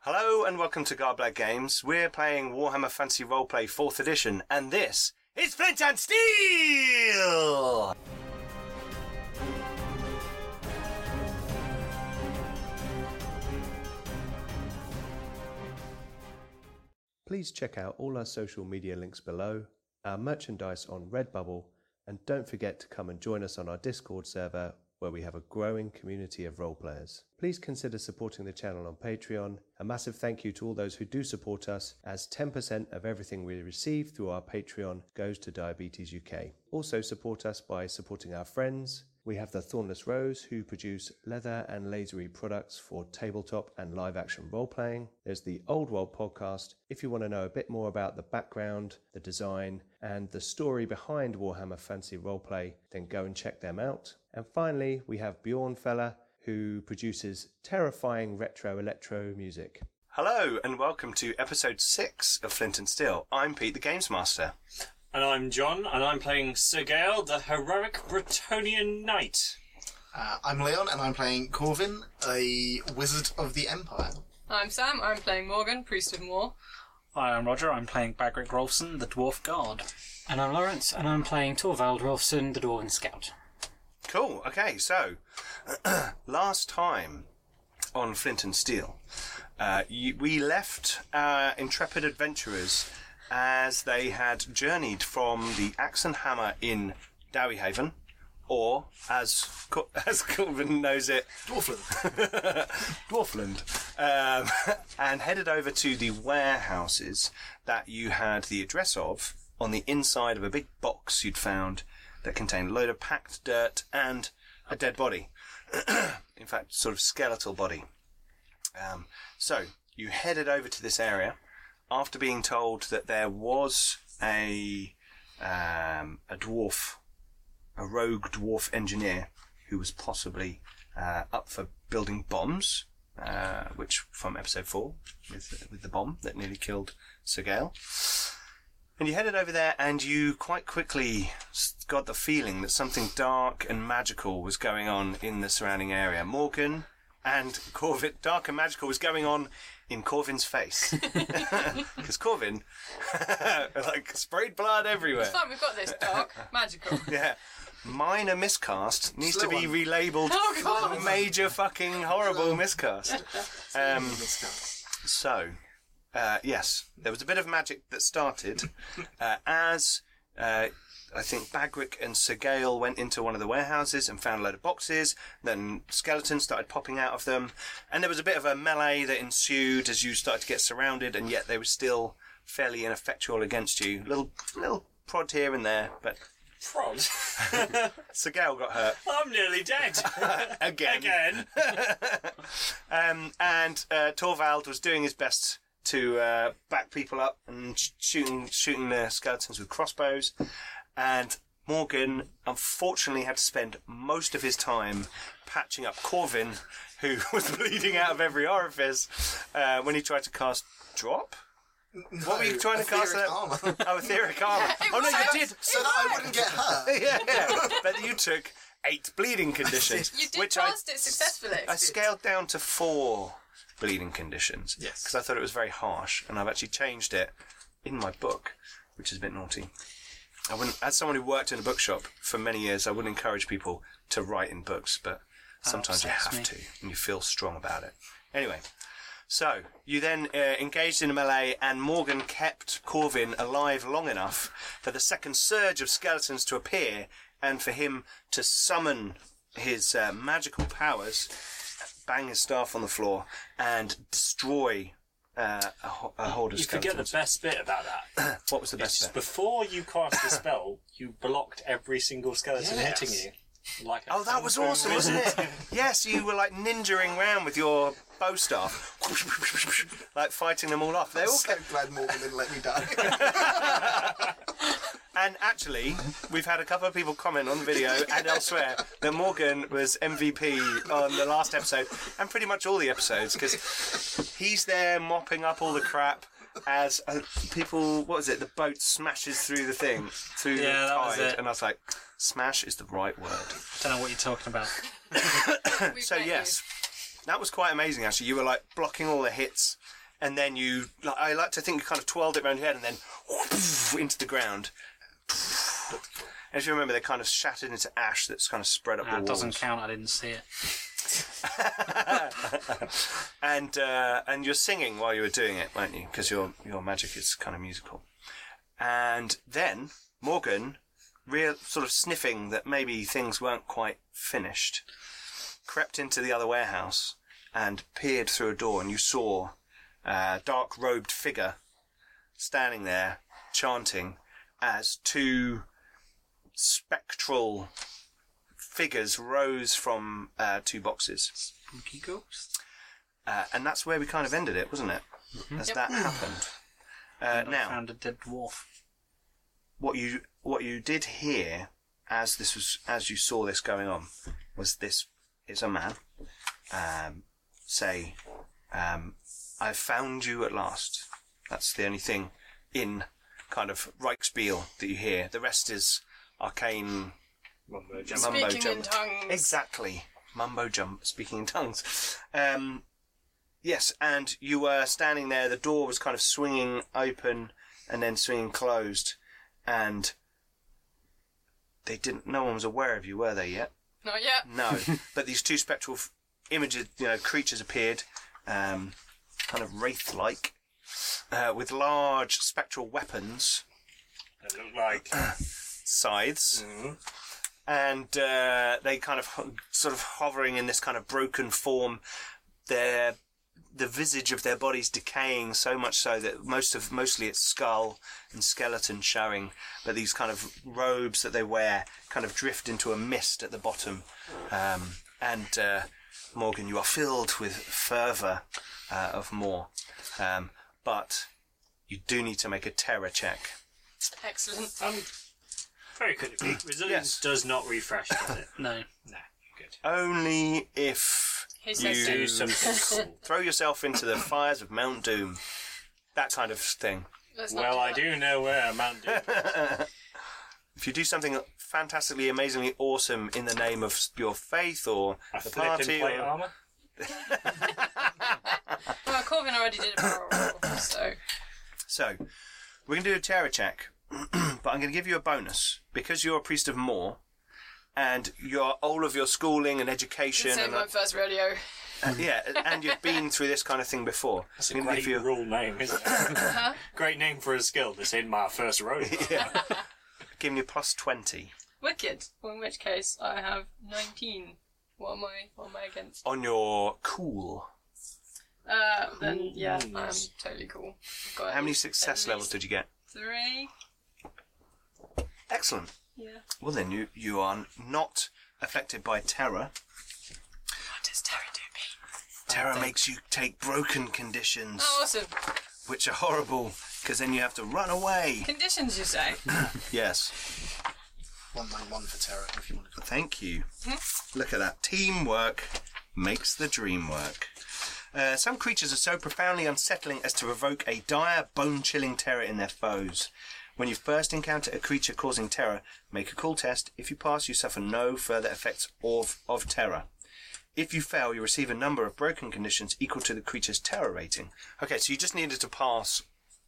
Hello and welcome to Garblad Games. We're playing Warhammer Fantasy Roleplay 4th Edition, and this is Flint and Steel! Please check out all our social media links below, our merchandise on Redbubble, and don't forget to come and join us on our Discord server where we have a growing community of role players. Please consider supporting the channel on Patreon. A massive thank you to all those who do support us, as 10% of everything we receive through our Patreon goes to Diabetes UK. Also, support us by supporting our friends. We have the Thornless Rose, who produce leather and lasery products for tabletop and live action role playing. There's the Old World podcast. If you want to know a bit more about the background, the design, and the story behind Warhammer Fantasy Roleplay, then go and check them out. And finally, we have Bjorn Fella, who produces terrifying retro electro music. Hello and welcome to episode 6 of Flint and Steel. I'm Pete the Games Master. And I'm John, and I'm playing Sir Gael, the heroic Bretonian knight. Uh, I'm Leon, and I'm playing Corvin, a wizard of the Empire. I'm Sam. I'm playing Morgan, Priest of Moor. Hi, I'm Roger. I'm playing Bagric Rolfson, the Dwarf Guard. And I'm Lawrence, and I'm playing Torvald Rolfson, the Dwarven Scout. Cool, okay, so last time on Flint and Steel, uh, you, we left our intrepid adventurers as they had journeyed from the Axe and Hammer in Dowiehaven, or as Co- as Corbin knows it, Dwarfland. Dwarfland, um, and headed over to the warehouses that you had the address of on the inside of a big box you'd found that contained a load of packed dirt and a dead body. In fact, sort of skeletal body. Um, so you headed over to this area after being told that there was a um, a dwarf, a rogue dwarf engineer who was possibly uh, up for building bombs, uh, which from episode four with with the bomb that nearly killed Sir Gael. And you headed over there, and you quite quickly s- got the feeling that something dark and magical was going on in the surrounding area. Morgan and Corvin, dark and magical was going on in Corvin's face. Because Corvin, like, sprayed blood everywhere. It's fine. We've got this. Dark, magical. Yeah. Minor miscast needs to Slow be relabeled Oh, God. major fucking horrible miscast. Um, so, uh, yes, there was a bit of magic that started uh, as uh, I think Bagric and Sir Gael went into one of the warehouses and found a load of boxes. Then skeletons started popping out of them, and there was a bit of a melee that ensued as you started to get surrounded, and yet they were still fairly ineffectual against you. Little little prod here and there, but Prod. Sir Gael got hurt I'm nearly dead. again. Again. Um, and uh, Torvald was doing his best to uh, back people up and sh- shooting shooting the skeletons with crossbows. And Morgan unfortunately had to spend most of his time patching up Corvin, who was bleeding out of every orifice uh, when he tried to cast drop. What were you trying to cast? etheric that? armor. Oh, etheric armor. it oh no, worked. you did. so that I wouldn't get hurt. Yeah, yeah. but you took eight bleeding conditions, You did which I cast it successfully. I scaled down to four bleeding conditions. Yes. Because I thought it was very harsh, and I've actually changed it in my book, which is a bit naughty. I wouldn't, as someone who worked in a bookshop for many years, I wouldn't encourage people to write in books, but sometimes you upsets have me. to, and you feel strong about it. Anyway, so you then uh, engaged in a melee, and Morgan kept Corvin alive long enough for the second surge of skeletons to appear, and for him to summon his uh, magical powers, bang his staff on the floor, and destroy uh, a, ho- a horde of You forget the skeletons. best bit about that. What was the It's best? just bit? before you cast the spell, you blocked every single skeleton Yes. hitting you. Like a Oh, that was kung fu awesome, wasn't it? Yes, you were like ninjaing round with your bow staff, like fighting them all off. They all So glad Morgan didn't let me die. And actually, we've had a couple of people comment on the video and elsewhere that Morgan was MVP on the last episode and pretty much all the episodes because he's there mopping up all the crap as uh, people, what is it, the boat smashes through the thing, through Yeah, the that was tide. it. And I was like, smash is the right word. Don't know what you're talking about. We've So, met you. yes. That was quite amazing, actually. You were like blocking all the hits, and then you, like, I like to think you kind of twirled it around your head and then into the ground. And if you remember, they kind of shattered into ash that's kind of spread Ah, up the That walls. doesn't count. I didn't see it. and uh, and you're singing while you were doing it, weren't you? Because your your magic is kind of musical. And then Morgan, real sort of sniffing that maybe things weren't quite finished, crept into the other warehouse and peered through a door, and you saw a dark robed figure standing there chanting as two spectral figures rose from uh, two boxes Spooky ghost. uh, and that's where we kind of ended it, wasn't it? As that happened. Uh, Mm-hmm. I now, found a dead dwarf. what you what you did hear as this was as you saw this going on was this is a man um, say, um, "I've found you at last." That's the only thing in kind of Reichspiel that you hear. The rest is arcane Mumbo jumbo. Mumbo Speaking jumbo. in tongues. Exactly. Mumbo jumbo, speaking in tongues. Um, yes, and you were standing there, the door was kind of swinging open and then swinging closed, and they didn't, no one was aware of you, were they yet? Not yet. No. but these two spectral f- images, you know, creatures appeared, um, kind of wraith like, uh, with large spectral weapons, It looked like. scythes. Mhm. and uh, they kind of ho- sort of hovering in this kind of broken form their the visage of their bodies decaying so much so that most of mostly it's skull and skeleton showing but these kind of robes that they wear kind of drift into a mist at the bottom um, and uh, Morgan you are filled with fervor uh, of more um, but you do need to make a terror check Excellent. Um, very good. at being- Resilience Yes. does not refresh, does it? No. nah, good. only if He You- says Do so. something cool. throw yourself into the fires of Mount Doom. That kind of thing. Let's not Well, I that. do know where Mount Doom If you do something fantastically, amazingly awesome in the name of your faith or I the flip in party, plate or, armor. Well, Corvin Uh, already did a barrel roll, so so we're going to do a terror check, but I'm going to give you a bonus because you're a priest of Moor, and your all of your schooling and education, same and my first rodeo. and- yeah, and you've been through this kind of thing before. That's I'm a gonna great give you- rule name, isn't it? Uh-huh. great name for a skill that's in my first row. giving you plus twenty Wicked. Well, in which case, I have 19. What am I? What am I against? on your cool. Uh, then yeah, I'm Nice. totally cool. I've got How many at success least levels did you get? Three. Excellent. Yeah. Well, then you you are not affected by terror. What does Terry do me? Terror makes you take broken conditions, Oh, awesome. which are horrible because then you have to run away. Conditions, you say? Yes, One nine one for Terra, if you want to. thank you. Look at that. Teamwork makes the dream work. Uh, some creatures are so profoundly unsettling as to provoke a dire, bone chilling terror in their foes. When you first encounter a creature causing terror, make a cool test. If you pass, you suffer no further effects of, of terror. If you fail, you receive a number of broken conditions equal to the creature's terror rating. Okay, so you just needed to pass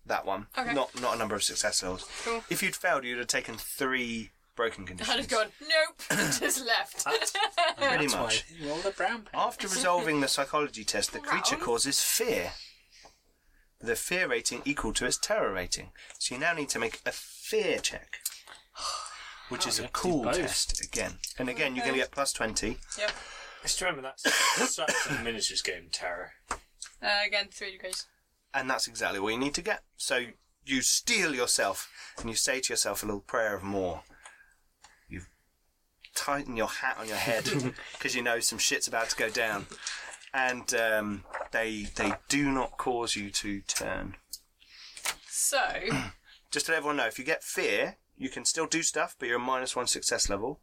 that one, Okay. not not a number of success levels. Cool. If you'd failed, you'd have taken three broken conditions. I'd have gone. Nope. and Just left. Pretty That's much. why they roll the brown paper. After resolving the psychology test, the creature Round. causes fear. The fear rating equal to its terror rating. So you now need to make a fear check, which is Oh, you a have to do cool both. test again. And again, you're going to get plus 20. yep. Just remember that's such a miniatures game, Terror. Uh, again, three degrees. And that's exactly what you need to get. So you steel yourself and you say to yourself a little prayer of more. You tighten your hat on your head because you know some shit's about to go down. And um, they they do not cause you to turn. So just to let everyone know, if you get fear, you can still do stuff, but you're a minus one success level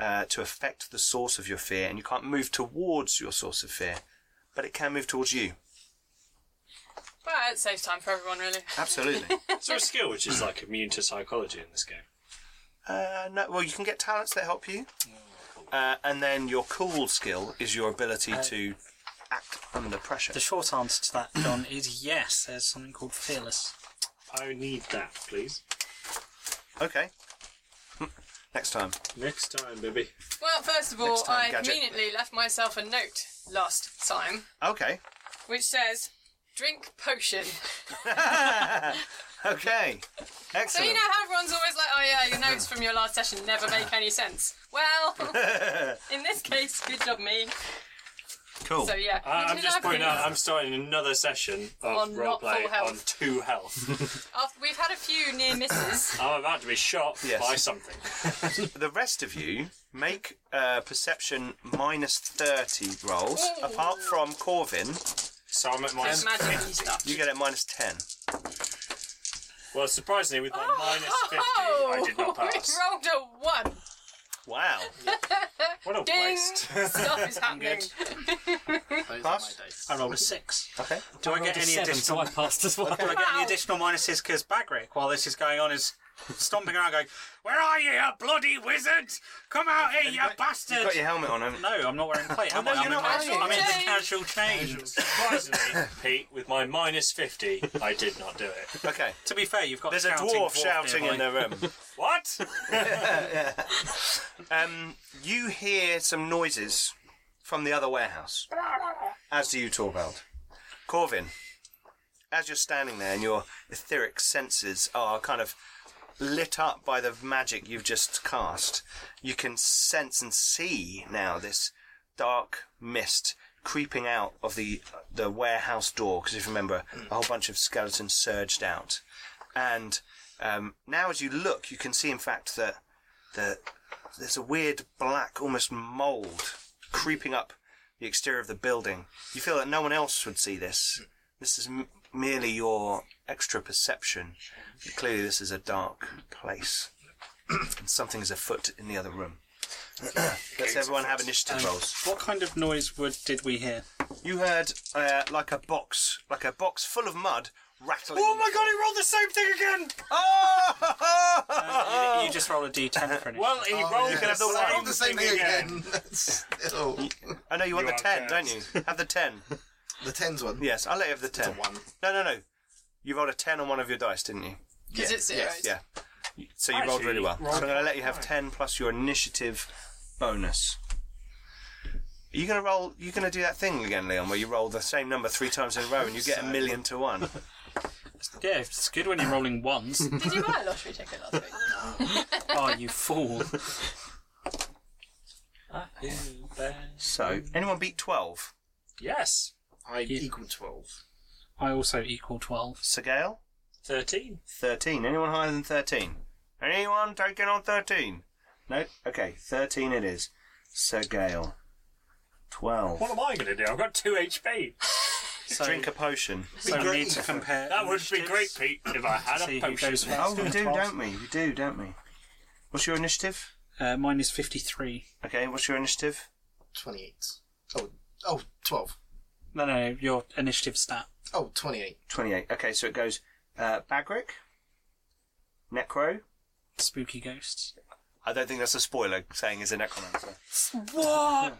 uh, to affect the source of your fear, and you can't move towards your source of fear, but it can move towards you. but it saves time for everyone, really. Absolutely. Is there a skill which is like immune to psychology in this game? uh, no, well, you can get talents that help you, uh, and then your cool skill is your ability to act under pressure. The short answer to that, John, is yes. There's something called fearless. I need that, please. Okay. Hmm. Next time. Next time, baby. Well, first of all, Next time, I Gadget. conveniently left myself a note last time Okay. which says, drink potion. Okay. Excellent. So you know how everyone's always like, oh yeah, your notes from your last session never make any sense. Well, in this case, good job me. cool. So yeah, I- you Uh, I'm can just have pointing out, these. I'm starting another session of On not full roleplay health. on two health. After, we've had a few near misses. I'm about to be shot Yes. by something. the rest of you make uh, perception minus 30 rolls. Ooh. Apart from Corvin, So I'm at minus Just magic 50. and stuff. you get a minus 10. Well, surprisingly, with my minus 50, Oh, I did not pass. we rolled a one. Wow. What a Ding. waste. Stuff is happening. Pass. Those are my dice. I rolled a six. Okay. Do I, rolled get a any seven, additional? so I passed as well. Do I get any additional minuses? Because Bagric, while this is going on, is stomping around, going, "Where are you, you bloody wizard? Come out here, you You've bastard!" got your helmet on, haven't you? No, I'm not wearing plate. am no, I? you're I'm not in wearing casual- I'm in plate. the casual chain. Surprisingly, Pete, with my minus 50, I did not do it. Okay. to be fair, you've got There's a shouting dwarf shouting nearby. in the room. What? Um, you hear some noises from the other warehouse, as do you, Torvald. Corvin, as you're standing there and your etheric senses are kind of lit up by the magic you've just cast, you can sense and see now this dark mist creeping out of the the warehouse door. Because if you remember, a whole bunch of skeletons surged out, and um, now as you look, you can see in fact that the there's a weird black, almost mould creeping up the exterior of the building. You feel that no one else would see this. This is m- merely your extra perception. Clearly, this is a dark place. and something is afoot in the other room. Let's everyone have Um, initiative rolls. What kind of noise would, did we hear? You heard uh, like a box, like a box full of mud rattling. on the floor. Oh he rolled the same thing again! Oh! You, you just roll a d10 for an Well, he rolled, can have the one. the same Roll Roll the same thing again. That's- oh, I know you want You the are ten, correct. don't you? Have the ten. the tens one. Yes, I'll let you have the ten. The one. No, no, no. You rolled a 10 on one of your dice, didn't you? Because it's zeros. Yeah. So you rolled Actually, really well. rolled so I'm going to let you have 10 plus your initiative bonus. Are you going to roll? You're going to do that thing again, Leon, where you roll the same number three times in a row and you get a million to one. Yeah, it's good when you're rolling ones. Did you buy a lottery ticket last week? oh, you fool. So anyone beat 12? Yes. I equal twelve. I also equal 12. Segale? 13. 13. Anyone higher than 13? Anyone taking on 13? No. Okay, 13 it is. Segale. 12. What am I going to do? I've got 2 HP. So, Drink a potion. so we need to compare. That would be initiatives. great, Pete, if I had See a who goes potion. first. Oh, we do, 12. don't we? We do, don't we? What's your initiative? Uh, mine is 53. Okay, what's your initiative? Twenty-eight. Oh, oh, 12. No, no, no, your initiative stat. Oh, 28. 28. Okay, so it goes uh, Bagric, Necro. Spooky ghosts. I don't think that's a spoiler saying it's a necromancer. What?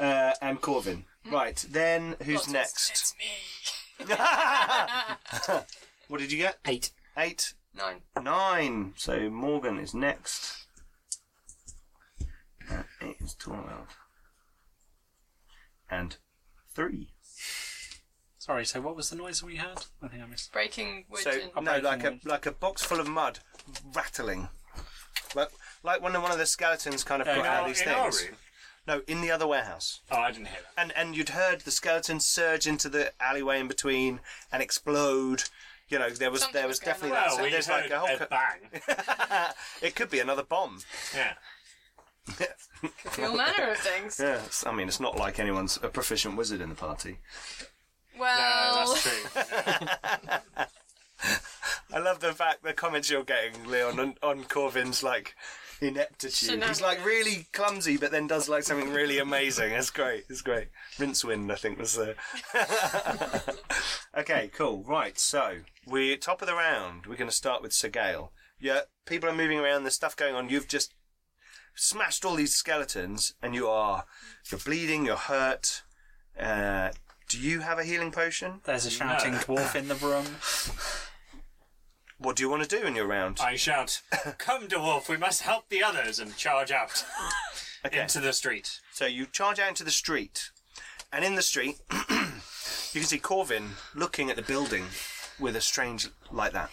uh, and Corvin. Right, then who's next? It's me. What did you get? Eight. Eight, Nine. nine. So Morgan is next. Uh, eight is 12. And three. Sorry, so what was the noise that we had? I think I missed. Breaking wood So and no, breaking like a wood. like a box full of mud rattling, like like when one of the skeletons kind of Yeah, brought In out our- these in our things. room? No, in the other warehouse, Oh, I didn't hear that. and and you'd heard the skeletons surge into the alleyway in between and explode. You know, there was Something there was was going definitely on. that. Well, so we there's like heard a whole. co- bang. it could be another bomb. Yeah. all manner of things. Yeah, it's- I mean, it's not like anyone's a proficient wizard in the party. Well, No, that's true. I love the fact the comments you're getting, Leon, on, on Corvin's like ineptitude. He's like Shenanigans. really clumsy, but then does like something really amazing. It's great. It's great. Rincewind, I think, was there. okay, cool. Right, so we're top of the round. We're going to start with Sir Gale. Yeah, people are moving around. There's stuff going on. You've just smashed all these skeletons, and you are you're bleeding, you're hurt. Uh, do you have a healing potion? There's a shouting dwarf in the room. What do you want to do in your round? I shout, Come, dwarf, we must help the others, and charge out into the street. So you charge out into the street, and in the street, you can see Corvin looking at the building with a strange like that.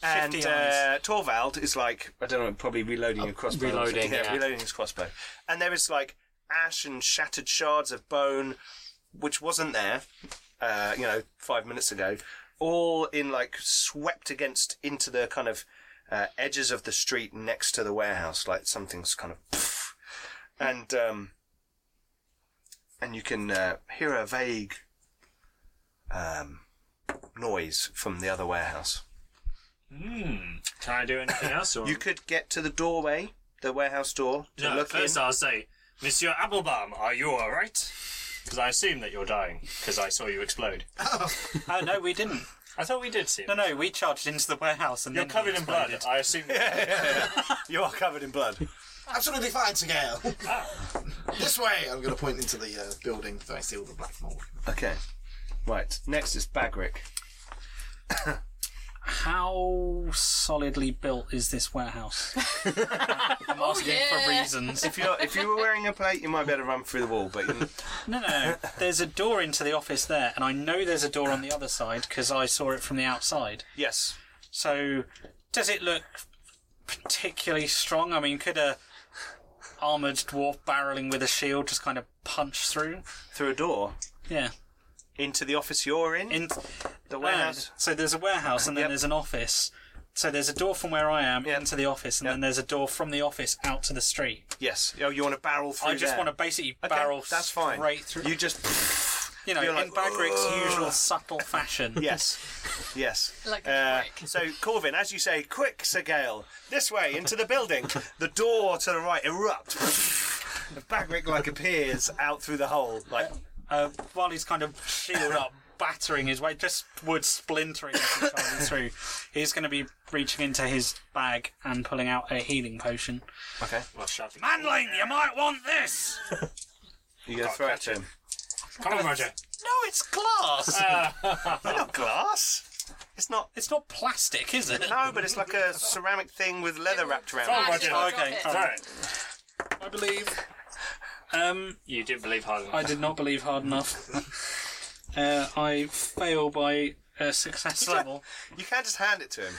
and Shifty uh, eyes. Torvald is like I don't know, probably reloading a crossbow. or something. reloading, yeah. reloading his crossbow. And there is like ash and shattered shards of bone, which wasn't there, uh, you know, five minutes ago. All in like swept against into the kind of uh, edges of the street next to the warehouse, like something's kind of and um, and you can uh, hear a vague um, noise from the other warehouse. Hmm. Can I do anything else? Or... You could get to the doorway, the warehouse door, to no, look in. first I'll say, Monsieur Applebaum, are you alright? Because I assume that you're dying, because I saw you explode. Oh no, we didn't. I thought we did see No, him. no, we charged into the warehouse and You're then covered he in blood. exploded. I assume. You are covered in blood. Absolutely fine, Segale. Ah. this way. I'm going to point into the uh, building that I see all the black mold. okay, right. Next is Bagric. How solidly built is this warehouse? I'm asking for yeah. reasons. If you if you were wearing a plate, you might be able to run through the wall. But you, No, no. There's a door into the office there, and I know there's a door on the other side because I saw it from the outside. yes, So, does it look particularly strong? I mean, could a armored dwarf barreling with a shield just kind of punch through? through a door Yeah. into the office you're in, In the and, warehouse. so there's a warehouse, and then Yep. there's an office. So there's a door from where I am Yep. into the office, and Yep. then there's a door from the office out to the street. Yes. Oh, you want to barrel through? I just there. want to basically Okay, barrel that's fine. straight through. You just you know, You're in like, Bagric's "Ugh." usual subtle fashion. Yes. Yes. Uh, Like a brick. so, Corvin, as you say, quick, Sir Gale, this way into the building. the door to the right erupts. the Bagric like appears out through the hole. Like Uh, while he's kind of shield up, battering his way, just wood splintering as he travels through, he's going to be reaching into his bag and pulling out a healing potion. okay, well, shouting, Manling, you might want this. you go throw it to him. Come on, Roger. No, it's glass! Not glass. It's not. it's not plastic, is it? No, but it's like a ceramic thing with leather wrapped Come around. it. on, Roger. Drop okay, it. all Alright. I believe. Um, You didn't believe hard enough. I did not believe hard enough. Uh, I fail by a success level. You can't just hand it to him.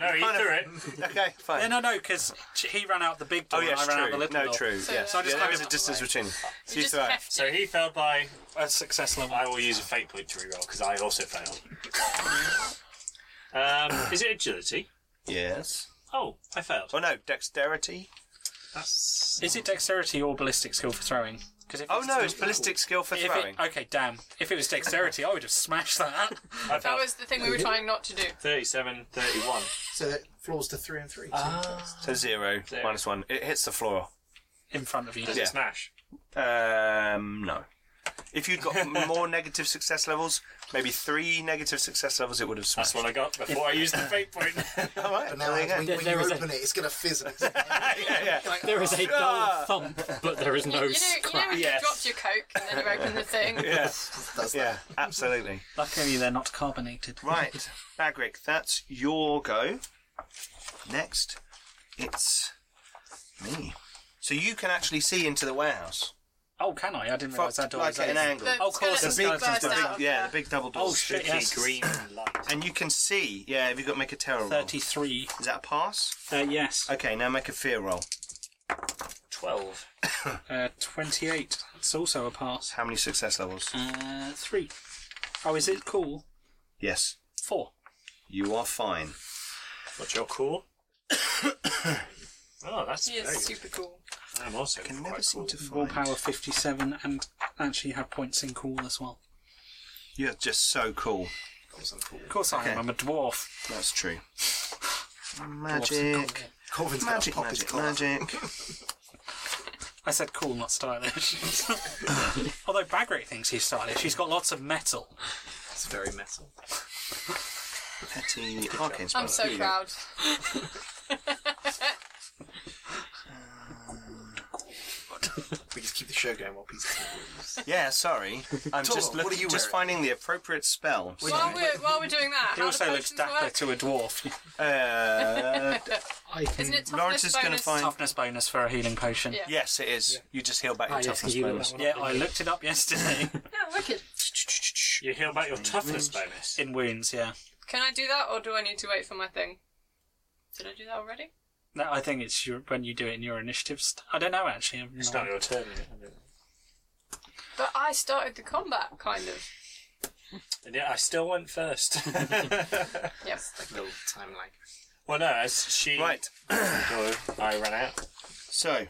no, he Kind threw it. of- Okay, fine. Yeah, Eh, no, no, because he ran out the big door oh yes, and I ran true. out the little No, door. true. So yes. I just yeah, there kind is a of- distance between you. So You you just throw it. heft So it. he failed by a success level. I will use a fate point to reroll because I also failed. um, is it agility? Yes. Oh, I failed. Oh no, dexterity. That's Is it dexterity or ballistic skill for throwing? Because Oh no, it's ballistic skill for If throwing. it, okay, damn. If it was dexterity, I would have smashed that. I That failed. was the thing we were trying not to do. 37, 31. So that floors to three and three. So zero, Zero. minus one. It hits the floor. In front of you. Does Yeah. it smash? Um, no. If you'd got more negative success levels, maybe three negative success levels, it would have That's smashed. what I got before I used the fate point. All right. But now there you when, go. when there you is a- open it, it's going to fizz. And it's- yeah, yeah. There is a Ah! dull thump, but there is you oh, know, you know when you Yes. dropped your coke and then you opened the thing. Yeah, That's yeah, absolutely. Luckily, they're not carbonated. Right, Bagric, that's your go. Next, it's me. So you can actually see into the warehouse. Oh, can I? I didn't realise that Fucked door like was at an open. angle. The Of course, skeletons the big- burst Oh, The out. big, yeah, the big double door. Oh shit! Yes. green light. And you can see, yeah, if you've got to make a terror roll. Thirty-three. Is that a pass? Uh, yes. Okay, now make a fear roll. 12. Uh, Twenty-eight. That's also a pass. How many success levels? Uh, three. Oh, is it cool? Yes, Four. you are fine. What's your cool? oh, that's He is very good. super cool. I'm also Can quite never seem cool. to find. Willpower fifty-seven, and actually have points in cool as well. You're just so cool. Of course, I am. I'm a dwarf. That's true. Dwarfs are Magic. cool. Corvin's going to Magic, pop his magic, collar. magic. I said cool, not stylish. Although Bagrick thinks he's stylish, he's got lots of metal. It's very metal. Petty arcane spell. I'm so proud. show game while Peter's in Yeah, sorry. I'm Tom, just what look, are you just wearing? finding the appropriate spell. While we're, while we're doing that, He how also do looks potions dapper work? to a dwarf. Uh, I can... Isn't it toughness Lawrence is going to bonus? find. Toughness bonus for a healing potion. Yeah. Yes, it is. You just heal back your Ah, yes, toughness 'cause you bonus. look Yeah, I looked it up yesterday. Oh, wicked. You hear about your toughness bonus. In wounds, yeah. Can I do that, or do I need to wait for my thing? Did I do that already? No, I think it's your, when you do it in your initiative. St- I don't know actually. I've It's no not your turn. is it? But I started the combat, kind of. And yet I still went first. Yes. little time lag. well, no, as she. Right. Go, I ran out. So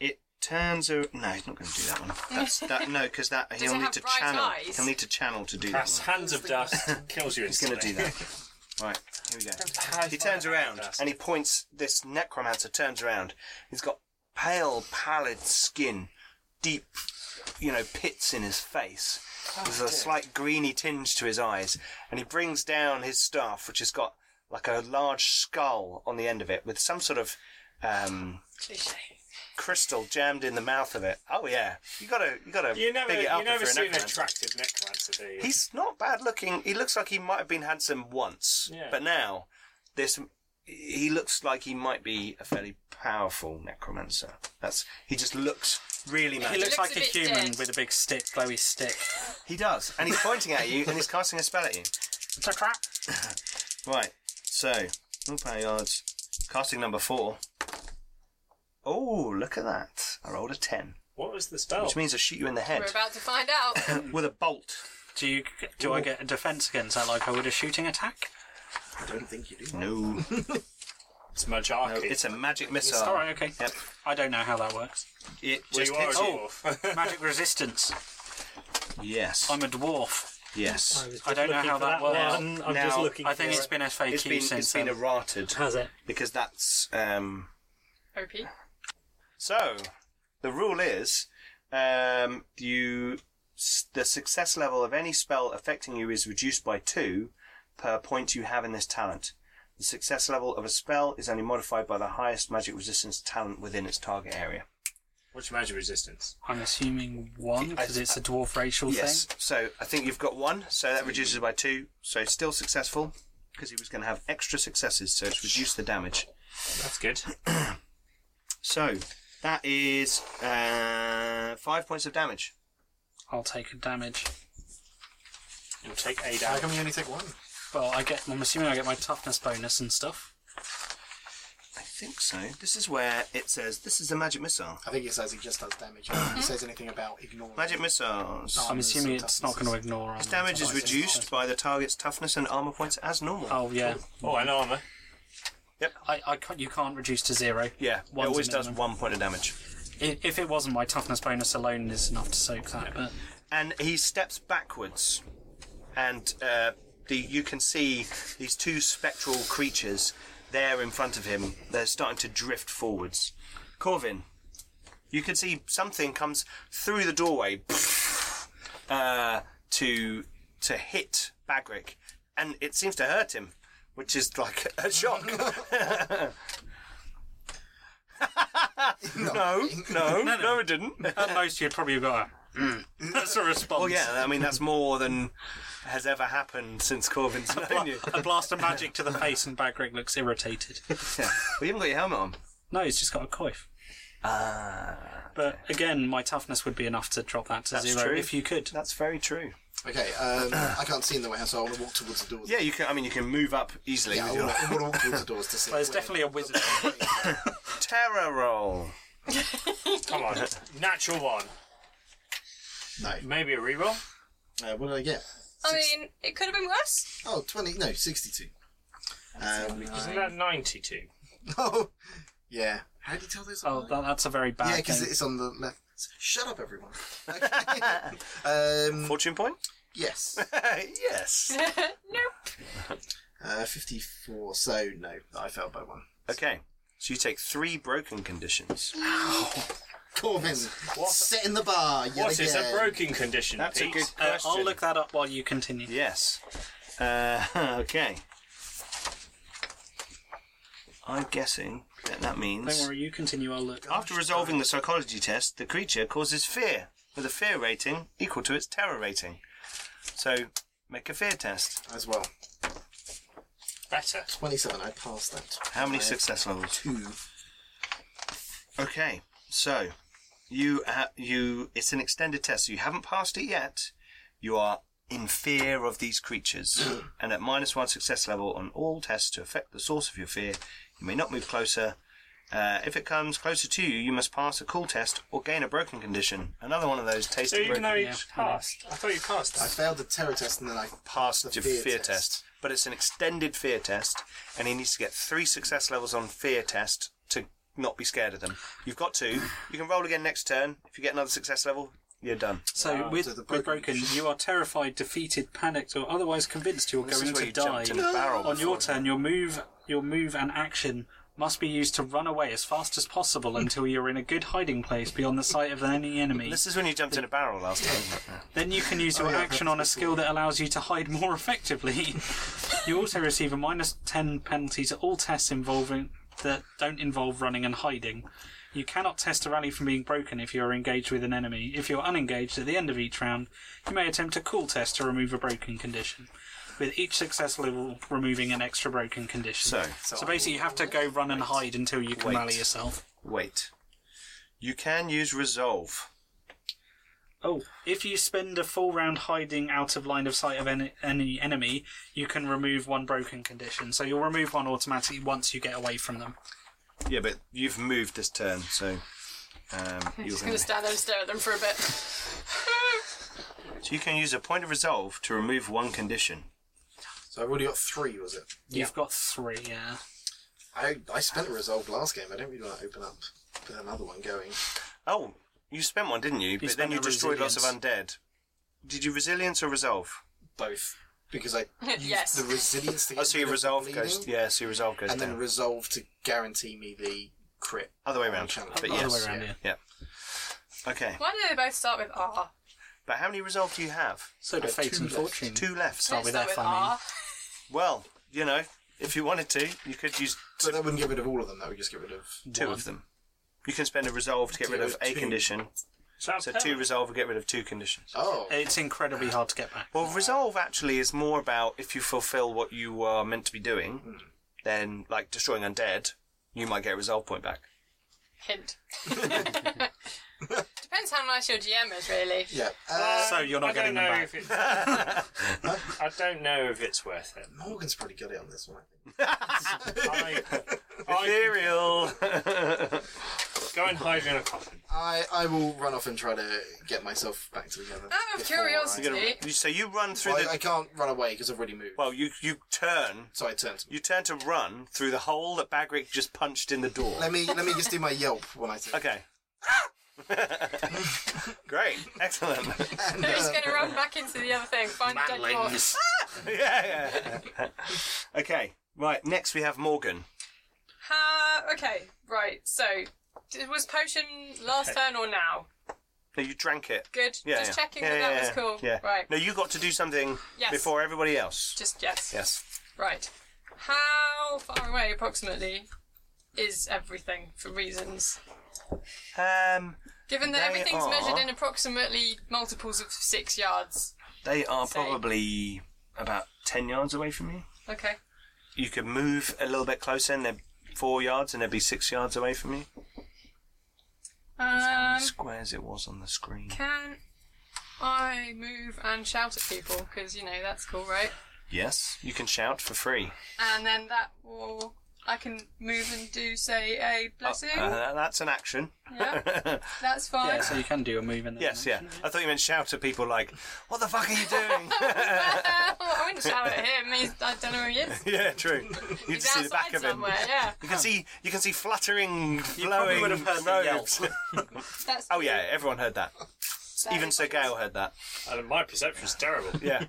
it turns. A, no, he's not going to do that one. That's that. No, because that it he'll need have to bright channel. eyes? He'll need to channel to do that. Casts One. hands of dust, kills you He's going instantly. to do that. Right. Here we go. High He turns five. around and he points. This necromancer turns around. He's got pale, pallid skin, deep, you know, pits in his face. Oh, There's a slight greeny tinge to his eyes, and he brings down his staff, which has got like a large skull on the end of it, with some sort of um, crystal jammed in the mouth of it. Oh yeah, you gotta, you gotta You never, big it up you never if seen you're an an necromancer. attractive necromancer, do you? He's not bad looking. He looks like he might have been handsome once, Yeah. but now this he looks like he might be a fairly powerful necromancer. That's he just looks really He magic. looks looks, like a a, bit human dead. with a big stick, glowy stick. He does, and he's pointing at you and he's casting a spell at you. It's a crap. Right, so willpower yards, casting number four. Oh, look at that! I rolled a ten, What was the spell? which means I shoot you in the We're head about to find out. with a bolt. Do you? Do I get a defense against that, like I would a shooting attack? I don't think you do. No, It's Majaki. no, it's a magic missile. All right, okay. Oh. Yep. I don't know how that works. It so just you are a hits you. dwarf. Magic resistance. Yes, I'm a dwarf. yes. I don't know how that works. one. I'm just Now, looking. I think for it's been FAQ It's been, since it's been then. errated Has it? because that's um, OP. so. The rule is um, you s- the success level of any spell affecting you is reduced by two per point you have in this talent. The success level of a spell is only modified by the highest magic resistance talent within its target area. What's your magic resistance? I'm assuming one I- because it's a dwarf racial Yes. thing. So I think you've got one, so that reduces by two. So still successful because he was going to have extra successes, so it's reduced the damage. That's good. So that is uh, five points of damage. I'll take a damage. You'll take a How damage. come you only take one? Well, I get. I'm assuming I get my toughness bonus and stuff. I think so. This is where it says this is a magic missile. I think it says he just does damage. I don't think it says anything about ignoring. Mm-hmm. Magic missiles. Oh, I'm there's assuming some it's not going toughnesses. to ignore. armor. Its damage is reduced by the target's toughness and armor points as normal. Oh yeah. Oh, an armor. I, I can't, you can't reduce to zero. Yeah, One's it always a does minimum. one point of damage. I- If it wasn't my toughness bonus alone is enough to soak that, but And he steps backwards, and uh, the, you can see these two spectral creatures there in front of him. They're starting to drift forwards. Corvin, you can see something comes through the doorway uh, to to hit Bagric, and it seems to hurt him, which is like a shock. no, no, no, it didn't. at most you'd probably have got a, "Mm." that's a response. Well, yeah, I mean that's more than has ever happened since Corvin's known you. A blast of magic to the face and Bagrig looks irritated. Yeah. Well, you haven't got your helmet on. No, he's just got a coif. Ah. But again, my toughness would be enough to drop that to That's zero true. if you could. That's very true. Okay, um, I can't see in the warehouse, so I want to walk towards the doors. Yeah, you can. I mean, you can move up easily Yeah, I with your want to walk towards the doors to see. Well, there's where- definitely a wizard. terror roll. Come on. Natural one. No. Maybe a reroll. Uh, what did I get? I mean, it could have been worse. Oh, 20, no, 62. Um, Isn't that 92? oh, yeah. How do you tell those? Oh, that, that's a very bad yeah, because thing. it's on the left. Shut up, everyone. Okay. um, Fortune point. yes. yes. Nope. Uh, 54, so no, I failed by one. Okay. So you take three broken conditions. Corbin, setting the bar. Yet What is again. a broken condition, That's a Pete? good Uh, question. I'll look that up while you continue. Yes. Uh, okay. I'm guessing That, that means. Don't worry, you continue. I'll look. After resolving the psychology test, the creature causes fear with a fear rating equal to its terror rating. So make a fear test. as well. Better. 27, I passed that. How many I- success levels? Two. Okay, so you ha- you it's an extended test. So you haven't passed it yet. You are in fear of these creatures, and at minus one success level on all tests to affect the source of your fear, you may not move closer. Uh, if it comes closer to you, you must pass a cool test or gain a broken condition. Another one of those tasty So even broken though you passed, I thought you passed. I failed the terror test and then I Passed the the fear, test. but it's an extended fear test, and he needs to get three success levels on fear test to not be scared of them. You've got two. You can roll again next turn. If you get another success level, you're done. So with, So the broken- with broken, you are terrified, defeated, panicked, or otherwise convinced you're This is going where to you die. jumped in the barrel On your before. turn, your move, your move and action must be used to run away as fast as possible until you're in a good hiding place beyond the sight of any enemy. This is when you jumped in a barrel last time. wasn't it? Then you can Oh, use your yeah, action on a skill that allows you to hide more effectively. you also receive a minus 10 penalty to all tests involving that don't involve running and hiding. You cannot test a rally from being broken if you are engaged with an enemy. If you are unengaged at the end of each round, you may attempt a cool test to remove a broken condition, with each success level removing an extra broken condition. So- so basically, you have to go run and hide until you can Wait. rally yourself. Wait. You can use resolve. Oh, if you spend a full round hiding out of line of sight of any, any enemy, you can remove one broken condition. So you'll remove one automatically once you get away from them. Yeah, but you've moved this turn, so um, you're Just going gonna to. stand there and stare at them for a bit. So you can use a point of resolve to remove one condition. So I've already got three, was it? You've got three, yeah. I, I spent a resolve last game. I don't really want to open up, put another one going. Oh, you spent one, didn't you? but then spent you a destroyed lots of resilience. undead. Did you resilience or resolve? Both. Because I used Yes. the resilience to Oh, get so your rid of resolve the goes. bleeding, Yeah, so your resolve goes And then down. resolve to guarantee me the crit. Other way around. Channel. But Other yes. way around, yeah. Yeah. Okay. Why do they both start with R? But how many resolve do you have? So do have fate two and left. fortune. Two left. Don't with start with F, I mean. R. Well, you know, if you wanted to, you could use So that wouldn't get rid of all of them, that would just get rid of. two One. of them. You can spend a resolve to get rid of a Two. condition. Sounds So two resolve will get rid of two conditions. Oh. It's incredibly hard to get back. Well, resolve actually is more about if you fulfill what you are meant to be doing, then like destroying undead, you might get a resolve point back. Hint. Depends how nice your GM is, really. Yeah. Uh, So you're not I getting don't know them back. If it's, I don't know if it's worth it. Morgan's pretty good on this one, I think. I, I Ethereal. go and hide in a coffin. I, I will run off and try to get myself back together. Out of before curiosity, so you run I, through well, I, I the. can't run away because I've already moved. Well, you you turn so I turn to You turn to run through the hole that Bagrick just punched in the door. Let me let me just do my yelp when I turn. Okay. Great. Excellent. who's going to run back into the other thing? Find a dead dwarf. yeah, yeah. Okay. Right. Next, we have Morgan. Uh, okay, right. So, d- was potion last turn or now? No, you drank it. Good. Yeah. Just yeah. checking Yeah, that yeah, that was yeah, cool. Yeah. Right. No, you got to do something Yes. before everybody else. Just yes. Yes. Right. How far away approximately is everything for reasons? Um, Given that They everything's measured are- in approximately multiples of six yards. they are Same. probably about ten yards away from you. Okay. You could move a little bit closer, and they're four yards, and they'd be six yards away from you. How Um, many squares it was on the screen. can I move and shout at people? Because you know that's cool, right? Yes, you can shout for free. And then that will. I can move and do say a blessing. Uh, that's an action. Yeah, yes, that's fine. Yeah, so you can do a move in there. yeah. I thought you meant shout at people like, "What the fuck are you doing?" I wouldn't shout at him. He's, I don't know who he is. yeah, true. You can He's see outside the back of him. somewhere. Yeah, You can see, you can see fluttering, probably flowing would have heard the robes. that's. Oh yeah, everyone heard that. that Even is- Sir Gail heard that. And my perception's terrible. Yeah.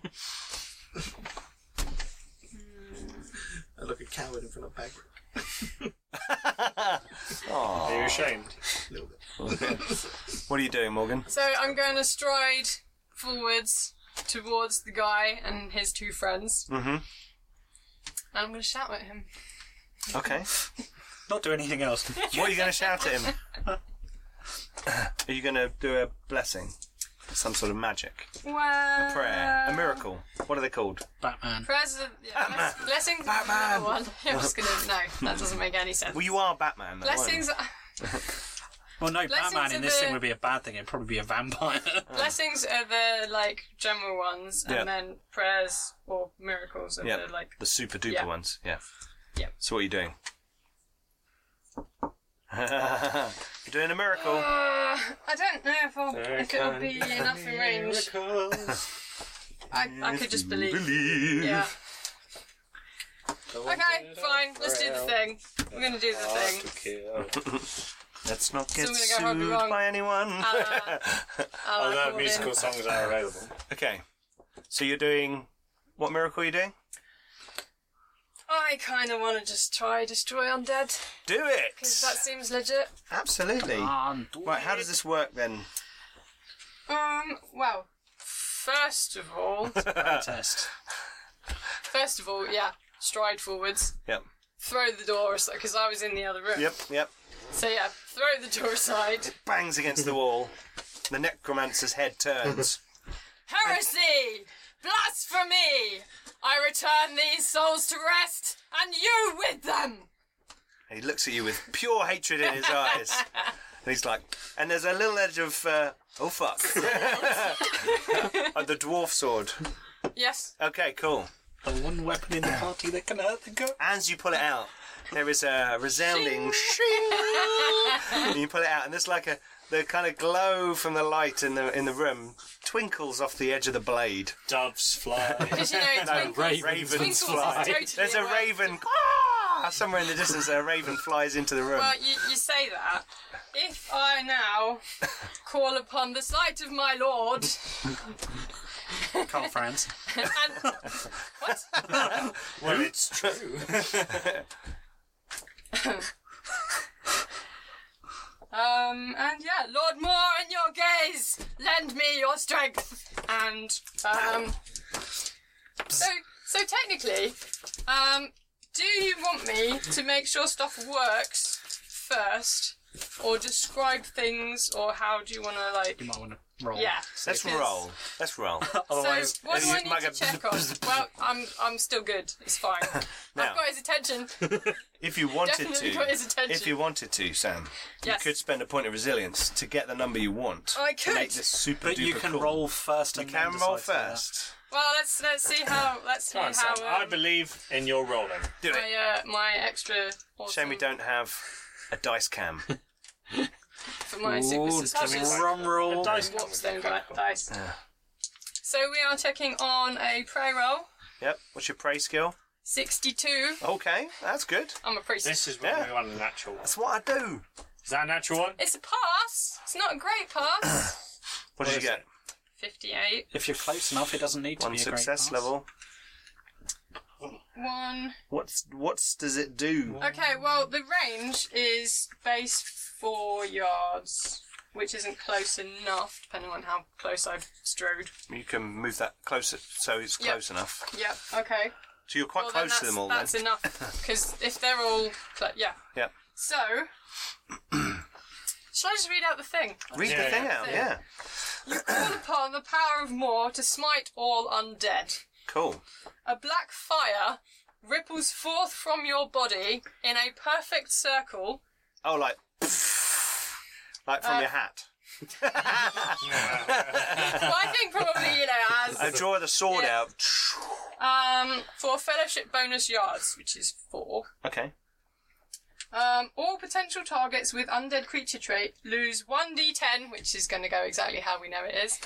I look a coward in front of Bagger Are you ashamed? a little bit. What are you doing, Morgan? So I'm going to stride forwards towards the guy and his two friends. Mm-hmm. And I'm going to shout at him. Okay. Not do anything else. What are you going to shout at him? are you going to do a blessing? Some sort of magic? Well, uh, Prayer? Um, A miracle? What are they called? Batman. Prayers, are- yeah, bless- blessings. is Batman. Number one. I was gonna no, that doesn't make any sense. Well, you are Batman. Though, aren't you? blessings, Well, no, Blessings Batman in are this the- thing would be a bad thing. It'd probably be a vampire. blessings are the like general ones, and Yeah. then prayers or miracles are Yeah, the like. the super duper Yeah. ones. Yeah. Yeah. So what are you doing? You're doing a miracle. Uh, I don't know if, I'll, if it'll be enough in range. Miracles. I, I could just believe. Believe. Yeah. Okay, fine. Let's do the thing. We're gonna do the Uh, thing. Let's not get gonna go home sued wrong. by anyone. Uh, I'll Although call oh, musical in. songs are available. okay. So you're doing what miracle are you doing? I kind of want to just try destroy undead Do because it. that Ah. seems legit. Absolutely. Right. How does this work then? Um. Well, first of all, test? first of all, yeah. Stride forwards. Yep. Throw the door aside because I was in the other room. Yep. Yep. So yeah, throw the door aside. Bangs against the wall. The necromancer's head turns. Heresy! Blasphemy! I return these souls to rest, and you with them! And he looks at you with pure hatred in his eyes. And he's like, and there's a little edge of, uh, oh fuck. Uh, the dwarf sword. Yes. Okay, cool. The one weapon in the party that can hurt the goat. As you pull it out, there is a resounding shing. and you pull it out, and there's like a the kind of glow from the light in the in the room twinkles off the edge of the blade. Doves fly. Because you know, twinkles, Ravens twinkles is fly. totally There's a word. raven. Ah, somewhere in the distance, a raven flies into the room. Well, you, you say that. If I now call upon the sight of my lord Can't France. and well, it's true. Um, and yeah, Lord Moore, in your gaze, lend me your strength. And, um, so, so technically, um, do you want me to make sure stuff works first, or describe things, or how do you want to, You like, might want to roll. yeah. Let's because- roll. Let's roll. So, what do you I need might to go check on? Well, I'm, I'm still good. It's fine. Now. I've got his attention. If you wanted Definitely got his to, attention. if you wanted to, Sam, Yes. you could spend a point of resilience to get the number you want. I To make could. this super But you duper can cool. roll first. You And can then roll decide to do first. Well, let's, let's see how, let's see Come on, Sam. how, I um, believe in your rolling. Do it. my, uh, my extra awesome Shame we don't have a dice cam. for my that. super Ooh, suspicious drum roll. Dice cam warps would be then quite cool. di- dice. So we are checking on a prey roll. yep. What's your prey skill? 62. Okay, that's good. I'm a priest. This is when Yeah. we want a natural one. That's what I do. Is that a natural one? It's a pass. It's not a great pass. What, did you is get? it? 58. If you're close enough, it doesn't need to One be a success great pass. level. One. What's what's does it do? Okay, well, the range is base four yards, which isn't close enough, depending on how close I've strode. You can move that closer, so it's Yep. close enough. Yep, okay. So you're quite well, then close to that's- them all. That's then. enough. Because if they're all. Cl- yeah. Yep. So. Shall I just read out the thing? Read the Yeah, thing yeah. out. Yeah. Yeah. Call upon the power of Moor to smite all undead. Cool. A black fire ripples forth from your body in a perfect circle. Oh, like like from Uh, your hat. Well, I think probably, you know, I as. draw the sword Yeah. out. Um, for fellowship bonus yards, which is four. Okay. Um, all potential targets with undead creature trait lose 1d10, which is going to go exactly how we know it is.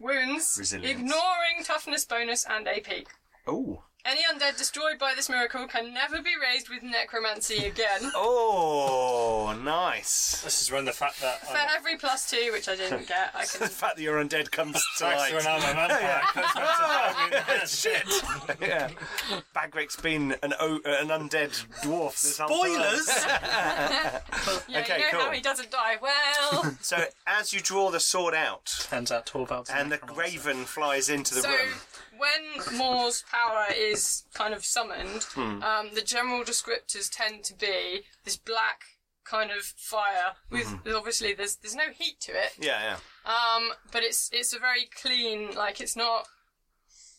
Wounds, Resilience. ignoring toughness bonus and AP. Oh. Any undead destroyed by this miracle can never be raised with necromancy again. Oh, nice. This is when the fact that For I'm, every plus two, which I didn't get, I The can. fact that you're undead comes to thanks to when light. I'm a vampire. comes back to that being Shit. yeah. Bagrick's been an o- uh, an undead dwarf. This whole time. Spoilers! Yeah, okay, you know cool. how he doesn't die. Well, So as you draw the sword out, Turns out Torvald's and the raven flies into the so room. when Moore's power is is kind of summoned, Hmm. um, the general descriptors tend to be this black kind of fire with Hmm. with obviously there's there's no heat to it, Yeah, yeah. um, but it's it's a very clean like it's not.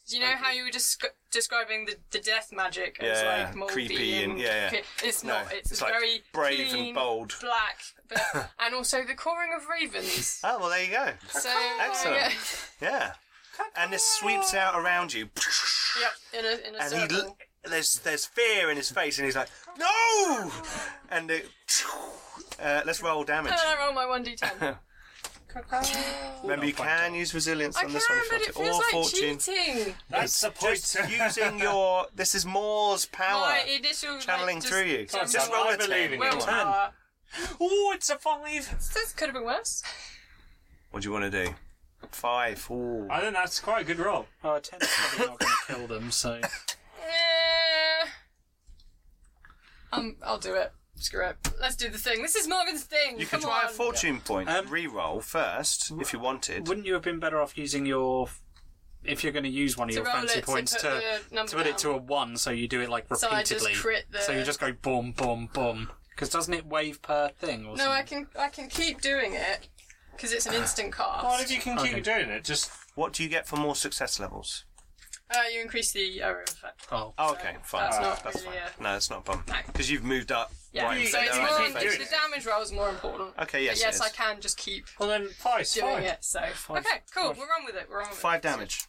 You know how you were descri- describing the, the death magic as Yeah, like moldy creepy and- yeah, yeah. It's No, not. It's, it's a like very brave and clean, bold. black, but, and also the cawing of ravens. Oh well, there you go. So Excellent. yeah, Yeah. And this sweeps out around you, yep, in a in a and he circle. l- there's there's fear in his face, and he's like, "No!" And it, uh, let's roll damage. Can I roll my one d10? Remember, you can use resilience I on can, this one, if you but want it to, or feels like fortune. cheating. That's the point. Just using your this is Moore's power My initial like, channeling just- through you. just- Just roll I a believe ten. in you. Come on. Willpower. Ooh, it's a five. uh, This could have been worse. What do you want to do? Five. Ooh. I think that's quite a good roll. Oh, a ten's probably not going to kill them, so. Eh. um, I'll do it. Screw it. Let's do the thing. This is Morgan's thing. You Come could try on. a fortune point Um, re-roll first if you wanted. Wouldn't you have been better off using your. If you're going to use one of To your roll fancy it, to points put to. the number To put it to down. a one, so you do it like So I repeatedly. just crit the- So you just go boom, boom, boom. Because doesn't it wave per thing or No, I something? can. I can keep doing it because it's an instant cast. Well, if you can keep Okay. doing it, just What do you get for more success levels? Uh, you increase the error effect. Oh. Oh, okay, fine. that's not fine. really a- No, that's not a problem. No. Because you've moved up. Yeah. Right, so it's no, more. I The think- damage roll is more important. Okay, yes, But yes, it is. I can just keep well then five's doing fine. it. So okay, cool. We're on with it. We're on with Five it. damage.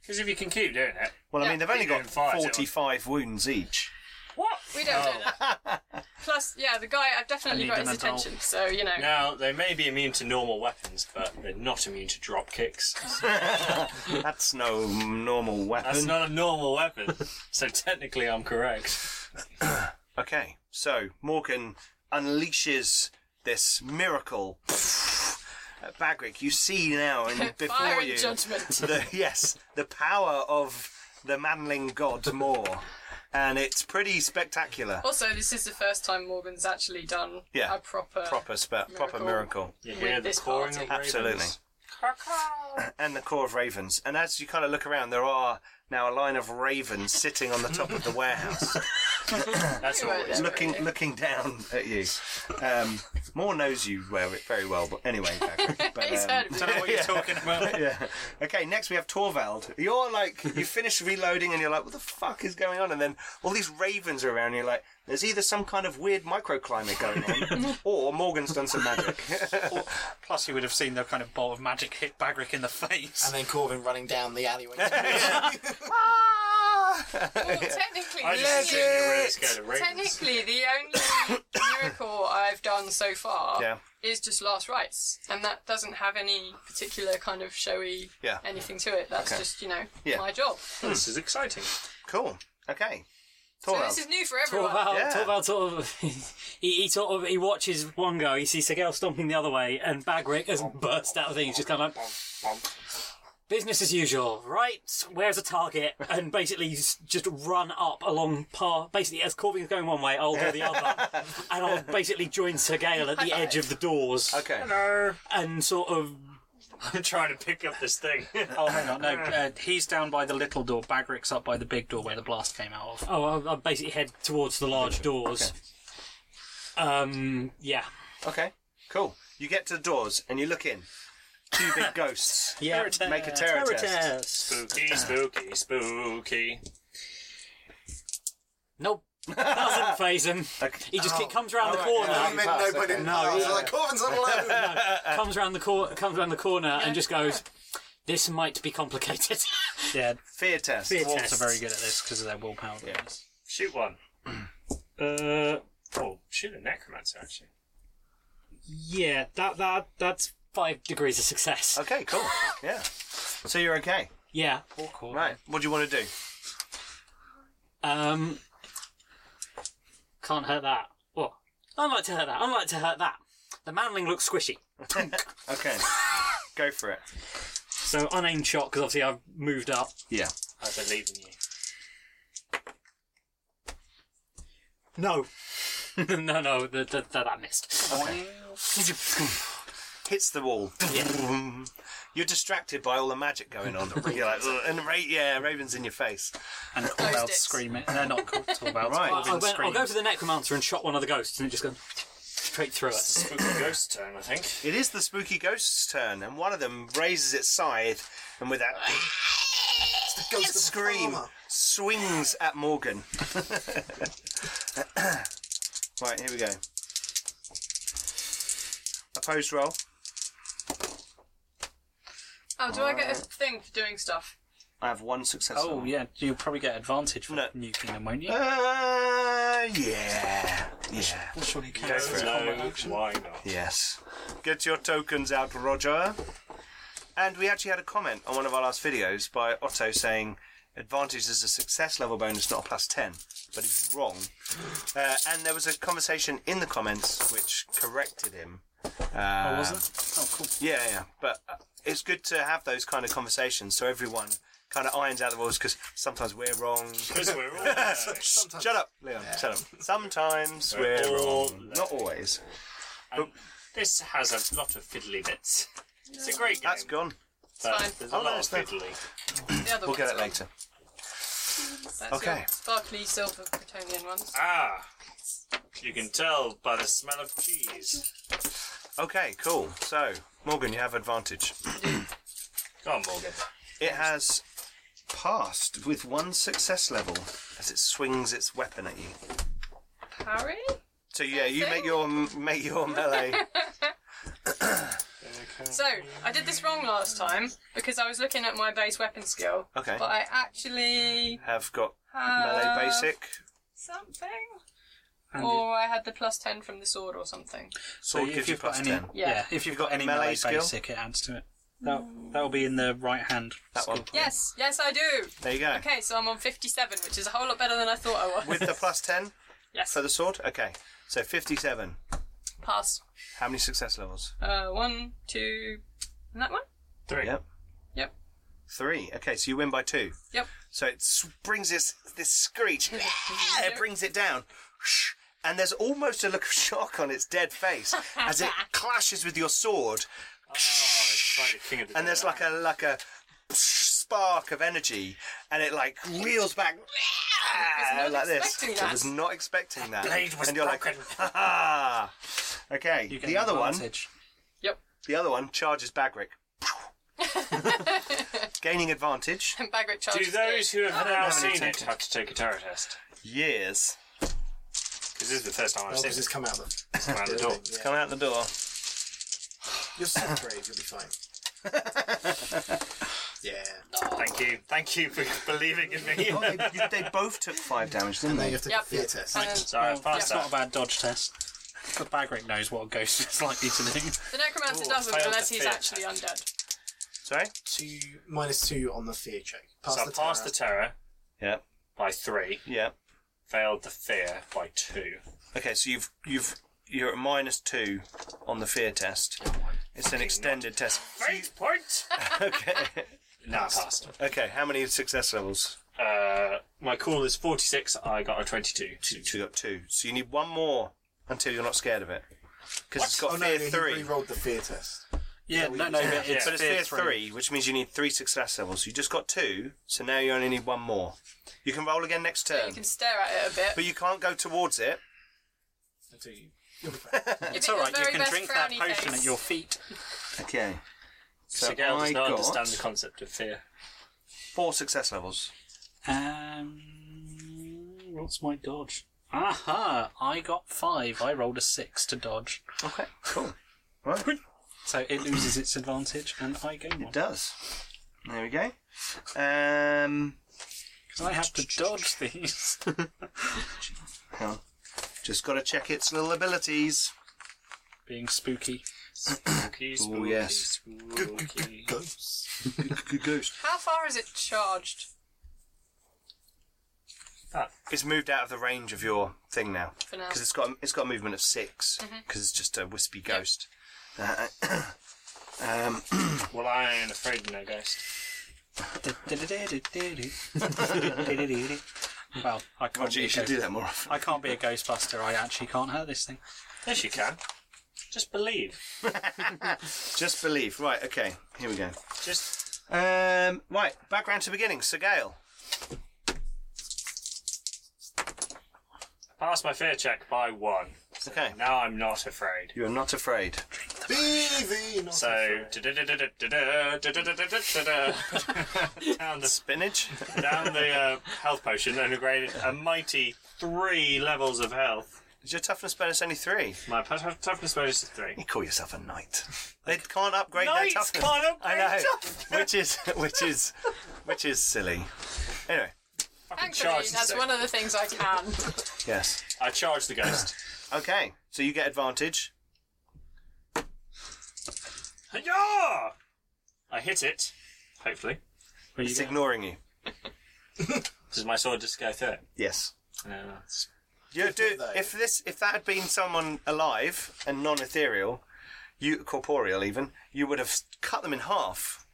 Because if you can keep doing it, Well, I Yeah. mean, they've only You're got doing five, so- 45 wounds each. what? We don't oh. do that. Plus, yeah, the guy. I've definitely I need got an his adult. attention. So you know. Now they may be immune to normal weapons, but they're not immune to drop kicks. That's no normal weapon. That's not a normal weapon, so technically I'm correct. Okay, so Morgan unleashes this miracle. At Bagric, you see now and before Fire you and judgment. the yes, the power of the manling god Moor. And it's pretty spectacular. Also, this is the first time Morgan's actually done Yeah. a proper. Proper spe- proper Miracle. miracle. You With hear the this pouring party. of Absolutely. ravens. and the core of ravens. And as you kind of look around, there are now a line of ravens sitting on the top of the warehouse, That's Anyway, all. then, looking really. looking down at you. Um, Moore knows you well- very well, but anyway. Bagric, But, He's um, heard of I it. don't know what you're talking about. yeah. Okay, next we have Torvald. You're like, you finish reloading and you're like, what the fuck is going on? And then all these ravens are around and you're like, there's either some kind of weird microclimate going on or Morgan's done some magic. Plus, you would have seen the kind of bolt of magic hit Bagric in the face. And then Corvin running down the alleyway. Well, technically, I this just is- assume you're really scared of ravens. technically the only miracle I've done so far Yeah. is just last rites, and that doesn't have any particular kind of showy Yeah. anything to it. That's just you know Yeah. my job. This is exciting. cool. Okay. So Torvald. this is new for everyone. Torvald, Yeah. Torvald sort of he, he sort of he watches one go, he sees Segel stomping the other way, and Bagric has burst out of things, just kind of like business as usual, right? Where's a target? And basically s- just run up along par. Basically, as Corbin's going one way, I'll go the other, and I'll basically join Segel at the edge of the doors okay. No. and sort of I'm trying to pick up this thing. Oh, hang on, no. Ah. Uh, he's down by the little door. Bagric's up by the big door where the blast came out of. oh, I'll, I'll basically head towards the large doors. Um, yeah, Okay. Cool. You get to the doors and you look in. Two big ghosts. yeah. Make a terror Terror test. test. spooky, spooky, spooky. Nope. Doesn't phase him. Okay. He just Oh. ke- comes around the corner. I meant nobody. okay. No, I was like, Corvin's not alone. comes around the corner. Comes around the corner and just goes. This might be complicated. Yeah, Fear test. dwarves are very good at this because of their willpower. bonus. Shoot one. uh. Oh, shoot a necromancer actually. Yeah, that that that's five degrees of success. Okay, cool. Yeah. So you're okay. Yeah. Right. What do you want to do? Um. Can't hurt that. What? I'd like to hurt that. I'd like to hurt that. The manling looks squishy. Okay. Go for it. So unaimed shot because obviously I've moved up. Yeah. I believe in you. No. no, no, the, the, the, that missed. hits the wall. You're distracted by all the magic going on. You're like, "Ugh," and Ra- yeah, Raven's in your face. And Torbouts dicks. scream it. They're not called Torbouts. Right. Corbin I went, I'll screams. go to the necromancer and shot one of the ghosts, and it just goes straight through it. Spooky ghost turn, I think. It is the spooky ghost's turn, and one of them raises its scythe and with that The ghost of the scream farmer. swings at Morgan. right, here we go. Opposed roll. Oh, do I get a thing for doing stuff? I have one success. Oh yeah, you'll probably get advantage for No. nuking them, won't you? Uh, yeah. Yeah. Surely can. No, why not? Yes. Get your tokens out, Roger. And we actually had a comment on one of our last videos by Otto saying advantage is a success level bonus, not a plus 10. But he's wrong. Uh, and there was a conversation in the comments which corrected him. Uh, Oh, was it? Oh, cool. Yeah, yeah. But uh, it's good to have those kind of conversations so everyone kind of irons out the rules because sometimes we're wrong. Because we're all there. Shut up, Leon. Shut up. Sometimes we're, We're all wrong. Not always. And This has a lot of fiddly bits. It's a great game. That's gone. but fine. There's a Oh, no, lot of it's there. fiddly. The other We'll get it one's later. gone. That's Okay. your Sparkly silver Bretonian ones. Ah, you can tell by the smell of cheese. Okay, cool. So, Morgan, you have advantage. Come on, Morgan. Oh, It has passed with one success level as it swings its weapon at you. Harry? So yeah, you make your make your melee. So, I did this wrong last time because I was looking at my base weapon skill. Okay. But Uh, I actually Have got melee have basic something. And you- Or I had the plus 10 from the sword or something. sword if gives you you've got plus any, ten. Yeah. Yeah. if you've got any melee melee, skill? basic, it adds to it. That that'll be in the right hand. That one. Yes, yes, I do. There you go. Okay, so I'm on 57, which is a whole lot better than I thought I was. With the plus ten yes, for the sword. Okay, so fifty-seven. pass. How many success levels? Uh, one, two, and that one? Three. Yep. Yep. Three. Okay, so you win by two. Yep. So it s- brings this this screech. it brings it down. And there's almost a look of shock on its dead face as it clashes with your sword. Oh, it's like the king of the And there's like a like a spark of energy, and it like reels back not like this. expecting I that. was not expecting that. blade was and you're broken. like, ha ha. Okay. You get The an other one, advantage. the other one charges Bagric, gaining advantage. And Bagric charges. Do those who have now have any seen it tactics. have to take a tarot test? Years. Because this is the first time I've Oh, seen 'cause it's it come out of come out the the door. building, yeah. Come out the door. You're so brave, you'll be fine. yeah. Thank you. Thank you for believing in me. Oh, they, you- they both took five damage, didn't Now you they? have to Yep. fear test. And then Sorry, I passed It's not a that. bad dodge test. The Bagric knows what a ghost is likely to do. the necromancer doesn't failed unless the he's fear actually undead. Sorry? Two, minus two on the fear check. Pass So I the passed terror. the Yeah. terror by three, Yeah. failed the fear by two. Okay, so you've you've you're at minus two on the fear test. It's an extended test. Eight point! Okay. No, I passed. Okay, how many success levels? Uh, my call is 46, I got a 22. So you got two. So you need one more until you're not scared of it. Because it's got Oh no, fear he three. re-rolled the fear test. Yeah, no, no, but it's, But it's fear three. which means you need three success levels. You just got two, so now you only need one more. You can roll again next So you turn. can stare at it a bit. But you can't go towards it. It's all right. You can drink that potion at your feet. Okay. So So Gail does I not got understand the concept of fear. four success levels. Um, what's my dodge? Aha! I got five. I rolled a six to dodge, Okay, cool. Right. so it loses its advantage, and I gain one It does. There we go. Um, because I have to dodge these. hang on. Just got to check its little abilities. Being spooky. Spooky, spooky, yes. spooky. Goose. How far is it charged? It's moved out of the range of your thing now For now. because it's got it's got a movement of six because it's just a wispy ghost. Uh, um, Well, I ain't afraid of no ghost. well, I can't. Roger, be a you should ghost- do that more often. I can't be a Ghostbuster. I actually can't hurt this thing. Yes, you can. Just believe. Just believe. Right, okay, here we go. Just Um, right, background to beginning. Sir Gale. pass my fear check by one. So Okay. Now I'm not afraid. You are not afraid. BV, not So da-da-da-da-da-da, da-da-da-da-da-da. down the Spinach. down the uh, health potion and upgraded a mighty three levels of health. Is your toughness bonus only three? My pu- toughness bonus is three. You call yourself a knight. They can't upgrade Knights their toughness. can't upgrade I know. toughness. Which is which is which is silly. Anyway, Thankfully, charge that's the- one of the things I can. yes. I charge the ghost. Okay, so you get advantage. yeah! I hit it. Hopefully, Where you It's go. ignoring you. does my sword just go through it? Yes. No, no, it's- You do though. if this if that had been someone alive and non ethereal, you corporeal even, you would have cut them in half.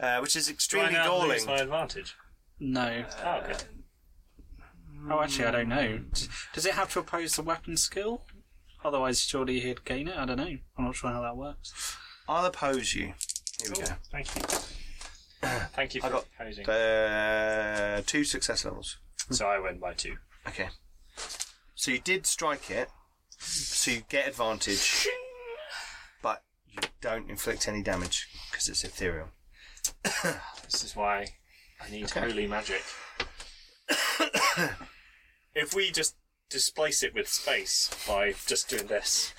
Uh, which is Do I extremely now galling. lose my advantage? No. Oh, okay. Oh, actually, I don't know. D- Does it have to oppose the weapon skill? Otherwise, surely he'd gain it. I don't know. I'm not sure how that works. I'll oppose you. Here we go. Thank you. Thank you I for got opposing. uh, two success levels. So I win by two. Okay. So you did strike it, so you get advantage, but you don't inflict any damage because it's ethereal. This is why I need Okay. holy magic. if we just displace it with space by just doing this,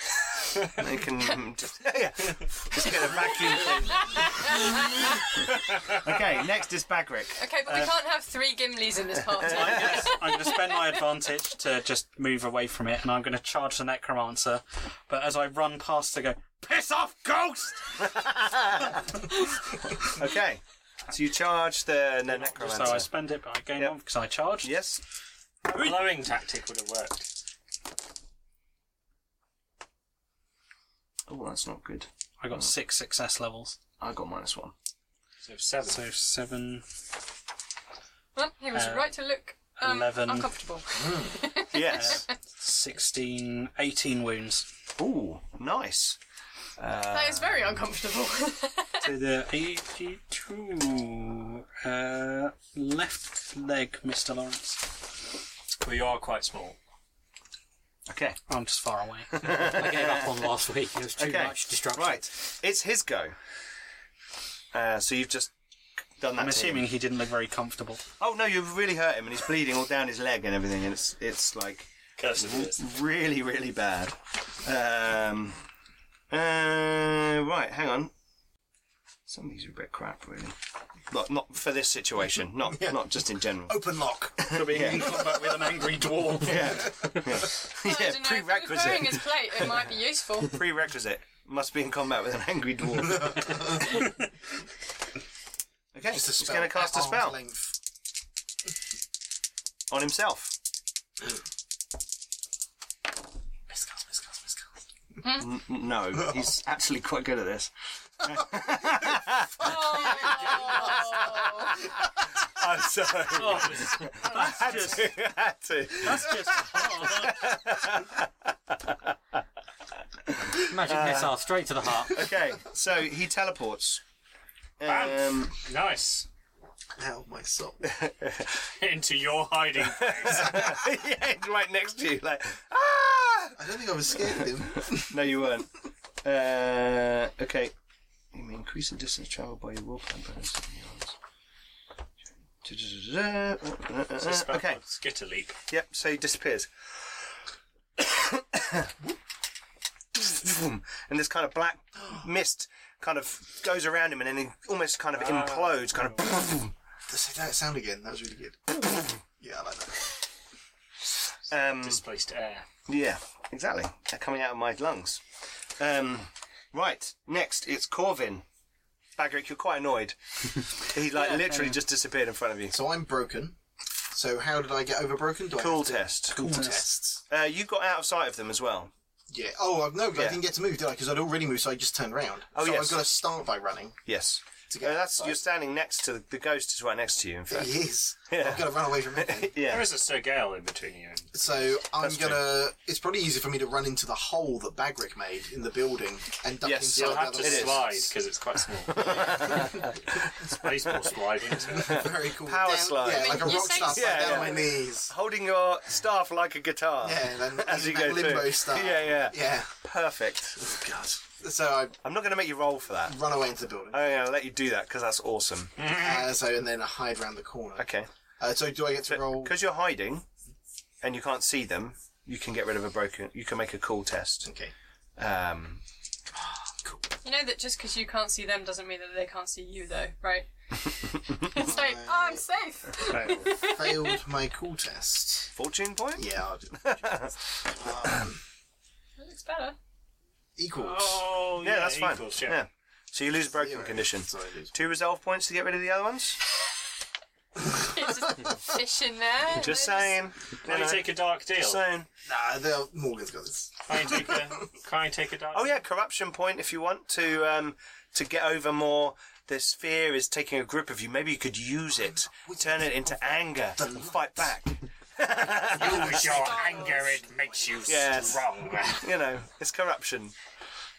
And you can just, yeah, just get a vacuum clean. okay, next is Bagric. Okay, but we Uh. can't have three Gimleys in this party. I'm going to spend my advantage to just move away from it, and I'm going to charge the necromancer. But as I run past, I go, "Piss off, ghost!" Okay, so you charge the, the necromancer. So I spend it, but I gain Yep. one because I charged. yes, blowing tactic would have worked. Oh, that's not good. I got six success levels, I got minus one. So seven. so seven. well, he was Uh, right to look um, 11. uncomfortable. Yes. 16, 18 wounds. Ooh, nice. that is very uncomfortable. So the 82 uh, left leg, Mr. Lawrence. Well, you are quite small. Okay. I'm just far away. I gave up on last week. It was too Okay. much destruction. Right, it's his go. Uh, so you've just done that. I'm to him. assuming he didn't look very comfortable. Oh no, you've really hurt him, and he's bleeding all down his leg and everything, and it's it's like Curse of this. really really bad. Um, uh, right, hang on. Some of these are a bit crap, really. Not not for this situation. Not not just in general. Open lock. For being in combat with an angry dwarf. Yeah, I yeah. don't know, If he was wearing Prerequisite. his plate, it might be useful. Prerequisite must be in combat with an angry dwarf. okay, Just a he's spell going to cast a at arm's spell Length. on himself. Miscast, miscast, miscast. N- no, he's actually quite good at this. Oh, I'm sorry. That's just, had to. that's just Magic missile straight to the heart. Okay, so he teleports. Um, Bam. Nice. Ow, my soul. Into your hiding place. yeah, it's right next to you, like ah! I don't think I was scared of him. No, you weren't. Uh, okay. You may increase the distance traveled by your willpower bonus. in the arms. Da-da-da-da. Uh, uh, uh, uh, Okay. Skitter leap. Yep. So he disappears. and this kind of black mist kind of goes around him, and then he almost kind of implodes, kind of. Say that sound again. That was really good. Yeah, I like that. Um, Displaced air. Yeah, exactly. They're coming out of my lungs. Um, right, next it's Corvin. Bagric, you're quite annoyed. he like literally just disappeared in front of you. So I'm broken. So how did I get over broken? Do Cool I have test. to- cool tests? Uh, you got out of sight of them as well. Yeah. Oh, I've- no, Yeah. I didn't get to move, did I? Because I'd already moved, so I just turned around. Oh, so yes. I've got to start by running. Yes. to No, get. that's outside. you're standing next to the, the ghost is right next to you. In fact, He is. Yeah. I've got to run away from him. yeah. There is a Sir Gale in between you. and- So I'm That's true. gonna. It's probably easier for me to run into the hole that Bagrick made in the building and duck Yes, inside. you'll You'll have the to other is. slide because it's quite small. it's baseball slide, isn't it? Very cool. Power Down- slide. Yeah, I like a mean, you rock say star. so. Yeah, down Yeah, on my yeah. knees. holding your staff like a guitar. Yeah, then as you that go limbo through. stuff. Yeah, yeah, Yeah. Perfect. Oh, God. So I I'm not going to make you roll for that. run away into the building. I'm going to let you do that because that's awesome. Uh, so and then I hide around the corner. Okay. Uh, so do I get to roll? Because you're hiding and you can't see them, you can get rid of a broken. You can make a cool test. Okay. Um, You know that just because you can't see them doesn't mean that they can't see you, though, right? it's like, oh, I'm safe. Failed my cool test. fortune point. Yeah, I'll do That looks better. equals. Oh, Yeah, that's fine. equals, yeah. So you lose broken condition. So I lose. Two resolve points to get rid of the other ones. It's just fish in there. Just They're saying. You Can you know, take a dark deal? just saying. Nah, they'll- Morgan's got this. Can you take a, can you take a dark Oh yeah, corruption point if you want to um, to get over more. This fear is taking a grip of you. Maybe you could use it, turn it into anger, and fight back. Use your anger, it makes you Yes. stronger. You know, it's corruption.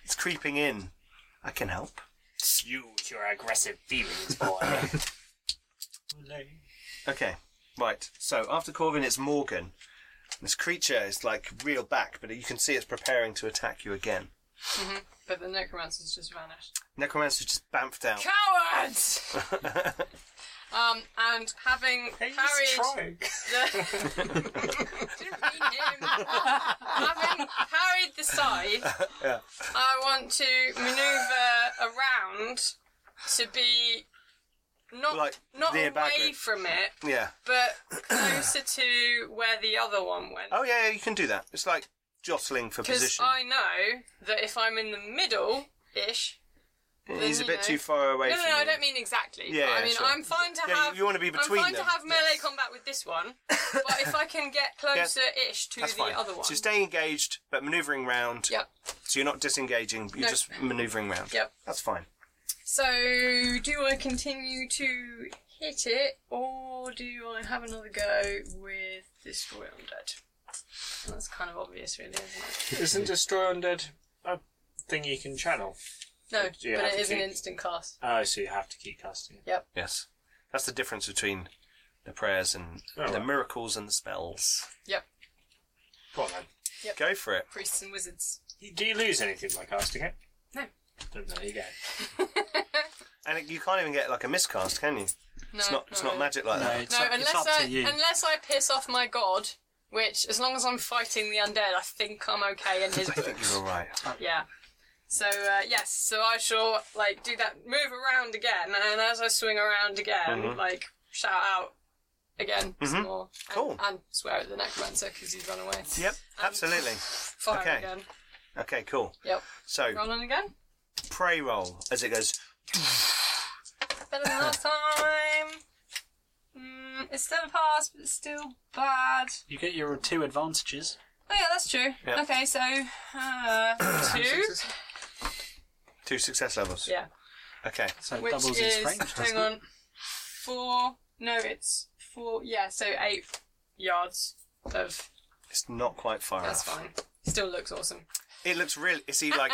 It's creeping in. I can help. Use your aggressive feelings, boy. Okay, right. So after Corvin, it's Morgan. This creature is like reeled back, but you can see it's preparing to attack you again. But the necromancer's just vanished. Necromancer's just bamfed out. Cowards! um, and having harried trying. the. Didn't mean him. having harried the side, I want to maneuver around to be not Like, not near away Bagric. from it, Yeah. but closer to where the other one went. Oh yeah, yeah, you can do that. It's like jostling for Because position. I know that if I'm in the middle ish. He's a you bit know. too far away No, no, from no, you. I don't mean exactly. Yeah, but I yeah, mean, sure. I'm fine to Yeah, you- have. you wanna be between I'm fine them. to have melee combat with this one, but if I can get closer ish to That's the fine. other one. So stay engaged, but manoeuvring round. Yep. So you're not disengaging, you're No. just manoeuvring round. Yep. That's fine. So, do I continue to hit it, or do I have another go with Destroy Undead? That's kind of obvious, really, isn't it? Isn't Destroy Undead a thing you can channel? No, Do you but have it to is an keep- instant cast. Oh, so you have to keep casting it. Yes. That's the difference between the prayers and Oh, the right. miracles and the spells. Yep, Go on, then. Go for it. priests and wizards. Do you lose anything by casting it? No. Then there you go. And it, you can't even get like a miscast, can you? No, It's not. It's not magic like No, that. it's, No, up, it's unless up I to you. unless I piss off my god, which as long as I'm fighting the undead, I think I'm okay in his I think books. you're all right. Yeah. So uh, yes, so I shall like do that move around again, and as I swing around again, Mm-hmm. like shout out again some more, and, Cool. and swear at the necromancer because he's run away. Yep. Absolutely. Fire Okay. again. Okay. Cool. Um, Yep. So Rolling again. pray roll as it goes. Better than last time. Mm, it's still a pass, but it's still bad. You get your two advantages. Oh yeah, that's true. Yeah. Okay, so uh, two. Two success levels. Yeah, Okay. So which doubles his is range. hang doesn't it? on, four. No, it's four. Yeah, so eight yards of. It's not quite far That's off. fine. Still looks awesome. It looks really. You see, like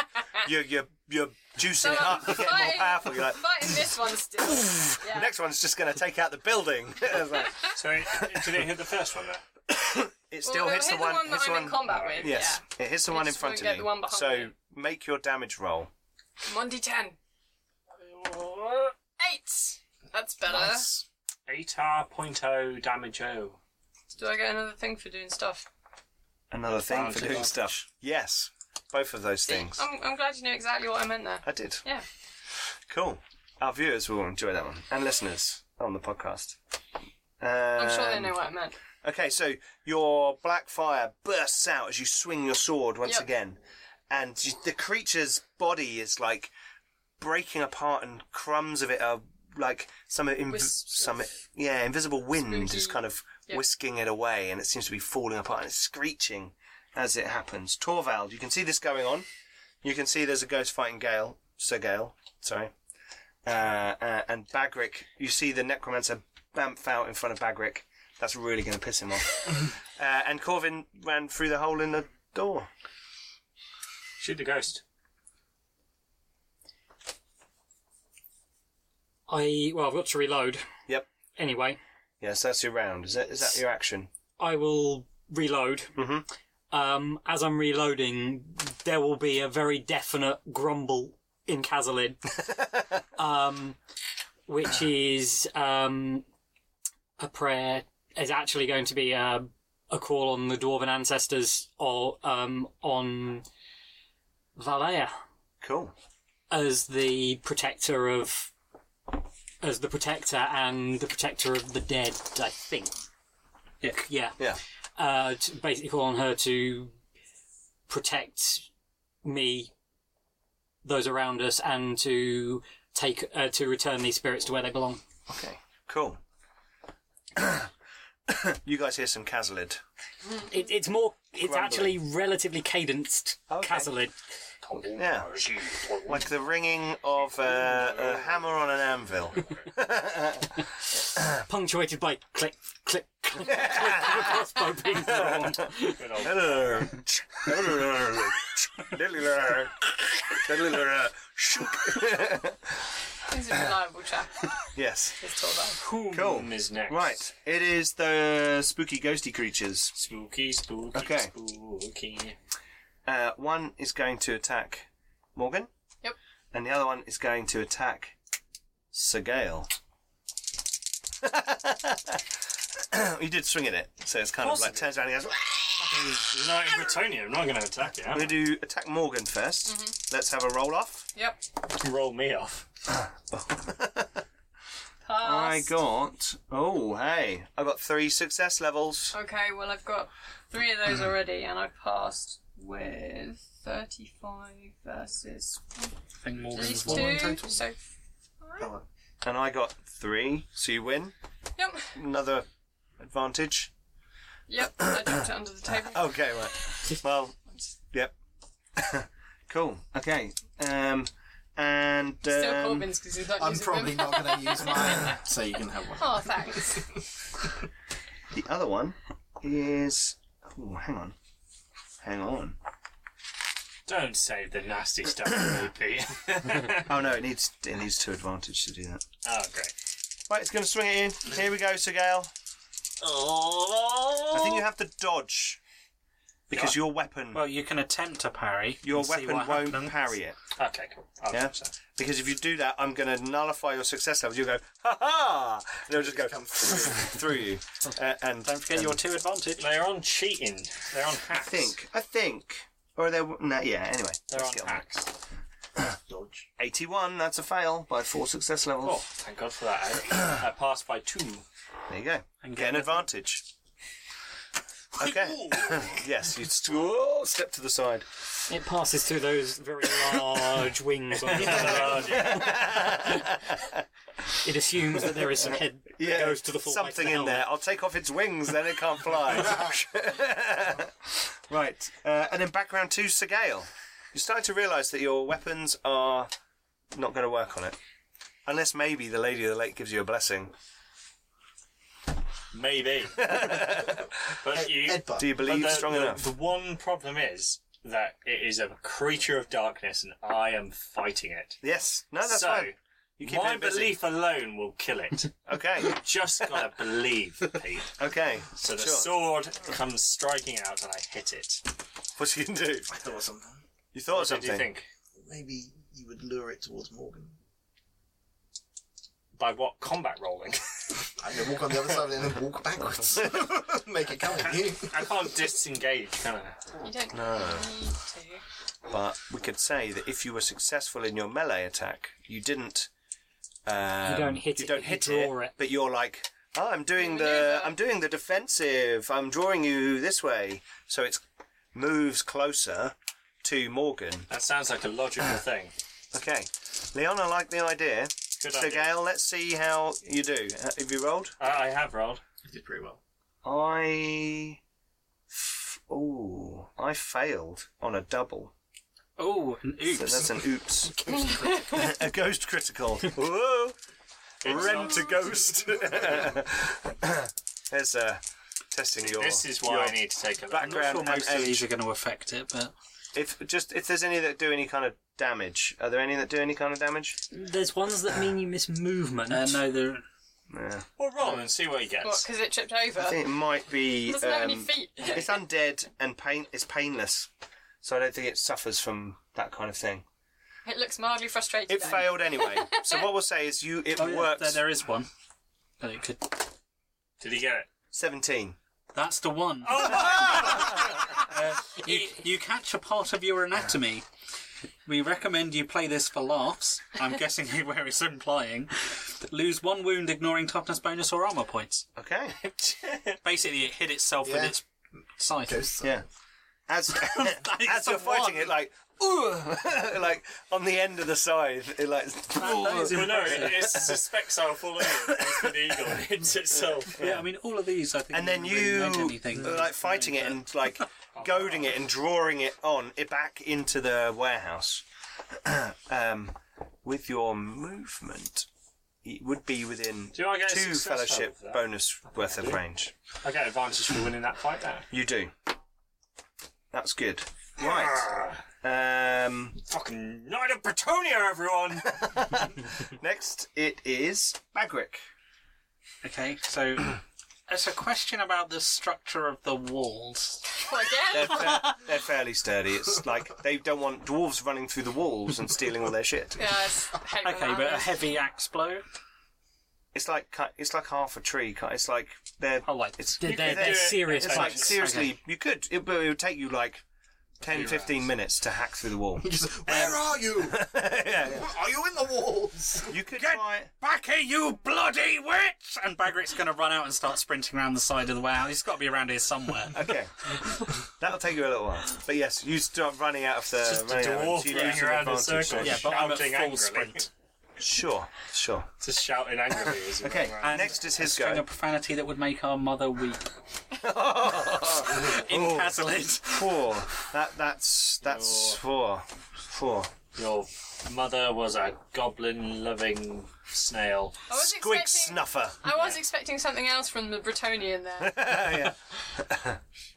you're you're you're juicing So it up. I'm You're getting more fighting- powerful. You're like. Fighting this one still. The Yeah. next one's just going to take out the building. It's like- So it, did it hit the first one there? it Well, still we'll hits hit the one. that hits the I'm in one combat with. yes, it hits the It one in just front won't of get you. the one behind so it. make your damage roll. Yeah. One d ten. Eight. That's better. Eight R point O damage O. Do I get another thing for doing stuff? Another thing Round for two. doing stuff. Yes, both of those things. I'm, I'm glad you know exactly what I meant there. I did. Yeah. Cool. Our viewers will enjoy that one, and listeners on the podcast. I'm sure they know Um, what I meant. Okay, so your black fire bursts out as you swing your sword once Yep. again, and you, the creature's body is like breaking apart, and crumbs of it are like some inv- Wisps some yeah invisible wind is spooky- kind of yep. whisking it away, and it seems to be falling apart and it's screeching as it happens. Torvald, you can see this going on. You can see there's a ghost fighting Gale, Sir Gale, sorry, Uh, uh, and Bagric, you see the necromancer bamf out in front of Bagric. That's really going to piss him off. uh, and Corvin ran through the hole in the door. Shoot the ghost. I well, I've got to reload Yep. anyway. Yes, that's your round. Is that is that your action? I will reload. Mhm. Um, as I'm reloading, there will be a very definite grumble in Kazalin, um, which is um, a prayer. Is actually going to be a, a call on the dwarven ancestors or um, on Valea Cool. as the protector of as the protector and the protector of the dead, I think. Yeah. Yeah. Yeah. Uh, to basically call on her to protect me, those around us, and to take uh, to return these spirits to where they belong. Okay. Cool. you guys hear some Kazalid. It, it's more. It's Grumbling. actually relatively cadenced. Okay. Casalid. Yeah. Like the ringing of uh, a hammer on an anvil. punctuated by click, click, click, click of a crossbow being drawn. He's a reliable chap. yes. This tall guy. Whom Cool. is next? Right. It is the spooky ghosty creatures. Spooky, spooky, Okay. spooky. Uh, one is going to attack Morgan. Yep. And the other one is going to attack Segale. you did swing at it, so it's kind of like turns around and goes. No, Britonia, I'm not going to attack you. I'm going to do attack Morgan 1st let Let's have a roll off. Yep. roll me off. I Pass. got oh hey, I got three success levels. Okay, well, I've got three of those already, and I passed with 35 versus I think at Morgan's least one. two. So, And I got three, so you win. yep, Another advantage. yep, I dropped it under the table. Okay, right. Well, yep. cool. Okay. Um, and Still um, Corbin's because he's not I'm using probably them. not going to use mine, so you can have one. Oh, thanks. the other one is. Oh, hang on. Hang on. Don't say the nasty stuff to me, Pete. Oh no, it needs it needs two advantage to do that. oh, great. Right, it's going to swing it in. Here we go, Sir Gale. Oh. I think you have to dodge because your weapon Well, you can attempt to parry. your and see weapon what won't happens. parry it. Okay, cool. I'll Yeah. do so. Because if you do that, I'm going to nullify your success levels. You'll go, ha ha! And it'll just go through you. Uh, and Don't forget and your two advantage. They're on cheating. They're on I hacks. think, I think, or there, no, yeah. Anyway, They're let's on get on. hacks. Eighty-one. That's a fail by four success Oh, levels. thank God for that. eh? I passed by two. There you go. And get an get- advantage. Okay. yes, you st- oh, step to the side. It passes through those very large wings. On the it assumes that there is some head that goes to the full something height in of the there. helmet. I'll take off its wings, then it can't fly. right, uh, and then background to Segale. You're starting to realise that your weapons are not going to work on it, unless maybe the Lady of the Lake gives you a blessing. Maybe. but you. Do you but believe the, strong the, enough? The one problem is that it is a creature of darkness and I am fighting it. Yes. No, Oh, that's so, fine. You keep my it busy. belief alone will kill it. Okay. Just gotta believe, Pete. Okay. So the sure. sword comes striking out and I hit it. What you can do? I thought something. You thought of What did something. you think? Maybe you would lure it towards Morgan. By what combat rolling? I'm going to walk on the other side of it and then walk backwards. Make it come at you. I can't disengage, can I? You don't need to. But we could say that if you were successful in your melee attack, you didn't. Um, You don't hit you it, Don't you hit draw it. But you're like, oh, I'm doing You the, maneuver. I'm doing the defensive. I'm drawing you this way, so it moves closer to Morgan. That sounds like a logical thing. Okay, Leon, I like the idea. Good So, idea. Gail, let's see how you do. Uh, Have you rolled? I, I have rolled. You did pretty well. I. F- Ooh, I failed on a double. Oh, an So oops. that's an oops. a ghost critical. Whoa! Rent a ghost. There's uh, testing your. This is why your I need to take a look. I'm not sure background and most of age. these are going to affect it, but If just if there's any that do any kind of damage, are there any that do any kind of damage? There's ones that mean you miss movement. uh, no, they're Yeah. Well, roll and see what he gets. What? Because it tripped over. I think it might be. Doesn't have any um, feet. It's undead and pain. It's painless, so I don't think it suffers from that kind of thing. It looks mildly frustrated. It then. failed anyway. so what we'll say is you. It oh, yeah, worked. there, there is one. That it could. Did he get it? Seventeen. That's the one. Oh, Uh, you, you catch a part of your anatomy. We recommend you play this for laughs. I'm guessing where it's implying. Lose one wound, ignoring toughness bonus or armor points. Okay. Basically, it hit itself with Yeah. its scythe. Ghost. Yeah. As as I'm the fighting one. it, like ooh, like on the end of the scythe, it like. that is Oh, Well, no, impressive. it, it suspects how full it is. It's an eagle. It hits itself. Yeah, I mean, all of these, I think. and then don't really you meant anything. uh, like fighting it and like goading it and drawing it on it back into the warehouse um, with your movement it would be within Do I get a two success fellowship for that? bonus worth of range I get advantage for winning that fight now. you do that's good right um, Ah, Fucking Knight of Bretonia, everyone! Uh, next it is Bagric Okay, so it's a question about the structure of the walls. Well, they're, again. fa- they're fairly sturdy it's like they don't want dwarves running through the walls and stealing all their shit Yes. Okay, but a heavy axe blow. it's like ki- it's like half a tree ki- it's like they're Oh, like it's They're, they're, could do they're it. serious It's like punches. seriously, you could. It, but it would take you like 10, 15 minutes to hack through the wall. Where are you? yeah, Are you in the walls? you could Get try. back here, you bloody witch! And Bagric's going to run out and start sprinting around the side of the warehouse. He's got to be around here somewhere. Okay, that'll take you a little while. But yes, you start running out of the. just a running out of it, dwarf so you running lose an around in advantage. circles. yeah, but I'm at full Shouting angrily. sprint. Sure, sure. Just shouting angrily as he Okay, went around. And next is his String go. of profanity that would make our mother weep. In Oh. Catalid. Four. That that's that's four. Four. Your mother was a goblin loving snail. I was Squig expecting. snuffer. I was expecting something else from the Bretonian there. yeah.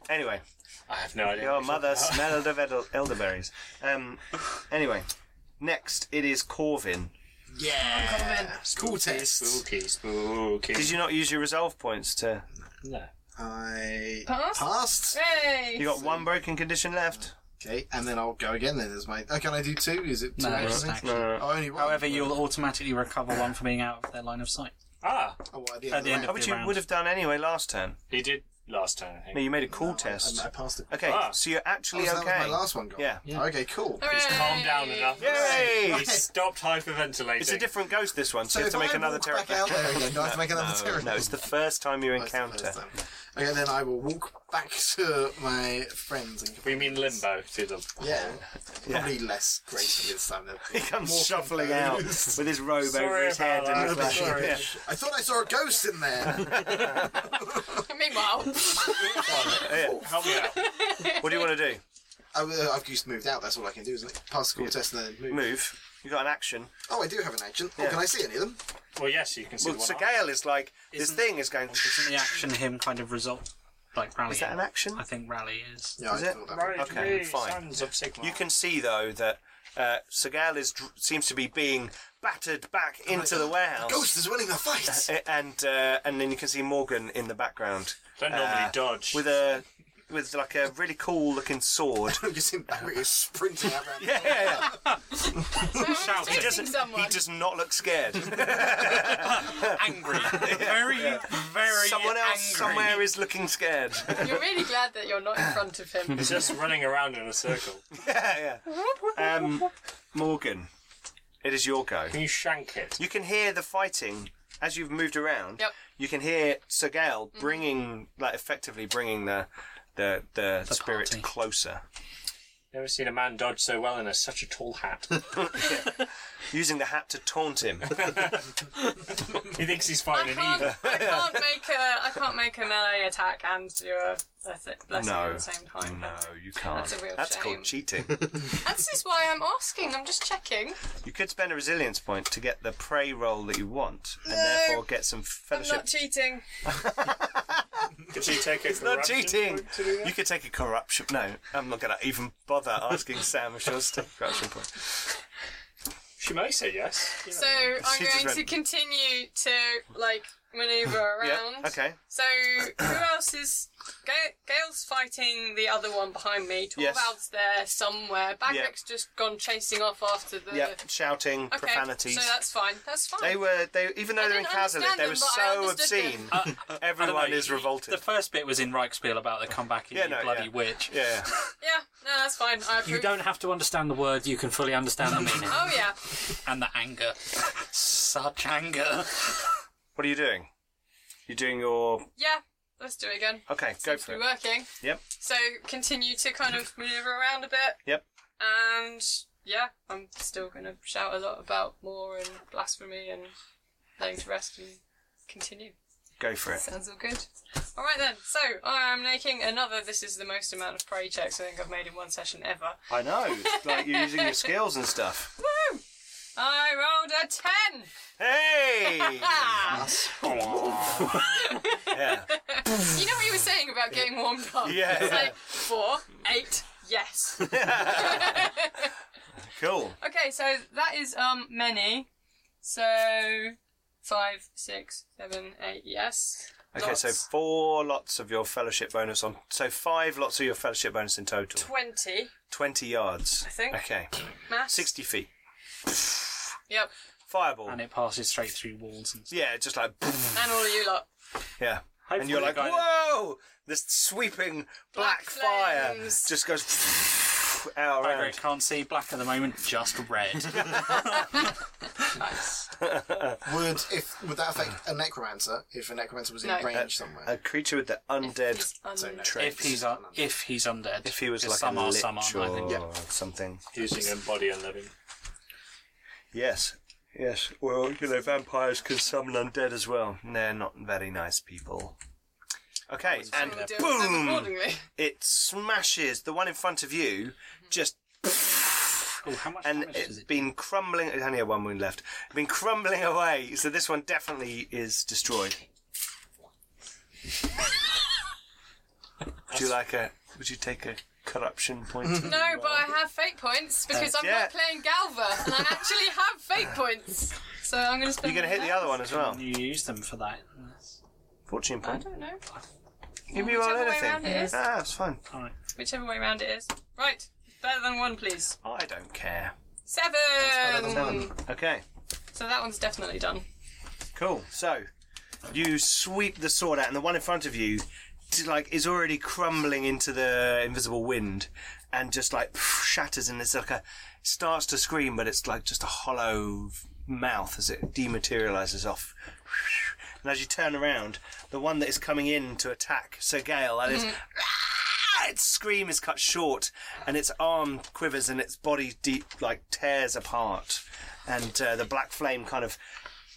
anyway, I have no idea. your what you're mother talking smelled of edel- elderberries. Um. Anyway, next it is Corvin. Yeah. School about. test. Spooky, spooky. Did you not use your resolve points to? No. I Pass? passed. Yay! You got one broken condition left. Okay, and then I'll go again. Then is my. Oh, can I do two? Is it two No, actions? it's an action. Oh, only one. However, you'll automatically recover one for being out of their line of sight. Ah, Oh, well, at the end, at of the end the of- round. Which Be you round. would have done anyway last turn. he did last time, I No, think. you made a cool No, I- test. I, I passed the. okay, Ah. so you're Oh, actually so okay. That was my last one. Gone. Yeah. Okay. Cool. Hooray! He's calmed down enough. Yay! He stopped hyperventilating. It's a different ghost this one, so, you have to if make I another walk back out pterodactyl. there again, do I have to make another No, pterodactyl? no, it's the first time you That's the encounter. first time. Okay, then I will walk back to my friends and We mean limbo to them. yeah, probably less gracefully this time. Then. He comes shuffling out with his robe over Sorry his head about and his that. legs. Sorry. Yeah. I thought I saw a ghost in there. Meanwhile, Help me out. What do you want to do? I, uh, I've just moved out. That's all I can do is like, pass the cool test and then move. Move. You got an action. Oh, I do have an agent. Oh, Yeah. can I see any of them? Well, yes, you can see Well, the one. Sir eye. Gale is like this Isn't- thing is going. Isn't the action him kind of result? Like rally. Is that an action? I think rally is. Yeah, Is I it? thought that. Right, Okay, we fine. Sons of Sigmar. You can see though that uh, Segal is dr- seems to be being battered back into the warehouse. Ghost is winning the fight. A- and uh, and then you can see Morgan in the background Don't normally uh, dodge. with a with like a really cool looking sword. you see Barry is sprinting out. Around yeah, yeah, shouting. yeah. Hitting someone. he does not look scared. Angry. very, very Someone else angry. somewhere is looking scared. You're really glad that you're not in front of him. He's just running around in a circle. yeah, yeah. Um, Morgan, it is your go. Can you shank it? You can hear the fighting as you've moved around. Yep. You can hear Sergal Mm-hmm. bringing, like, effectively bringing the the the, spirit party. closer. Never seen a man dodge so well in a, such a tall hat. Using the hat to taunt him. he thinks he's I fine in can't, either. I can't make a I can't make a melee attack and do a blessing blessing no. at the same time. No, you can't. That's a real That's shame. called cheating. And This is why I'm asking. I'm just checking. you could spend a resilience point to get the prey roll that you want, and therefore get some I'm fellowship. not cheating. Did she take it's not cheating. You could take a corruption. No, I'm not going to even bother asking Sam if she'll take a corruption point. She may say yes. So I'm She's just going to went- continue to like maneuver around. Yeah. Okay. So who else is Ga- Gail's fighting the other one behind me. Yes. Torvald's there somewhere. Yeah. Bagrick's just gone chasing off after the. Yeah, shouting Okay, profanities. so that's fine. That's fine. they were they even though I they're in didn't understand Kazalid, they them, were but I so understood them. obscene. I- I- I don't Everyone know, is you- revolted. The first bit was in Reichspiel about the come back and Yeah, you no, bloody yeah. witch. yeah. Yeah, no, that's fine. I approve. You don't have to understand the word, you can fully understand the meaning. Oh yeah. And the anger. Such anger. What are you doing? You're doing your Yeah. Let's do it again. okay. go Seems for to be it. working. Yep. So continue to kind of maneuver around a bit. Yep. And yeah, I'm still going to shout a lot about more and blasphemy and laying to rest and continue. Go for it. Sounds all good. All right then. So I am making another. This is the most amount of prey checks I think I've made in one session ever. I know. Like you're using your skills and stuff. Woo! I rolled a ten. Hey. yeah. You know what you were saying about getting warmed up. Yeah. It's like four, eight. Yes. Cool. Okay, so that is um many. So five, six, seven, eight. Yes. Okay, so Lots. four lots of your fellowship bonus on. So five lots of your fellowship bonus in total. twenty. Twenty yards. I think. Okay. Mass. Sixty feet. Yep. Fireball. And it passes straight through walls and stuff. Yeah, just like And all of you lot. yeah. and Hopefully you're the like, guy- whoa! This sweeping black, Black fire flames. just goes out Bagrick around. can't see black at the moment, just red. Would if would that affect a necromancer if a necromancer was in No. range somewhere? A creature with the undead It's un- so no. trait. if he's un- if he's undead. If he was 'Cause like some a are, lich some aren't, I or think. something. Using him body and living. Yes. Yes. Well, you know, vampires can summon undead as well. And They're not very nice people. Okay, and We'll do it boom! accordingly. It smashes the one in front of you, Mm-hmm. just Oh, how much and damage does it's it do? been crumbling. It only had one wound left. Been crumbling away. So this one definitely is destroyed. Would you like a? Would you take a corruption point? No, but I have fate points because I'm Yeah. not playing Galva, and I actually have fate points. So I'm going to You're spend. going to hit the other one as well. You use them for that. That's- Fortune I point. don't know. Give me all Whichever way round it anything. is. Ah, it's fine. Whichever way round it is. Right. Better than one, please. I don't care. Seven. Okay, So that one's definitely done. cool. So you sweep the sword out, and the one in front of you, t- like, is already crumbling into the invisible wind, and just like shatters, and it's like a starts to scream, but it's like just a hollow mouth as it dematerializes off. And as you turn around, the one that is coming in to attack Sir Gale, that is. "Ah!" Its scream is cut short, and its arm quivers, and its body deep like tears apart, and uh, the black flame kind of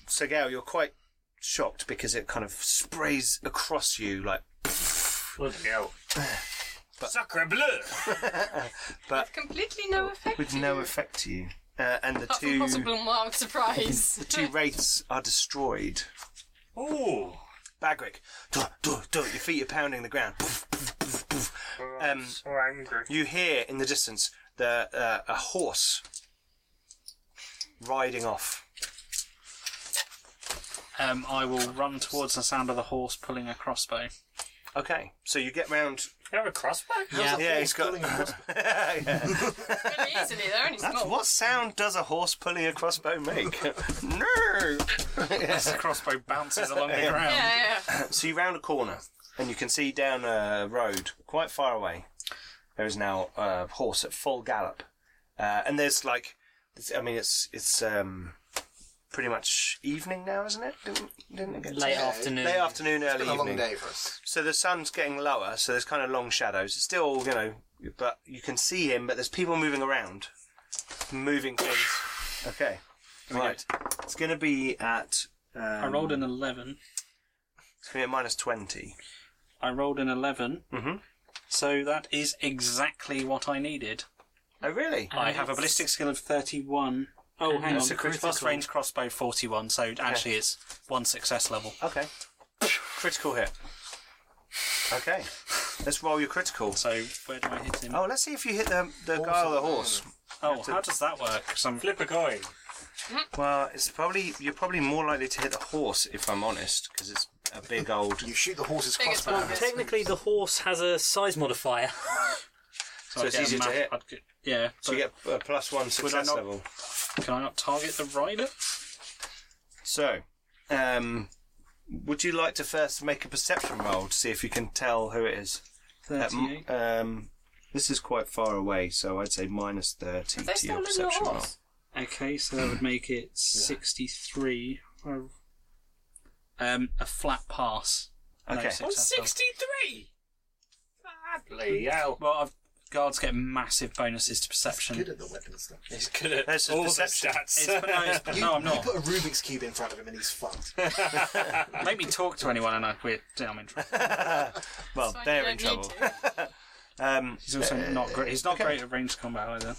so Gail, you're quite shocked because it kind of sprays across you like Bloody hell. Sacre bleu! Completely no effect. with to no you. effect to you. Uh, and the Apart from two possible mild surprise. the two wraiths are destroyed. Ooh. Bagric, duh, duh, duh, your feet are pounding the ground. Poof, poof, poof, poof. Um, So angry. you hear in the distance the uh, a horse riding off. Um, I will run towards the sound of the horse pulling a crossbow. Okay, so you get round. You have a crossbow? Yeah. Yeah, he's got. Yeah. Really easily, they're only That's small. what sound does a horse pulling a crossbow make? no. The crossbow bounces along the ground. Yeah, yeah, yeah. So you round a corner and you can see down a road quite far away. There is now a horse at full gallop, uh, and there's like, it's, I mean, it's it's um, pretty much evening now, isn't it? Didn't, didn't it get Late Yeah, afternoon. late afternoon, early Been a long evening. day for us. So the sun's getting lower, so there's kind of long shadows. It's still, you know, but you can see him, but there's people moving around, moving things. Okay, right. It's going to be at. Um, I rolled an 11. It's going to be at minus twenty. I rolled an 11. Mhm. So that is exactly what I needed. Oh really? I have a ballistic skill of 31. Oh, hang that's on. a It's plus critical. range crossbow 41, so actually it's one success level. Okay. Critical hit. Okay. Let's roll your critical. So where do I hit him? Oh, let's see if you hit the the guy or the horse. Oh, how does that work? 'Cause I'm Flip a coin. Well, it's probably you're probably more likely to hit the horse if I'm honest, because it's a big old. You shoot the horse's Biggest crossbow. one. Technically, the horse has a size modifier. So it's easier to hit. I'd get, yeah. So you get a plus one success not- level. but Can I not target the rider? So, um, would you like to first make a perception roll to see if you can tell who it is? At m- 38. um, this is quite far away, so I'd say minus thirty to They your still in the perception roll. horse. Okay, so that would make it 63. Um, a flat pass. No Okay. Oh, success level. 63! Bloody hell. Well, I've, guards get massive bonuses to Good perception. at the weapon stuff. He's good at That's just all perception. the stats. It's, no, it's, You, no, I'm You not. put a Rubik's cube in front of him and he's fucked. Make me talk to anyone, and I, we're, I'm in trouble. Well, So I they're don't in need trouble. to. um, He's also not great. He's not okay. great at ranged combat either.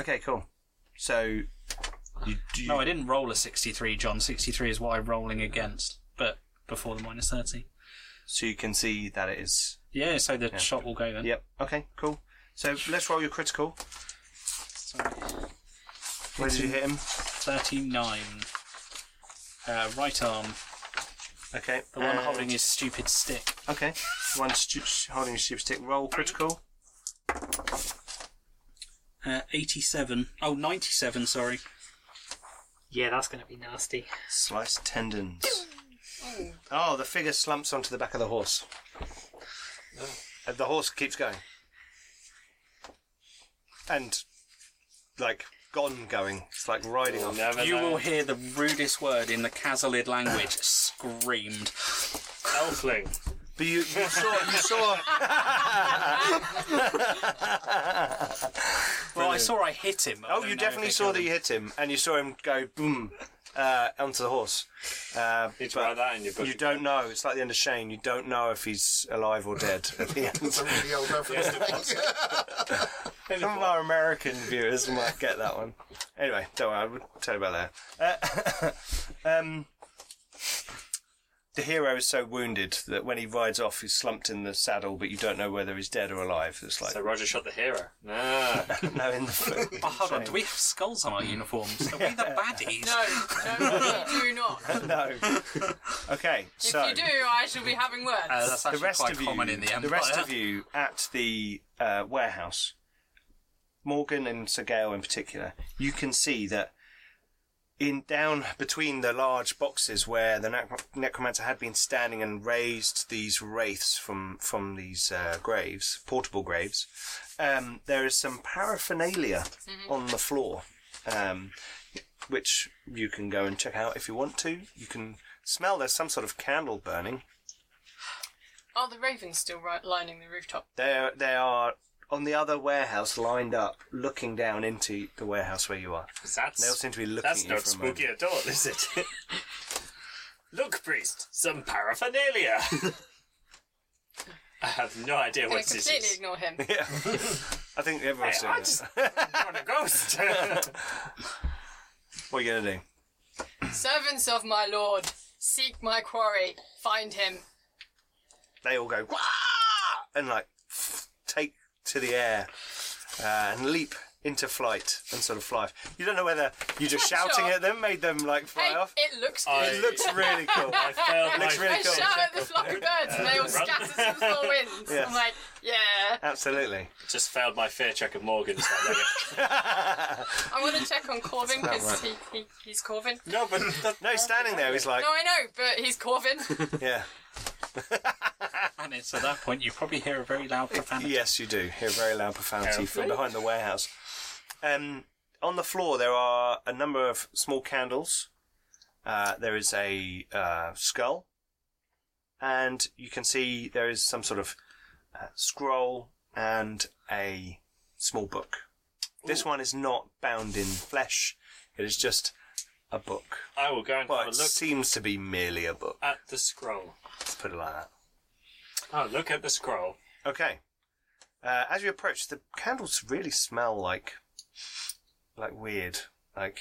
okay, cool. So, you, do you, No, I didn't roll a 63, John. 63 is what I'm rolling against, but before the minus 30. so you can see that it is. Yeah, so the shot will go then. Yep. Okay, cool. So let's roll your critical. Where did you hit him? 39. Uh, right arm. Okay. The one uh, holding his stupid stick. Okay. One stu- holding a super stick. Roll critical. Uh, 87. Oh, 97, sorry. yeah, that's going to be nasty. Sliced tendons. Oh, the figure slumps onto the back of the horse. And the horse keeps going. And, like, gone going. It's like riding off. Never You know. will hear the rudest word in the Kazalid language screamed. Elfling. But you, you saw. You saw Well, I saw I hit him. oh, you definitely saw that you hit him, and you saw him go boom uh, onto the horse. Uh, Need to write that in your book. you don't know. It's like the end of Shane. You don't know if he's alive or dead at the end. That's a really old reference. Some of our American viewers might get that one. Anyway, don't worry, I will tell you about that. Uh, um, the hero is so wounded that when he rides off, he's slumped in the saddle, but you don't know whether he's dead or alive. It's like So Roger shot the hero. Ah. no in the Oh, hold on, do we have skulls on our uniforms? Are we the baddies? No, no, you do not. no. Okay, If so you do, I shall be having words. Uh, that's the actually rest quite of you, common in the Empire. rest of you at the uh, warehouse, Morgan and Sir Gael in particular, you can see that in down between the large boxes where the necro- necromancer had been standing and raised these wraiths from from these uh, graves, portable graves, um, there is some paraphernalia on the floor. Um, which you can go and check out if you want to. You can smell there's some sort of candle burning. Are Oh, the ravens still ri- lining the rooftop? They they are on the other warehouse, lined up, looking down into the warehouse where you are. They all That's, seem to be looking that's at you not for a moment. spooky at all, is it? Look, priest, some paraphernalia. I have no idea I'm going what to this completely is. ignore him. Yeah, I think Hey, everyone's doing I it. just- Not a ghost. What are you gonna do? Servants of my lord, seek my quarry, find him. They all go Wah! and like take to the air uh, and leap into flight and sort of fly. off. You don't know whether you just Yeah, shouting sure. at them made them like fly Hey, off. it looks good. I- It looks really cool. I failed Looks my- really I cool. shout at the flock of birds and they all Run. scatter to the four winds. Yes. I'm like, yeah. Absolutely. Just failed my fear check of Morgan's. like, I want to check on Corvin because he, he, he's Corvin. no, but No, he's standing there. He's like, No, I know, but he's Corvin. yeah, And it's at that point you probably hear a very loud profanity. Yes, you do hear very loud profanity Yeah. from behind the warehouse. Um, on the floor, there are a number of small candles Uh, there is a uh, skull, and you can see there is some sort of uh, scroll and a small book. This one is not bound in flesh; it is just a book. I will go and Well, have a it look seems to be merely a book. at the scroll. Let's put it like that. Oh, look at the scroll. Okay. Uh, as you approach, the candles really smell like, like weird. Like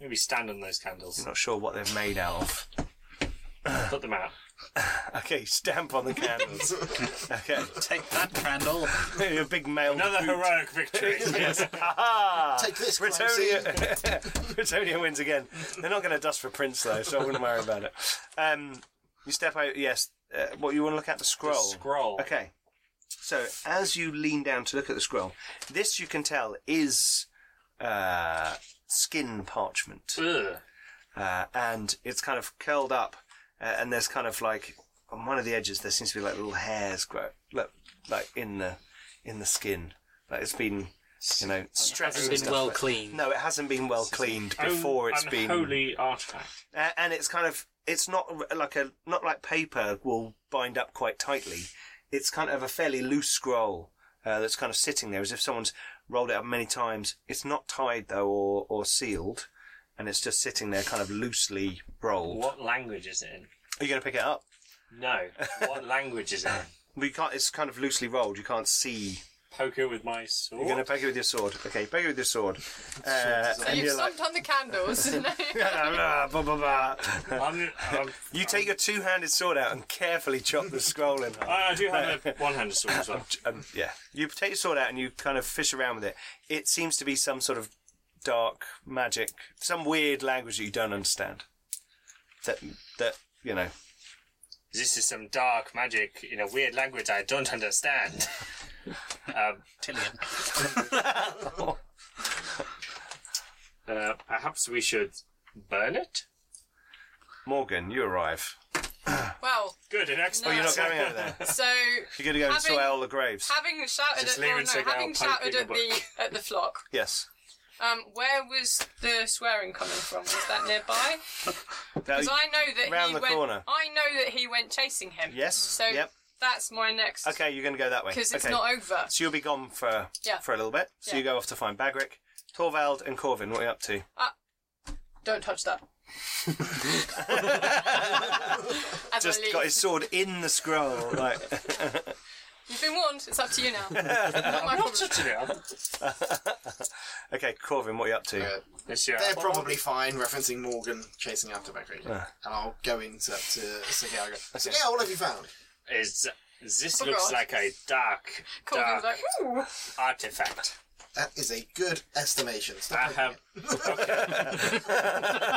Maybe stand on those you're candles. not sure what they're made out of. Put them out. Okay, stamp on the candles. okay, Take that candle. a big male. Another boot. heroic victory. yes. Aha! Take this, Britonia, Britonia wins again. They're not going to dust for prints though, so I wouldn't worry about it. Um, you step out. Yes. Uh, what you want to look at the scroll? scroll. Okay. So as you lean down to look at the scroll, this you can tell is uh, skin parchment, Ugh. uh, and it's kind of curled up, uh, and there's kind of like on one of the edges there seems to be like little hairs grow, like, like in the in the skin, like it's been you know stretched. and Hasn't been stuff, well but- cleaned. No, it hasn't been well cleaned before it's been Unholy Oh, artifact. uh, and it's kind of it's not r- like a not like paper will bind up quite tightly. It's kind of a fairly loose scroll uh, that's kind of sitting there as if someone's rolled it up many times. It's not tied though or or sealed, and it's just sitting there kind of loosely rolled. What language is it in? Are you going to pick it up? No. What language is it in? We can't. It's kind of loosely rolled. You can't see. Poke it with my sword. You're going to poke it with your sword. Okay, poke it with your sword. Uh, So and you've you're like. stomped on the candles. blah, blah, blah, blah. I'm, I'm, You take your two-handed sword out and carefully chop the scroll in half. I I do have a one-handed sword as well. um, yeah, you take your sword out and you kind of fish around with it. It seems to be some sort of dark magic, some weird language that you don't understand. That that you know. This is some dark magic in a weird language I don't understand. um, Tillian. uh, perhaps we should burn it. Morgan, you arrive. Oh, well, Good, an expert. No. You're not going over there. so You're going to go and Having- soil the graves. having shouted Just at or leaving no, Seagal having shouted poking at the the at the flock, Yes. um, where was the swearing coming from? Was that nearby? Now, Because I know that round he the went. corner. I know that he went chasing him. Yes, So yep. that's my next. okay, you're going to go that way. Because it's okay. not over. So you'll be gone for Yeah. for a little bit. So Yeah. you go off to find Bagric, Torvald, and Corvin. What are you up to? Don't touch that. As Just I leave. got his sword in the scroll. Like You've been warned. It's up to you now. Not my problem. okay, Corvin, what are you up to? This uh, year. They're probably fine, referencing Morgan chasing after Bakri. And I'll go into up to Sigal and go, Sigal, what have you found? Is this Oh, looks God. like a dark, Corvin's dark like, "Ooh." artifact. That is a good estimation. Stop I poking have.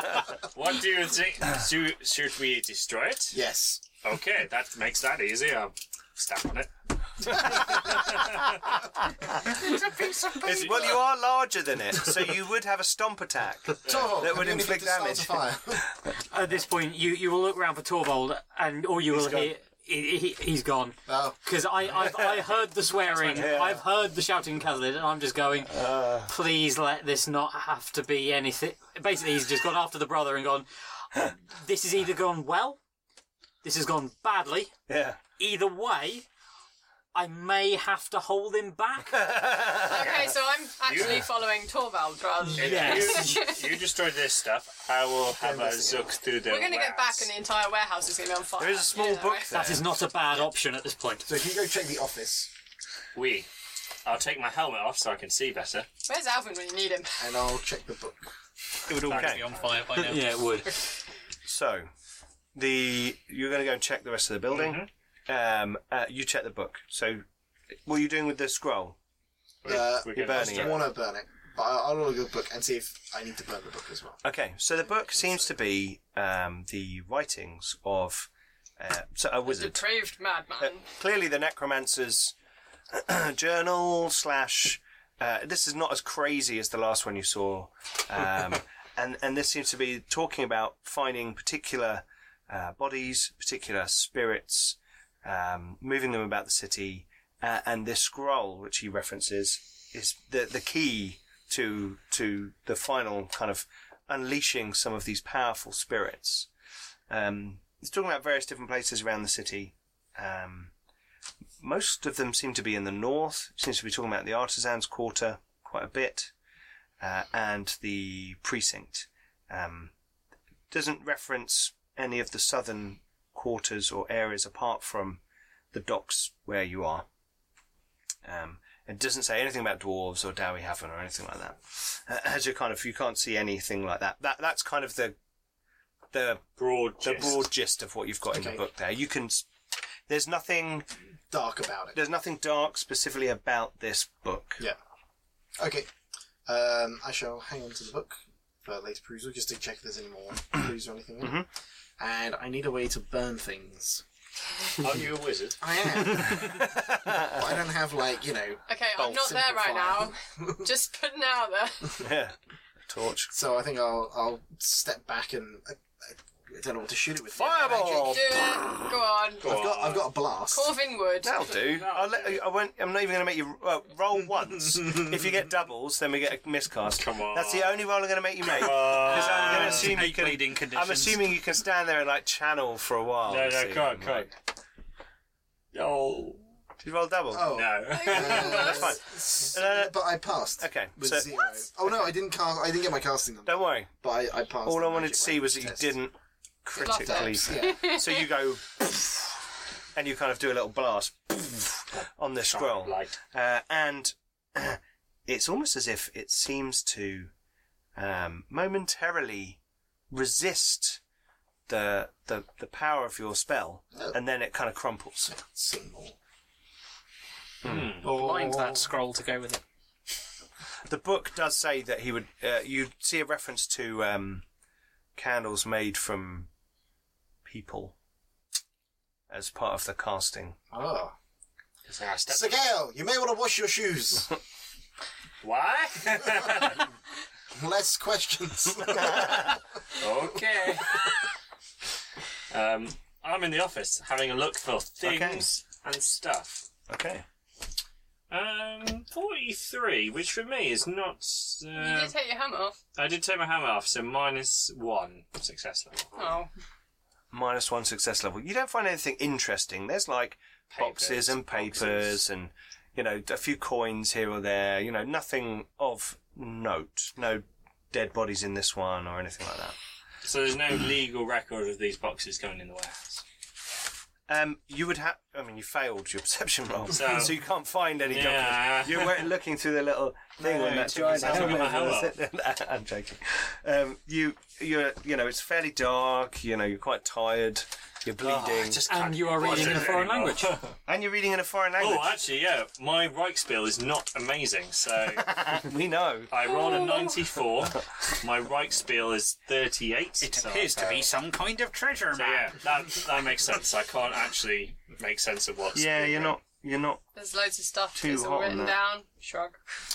Okay. what do you think? Should, should we destroy it. it? Yes. Okay, that makes that easy. I'll stamp on it. It's, well, you are larger than it, so you would have a stomp attack. Torvald, That would have you inflict anything to damage. start a fire? At this point, you, you will look round for Torvald, and all you will hear he, he, he's gone. Oh. Because I I've, I heard the swearing, I've heard the shouting in Catalan, and I'm just going, Uh. please let this not have to be anything. Basically, he's just gone after the brother and gone. This has either gone well, this has gone badly. Yeah. Either way, I may have to hold him back. Okay, so I'm actually following Torvald rather than. Yes. You, you destroy this stuff. I will have a look through the. We're going to get back warehouse. and the entire warehouse is going to be on fire. There is a small You know, book right? there. That is not a bad option at this point. So if you go check the office, We. I'll take my helmet off so I can see better. Where's Alvin when you need him? and I'll check the book. It would all Okay. be on fire by now. Yeah, it would. So, the you're going to go and check the rest of the building. Um, uh, you check the book. So, what are you doing with the scroll? Uh, We're You're gonna burning I it. want to burn it, but I- I'll look at the book and see if I need to burn the book as well. Okay. So the book seems to be um, the writings of uh, so a wizard. Depraved madman. Clearly, the necromancer's journal slash. Uh, this is not as crazy as the last one you saw, um, and and this seems to be talking about finding particular uh, bodies, particular spirits, um, moving them about the city, uh, and this scroll which he references is the the key to to the final kind of unleashing some of these powerful spirits. Um, it's talking about various different places around the city. Um, most of them seem to be in the north. It seems to be talking about the artisans' quarter quite a bit, uh, and the precinct. Um, doesn't reference any of the southern quarters or areas apart from the docks where you are. Um, it doesn't say anything about dwarves or Dowie Haven or anything like that. Uh, as you kind of you can't see anything like that. That that's kind of the the Broad. the gist. broad gist of what you've got in Okay. the book. There, you can. s- There's nothing. Dark about it. There's nothing dark specifically about this book. Yeah. Okay. Um, I shall hang on to the book for later perusal just to check if there's any more clues or anything. in it. And I need a way to burn things. Aren't you a wizard? I am. but I don't have like you know. Okay, I'm not there right now. Just putting it out there. Yeah. Torch. So I think I'll I'll step back and I, I don't know what to shoot it with. Fireball. Do it. Go on. I've got I've got a blast. Corvin Wood. That'll do. I'll let, you- I won't, I'm not even going to make you uh, roll once. if you get doubles, then we get a miscast. Come on. That's the only roll I'm going to make you make. Ah, 'Cause I'm going to assume you Eight can. bleeding conditions. I'm assuming you can stand there and like channel for a while. No, you no, see. come on, come on. Oh. Did you roll double? Oh. No. That's fine. S- Uh, but I passed. okay, With so- zero. Oh no, I didn't cast. I didn't get my casting number. Don't worry. But I, I passed. All the I wanted magic to see was that you test. didn't critically. Steps, yeah. so you go, and you kind of do a little blast on the scroll. Light. uh, and it's almost as if it seems to um, momentarily resist the, the the power of your spell, and then it kind of crumples. Symbol. Blind that scroll to go with it. The book does say that he would. Uh, you see a reference to um, candles made from people as part of the casting. Oh. So I step- Sigale, you may want to wash your shoes. Why? Less questions. okay. um, I'm in the office having a look for things and stuff. Okay. Um, 43, which for me is not. You Uh, did take your hammer off. I did take my hammer off, so minus one success level. Oh. Minus one success level. You don't find anything interesting. There's like boxes Papers, and papers boxes. and you know a few coins here or there you know nothing of note no dead bodies in this one or anything like that So there's no legal record of these boxes going in the warehouse. um, you would have i mean you failed your perception roll so, So- you can't find any Yeah. documents you weren't looking through the little thing No, on that it took giant me some time to helmet i'm joking um, you you're you know it's fairly dark you know you're quite tired you're bleeding Oh, I just And can't you are watch reading it in a foreign anymore. language. and you're reading in a foreign language oh, actually, yeah, my Reichsbill is not amazing, so we know I rolled a 94. My Reichsbill is 38. It so- appears uh, to be some kind of treasure So map. yeah, that, that makes sense. I can't actually make sense of what's. yeah you're not you're not There's loads of stuff Too that's hot all on written that. down. Shrug.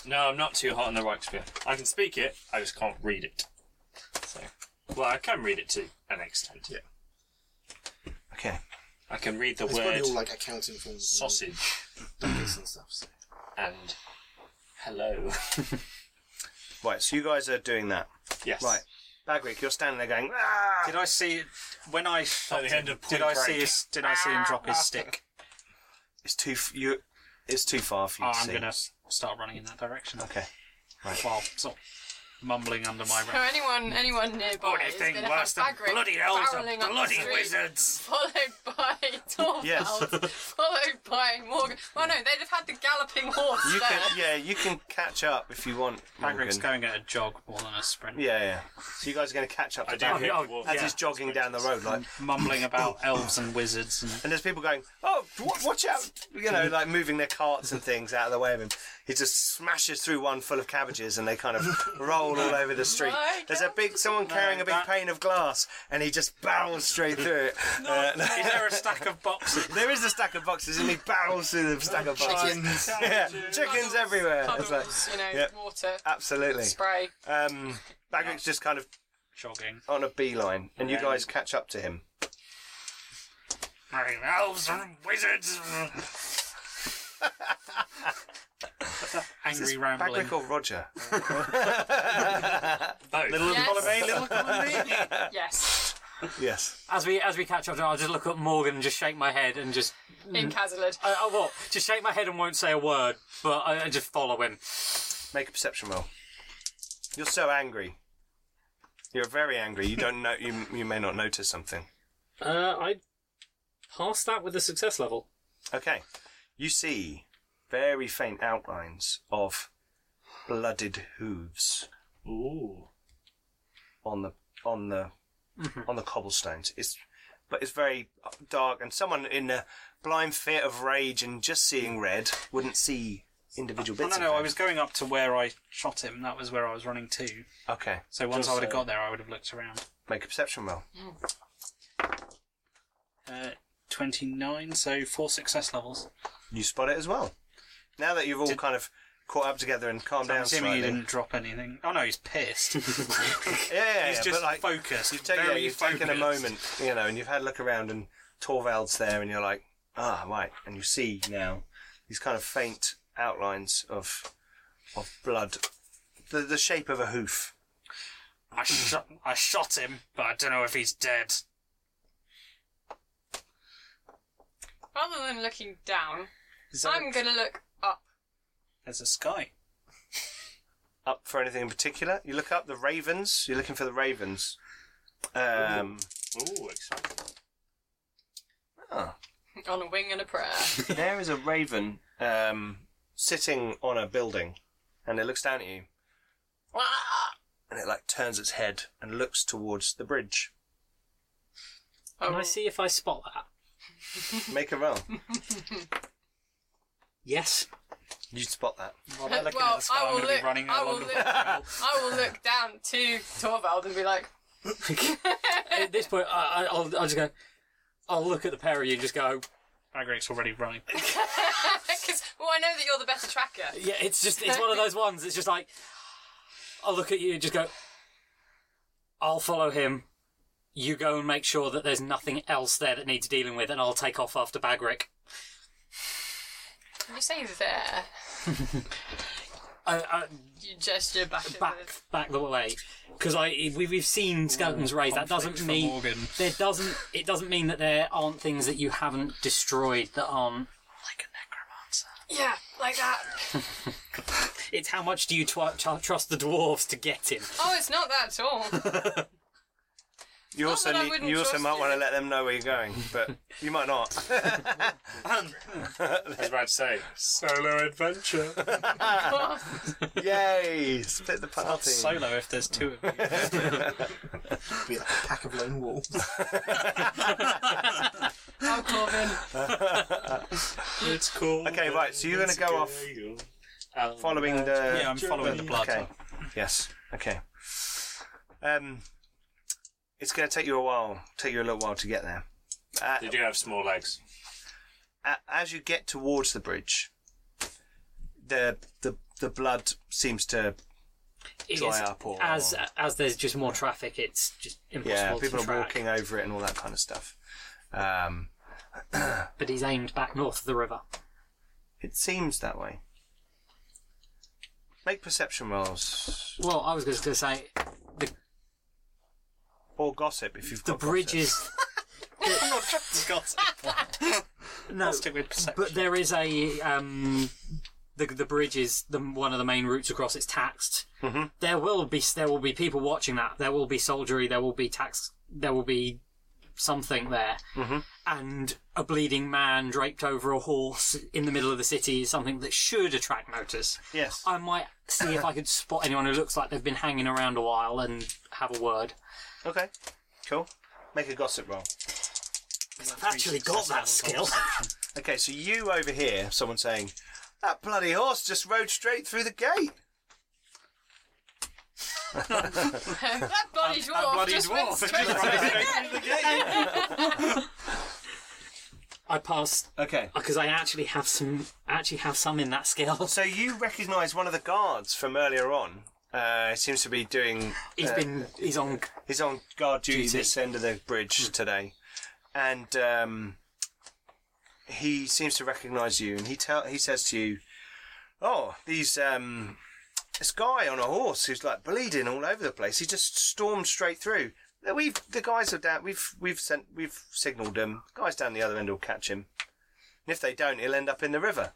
No, I'm not too hot on the Reichsbill. I can speak it, I just can't read it. So, well, I can read it to an extent. Yeah. okay I can read the it's probably word all like accounting forms, sausage and dumplings and stuff. So. and hello. Right, so you guys are doing that. yes. Right. Bagrick, you're standing there going, ah! Did I see when Oh, I shot the him, end of Did Point I Break. see? His, did I see him drop Ah. his stick? It's too f- you. It's too far for you Oh, to I'm see. going to start running in that direction. Okay. While sort of mumbling under my So breath. anyone, anyone nearby is Anything going to have worse than Bagric bloody elves are barreling up the bloody street, wizards. followed by Torvald, followed by Morgan. Well, no, they'd have had the galloping horse You there. can, yeah, you can catch up if you want. Morgan. Hagrid's going at a jog more than a sprint. Yeah, yeah. So you guys are going to catch up to I do Bagrick hear as yeah. he's jogging down the road, like, Mumbling about elves and wizards and and there's people going, "Oh, w- watch out!" You know, like moving their carts and things out of the way of him. He just smashes through one full of cabbages, and they kind of roll all over the street. My There's a big someone carrying a big that- pane of glass, and he just barrels straight through it. Uh, no. Is there a stack of boxes? There is a stack of boxes, and he barrels through the stack of boxes. Chickens. Yeah, chickens Puddles, everywhere. It's Puddles, like, you know, yep. water, absolutely. spray. Um, Bagrick's just kind of Jogging. on a beeline, and you guys catch up to him. Elves and wizards. Angry rambling. Bagrick or Roger? both. Little Yes. column A, little column B. Yes, Yes. As we as we catch up, I'll just look up Morgan and just shake my head and just in Casalid. I, I will just shake my head and won't say a word, but I, I just follow him. Make a perception roll. You're so angry. You're very angry. You don't know. You, you may not notice something. Uh, I passed that with the success level. Okay. You see very faint outlines of blooded hooves Ooh. on the on the Mm-hmm. on the cobblestones. It's but it's very dark, and someone in a blind fit of rage and just seeing red wouldn't see individual Oh, No, bits. no, of no. I them. was going up to where I shot him. That was where I was running to. okay. So once Just, I would have uh, got there, I would have looked around. Make a perception roll. Uh, 29, so four success levels. You spot it as well. Now that you've all kind of caught up together and calmed So I'm down assuming slightly. he didn't drop anything. Oh no, he's pissed. Yeah, yeah, he's yeah, just but like, focused. You've, taken, yeah, very you've focused. taken a moment, you know, and you've had a look around, and Torvald's there, and you're like, ah, right. And you see now these kind of faint outlines of of blood, the, the shape of a hoof. I shot, I shot him, but I don't know if he's dead. Rather than looking down, Is there- I'm gonna look up. There's a sky. Up for anything in particular? You look up the ravens. You're looking for the ravens. Um, Ooh, exciting. ah, On a wing and a prayer. there is a raven um, sitting on a building, and it looks down at you, Ah! and it like turns its head and looks towards the bridge. Can I see if I spot that? Make a roll. Yes. You spot that. While they're looking Oh. well, at the sky, I I'm will going to look- be running I will along the look- wall. I will look down to Torvald and be like, At this point, I, I, I'll, I'll just go. I'll look at the pair of you and just go. Bagrick's already running. because well, I know that you're the better tracker. Yeah, it's just it's one of those ones. It's just like I'll look at you and just go. I'll follow him. You go and make sure that there's nothing else there that needs dealing with, and I'll take off after Bagrick. You say there, I, I, you gesture back. at back the- back the way because I we, we've seen skeletons raised. That doesn't mean Morgan. there doesn't it doesn't mean that there aren't things that you haven't destroyed that aren't. Yeah, like that. It's how much do you tw- tr- trust the dwarves to get him? Oh, it's not that at all. You Not also that Oh, I need, wouldn't you also trust might you. want to let them know where you're going, but you might not. I was about to say, solo adventure. Yay! Split the Not party. solo if there's two of you. Be like a pack of lone wolves. Oh, Corbin. It's cool. Okay, right, so you're gonna go off following the. Yeah, I'm following the blood. Okay. Yes. Okay. Um, it's going to take you a while. Take you a little while to get there. Uh, Did you have small legs? a- as you get towards the bridge, the the the blood seems to It Dry is- up or- as as there's just more traffic, it's just yeah, impossible people to are track. walking over it and all that kind of stuff. Um, But he's aimed back north of the river. it seems that way. Make perception rolls. Well, I was just going to say the Or gossip if you've the got bridge gossip. is no, I'll stick with perception. But there is a um, the the bridge is the one of the main routes across. It's taxed. Mm-hmm. There will be there will be people watching that. There will be soldiery. There will be tax. There will be something there. And a bleeding man draped over a horse in the middle of the city is something that should attract notice. Yes. I might see if I could spot anyone who looks like they've been hanging around a while and have a word. Okay. Cool. Make a gossip roll. I've actually got that skill. Okay, so you over here, someone saying, that bloody horse just rode straight through the gate. that bloody dwarf just went straight through the gate. I passed Okay. because I actually have some actually have some in that skill. So you recognise one of the guards from earlier on. Uh, he seems to be doing He's been he's on He's on guard duty, Duty. this end of the bridge today, and um, he seems to recognise you, and he tell he says to you, "Oh, these um, this guy on a horse who's like bleeding all over the place. He just stormed straight through. Uh, We've the guys are down. We've we've sent we've signalled him. Guys down the other end will catch him. And if they don't, he'll end up in the river.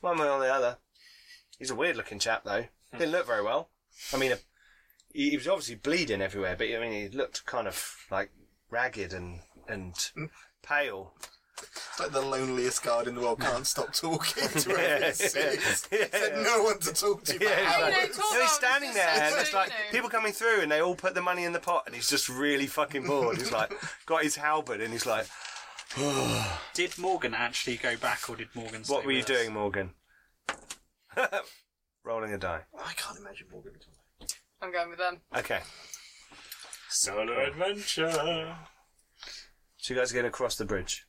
One way or the other. He's a weird-looking chap though. Didn't look very well. I mean, uh, he, he was obviously bleeding everywhere, but I mean, he looked kind of like ragged and and pale. It's like the loneliest guard in the world can't stop talking to everyone. he sees. Said no one to talk to. for Yeah, hours. he's, like, no, he's standing there, and it's like people coming through, and they all put the money in the pot, and he's just really fucking bored. He's like, got his halberd, and he's like, Did Morgan actually go back, or did Morgan? Stay "What were you with us? doing, Morgan?" Rolling a die. I can't imagine Morgan. at all. I'm going with them. Okay, Solo adventure. so you guys are going to cross the bridge.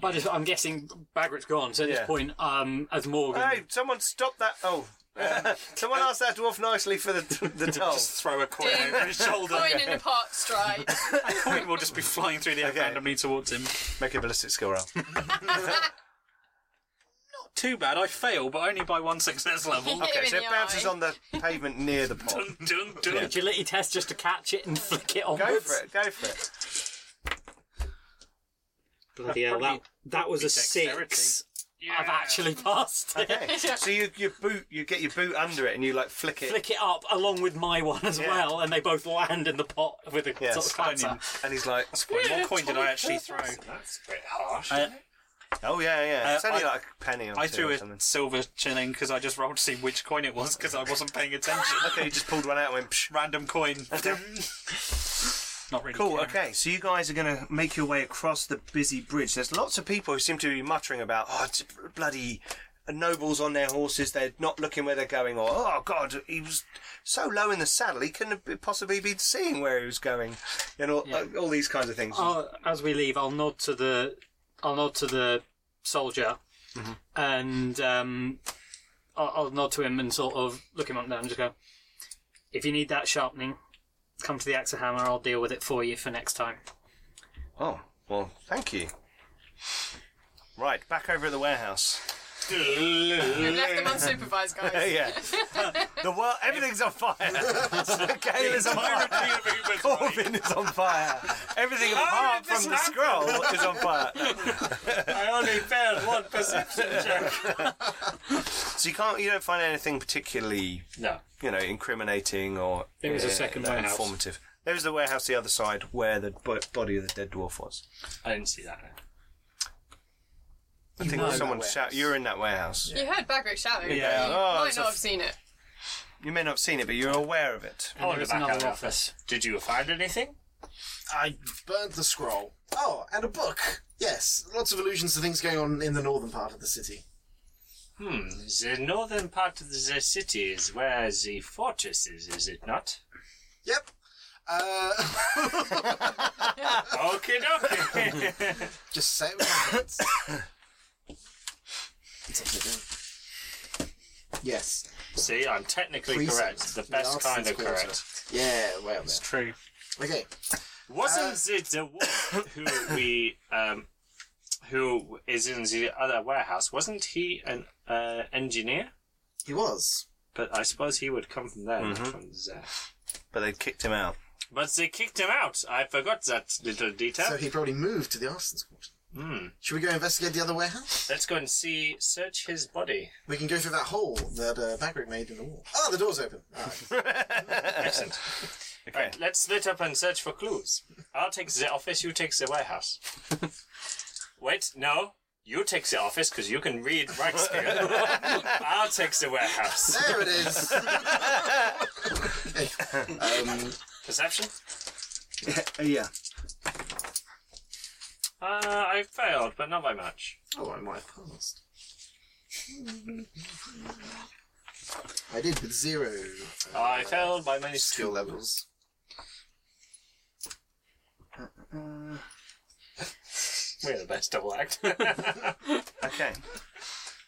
By this, I'm guessing Bagrat's gone. So at Yeah. this point, um, as Morgan, Hey, someone stop that! Oh, someone asked that dwarf nicely for the the toll. Just throw a coin Ding. over his shoulder. Coin in a pot strike. A coin will just be flying through the air Okay. randomly towards him. Make a ballistic skill roll. Not too bad. I fail, but only by one success level. Hit him Okay, in so it the bounces eye. on the pavement near the pot. dun, dun, dun. Yeah. agility test just to catch it and flick it Go onwards. for it. Go for it. Bloody hell, that, that was a dexterity. six. I've actually passed it. Okay. So you, you boot you get your boot under it and you like flick it Flick it up along with my one as Yeah. well, and they both land in the pot with a Yes. sort of clatter. and he's like What more coin did I actually throw? That's a bit harsh. Uh, Oh yeah, yeah. Uh, it's only I- like a penny or I two threw or a something. silver shilling because I just rolled to see which coin it was because I wasn't paying attention. Okay, you just pulled one out and went. Psh. Random coin. Not really. Cool. caring. Okay, so you guys are going to make your way across the busy bridge. There's lots of people who seem to be muttering about, oh, it's bloody nobles on their horses. They're not looking where they're going, or oh god, he was so low in the saddle he couldn't have possibly be seeing where he was going, and all, all these kinds of things. Oh. I'll, as we leave, I'll nod to the, I'll nod to the soldier, Mm-hmm. and um, I'll, I'll nod to him and sort of look him up and down and just go, if you need that sharpening, come to the axe and hammer. I'll deal with it for you for next time. Oh well, thank you. Right, back over at the warehouse. We've left them unsupervised, guys. yeah, the world, everything's on fire. Gale is on fire. Irony of Uber's right. Corbin is on fire. Everything apart from the scroll is on fire. I only failed one perception check. So you can't, you don't find anything particularly, No. you know, incriminating or There is a second that warehouse. informative. There is the warehouse the other side where the bo- body of the dead dwarf was. I didn't see that. I think someone shout, "You're in that warehouse." You heard Bagrick shouting. Yeah. You Oh, might it's a not f- have seen it. You may not have seen it, but you're aware of it. Oh, And there is another office. Did you find anything? I burned the scroll. Oh, and a book. Yes, lots of allusions to things going on in the northern part of the city. Hmm. The northern part of the city is where the fortress is, is it not? Yep. Uh, Okay, dokie. just say it with confidence. It's up to you. Yes. See, I'm technically Please, correct. The best last kind of quarter. correct. Yeah, well there. True. Okay. Wasn't it the one who we um, who is in the other warehouse? Wasn't he an uh, engineer? He was. But I suppose he would come from there, not from there. But they kicked him out. But they kicked him out. I forgot that little detail. So he probably moved to the Arsons Quarter. Hmm. Should we go investigate the other warehouse? Let's go and see, search his body. We can go through that hole that uh, Bagrick made in the wall. Ah, the door's open. All right. Excellent. Okay. Right, let's split up and search for clues. I'll take the office, you take the warehouse. Wait, no. You take the office because you can read right scale. I'll take the warehouse. there it is. um, Perception? yeah. Uh, I failed, but not by much. oh, I might have passed. I did with zero. uh, I failed by many skill levels. We're the best double act. Okay.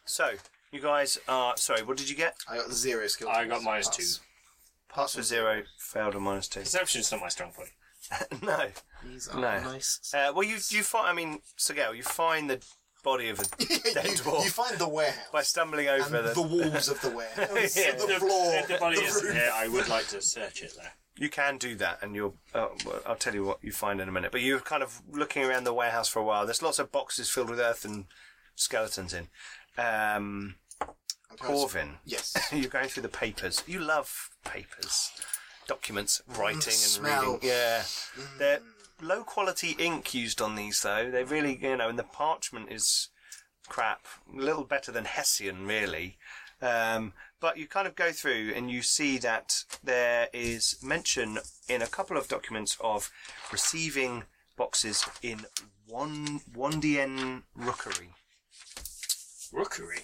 So you guys are sorry. What did you get? I got zero skill. I levels. got minus Pass. two. Pass with zero, failed on minus two. Perception's not my strong point. no. These are No. nice. Uh, well, you you find. I mean, Sigel, you find the body of a dead you, you dwarf find the warehouse. by stumbling over and the. the walls of the warehouse, Yeah. the floor, If the body the is roof. here, I would like to search it there. You can do that, and you'll. Uh, well, I'll tell you what you find in a minute. But you're kind of looking around the warehouse for a while. There's lots of boxes filled with earth and skeletons in. Um, And perhaps- Corvin, Yes. you're going through the papers. You love papers, documents, writing, and smell. reading. Yeah, they're low quality ink used on these though. They really, you know, and the parchment is crap. A little better than Hessian, really. Um, but you kind of go through and you see that there is mention in a couple of documents of receiving boxes in one Wandien rookery. Rookery.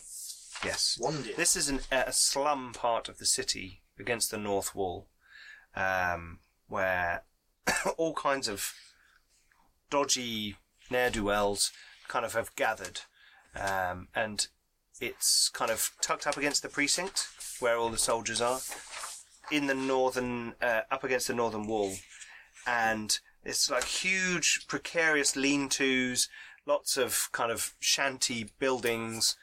Yes. Wandered. This is an, a slum part of the city against the north wall, um, where all kinds of dodgy ne'er do wells kind of have gathered, um, and it's kind of tucked up against the precinct where all the soldiers are, in the northern, uh, up against the northern wall, and it's like huge, precarious lean-tos, lots of kind of shanty buildings.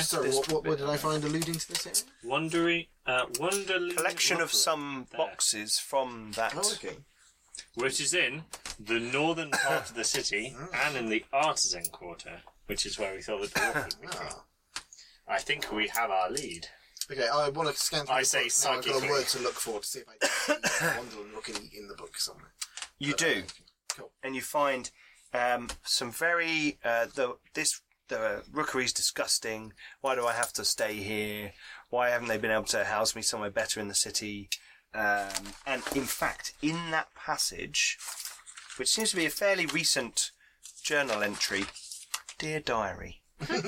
So what, what, what did I find alluding to this area? Wondery, uh, Wonderly. collection of Rookery, some there, boxes from that. Oh, okay. Which is in the northern part of the city Mm. and in the artisan quarter, which is where we thought the dwarf would be. Ah. I think we have our lead. Okay, I want to scan through I the say book now. I've got psychically. a word to look for to see if I can wander and look in, in the book somewhere. uh, You do, Cool. and you find um, some very uh, the this the rookery's disgusting. Why do I have to stay here? Why haven't they been able to house me somewhere better in the city? Um, and in fact, in that passage, which seems to be a fairly recent journal entry, dear diary,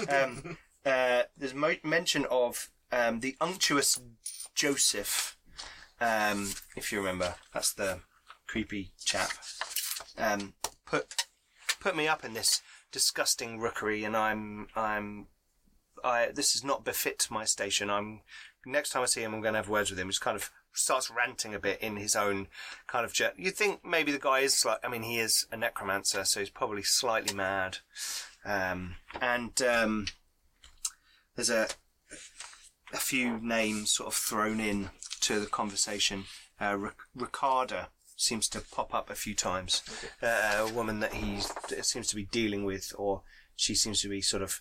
um, uh, there's mo- mention of um, the unctuous Joseph. Um, if you remember, that's the creepy chap. Um, put put me up in this disgusting rookery, and I'm I'm I this is not befit my station. I'm next time I see him, I'm going to have words with him. He's kind of starts ranting a bit in his own kind of jet. You'd think maybe the guy is like, I mean, he is a necromancer, so he's probably slightly mad. Um, and um, there's a a few names sort of thrown in to the conversation. Uh, Ric- Ricarda seems to pop up a few times. Uh, a woman that he seems to be dealing with, or she seems to be sort of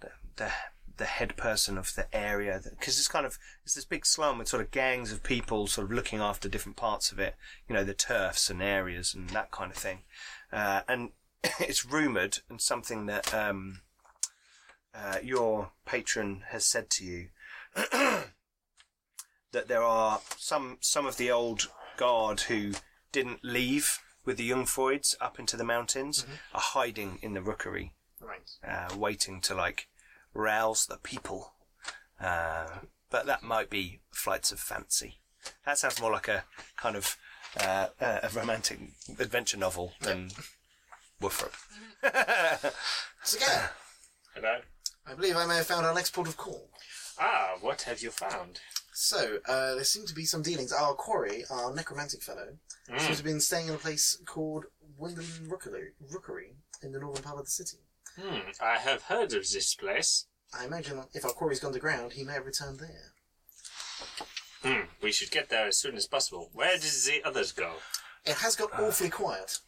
the the, the head person of the area. Because it's kind of it's this big slum with sort of gangs of people sort of looking after different parts of it. You know, the turfs and areas and that kind of thing. Uh, and it's rumored and something that um, uh, your patron has said to you that there are some some of the old guard who didn't leave with the young Freuds up into the mountains are hiding in the rookery, Right. uh, waiting to like rouse the people. Uh, but that might be flights of fancy. That sounds more like a kind of uh, a romantic adventure novel than Woofrup. So, yeah, Hello? I believe I may have found our next port of call. Ah, what have you found? So, uh, there seem to be some dealings. Our quarry, our necromantic fellow, Mm. seems to have been staying in a place called Wendelin Rookery, Rookery in the northern part of the city. Hmm, I have heard of this place. I imagine if our quarry's gone to ground, he may have returned there. Hmm, we should get there as soon as possible. Where did the others go? It has got Ah. awfully quiet.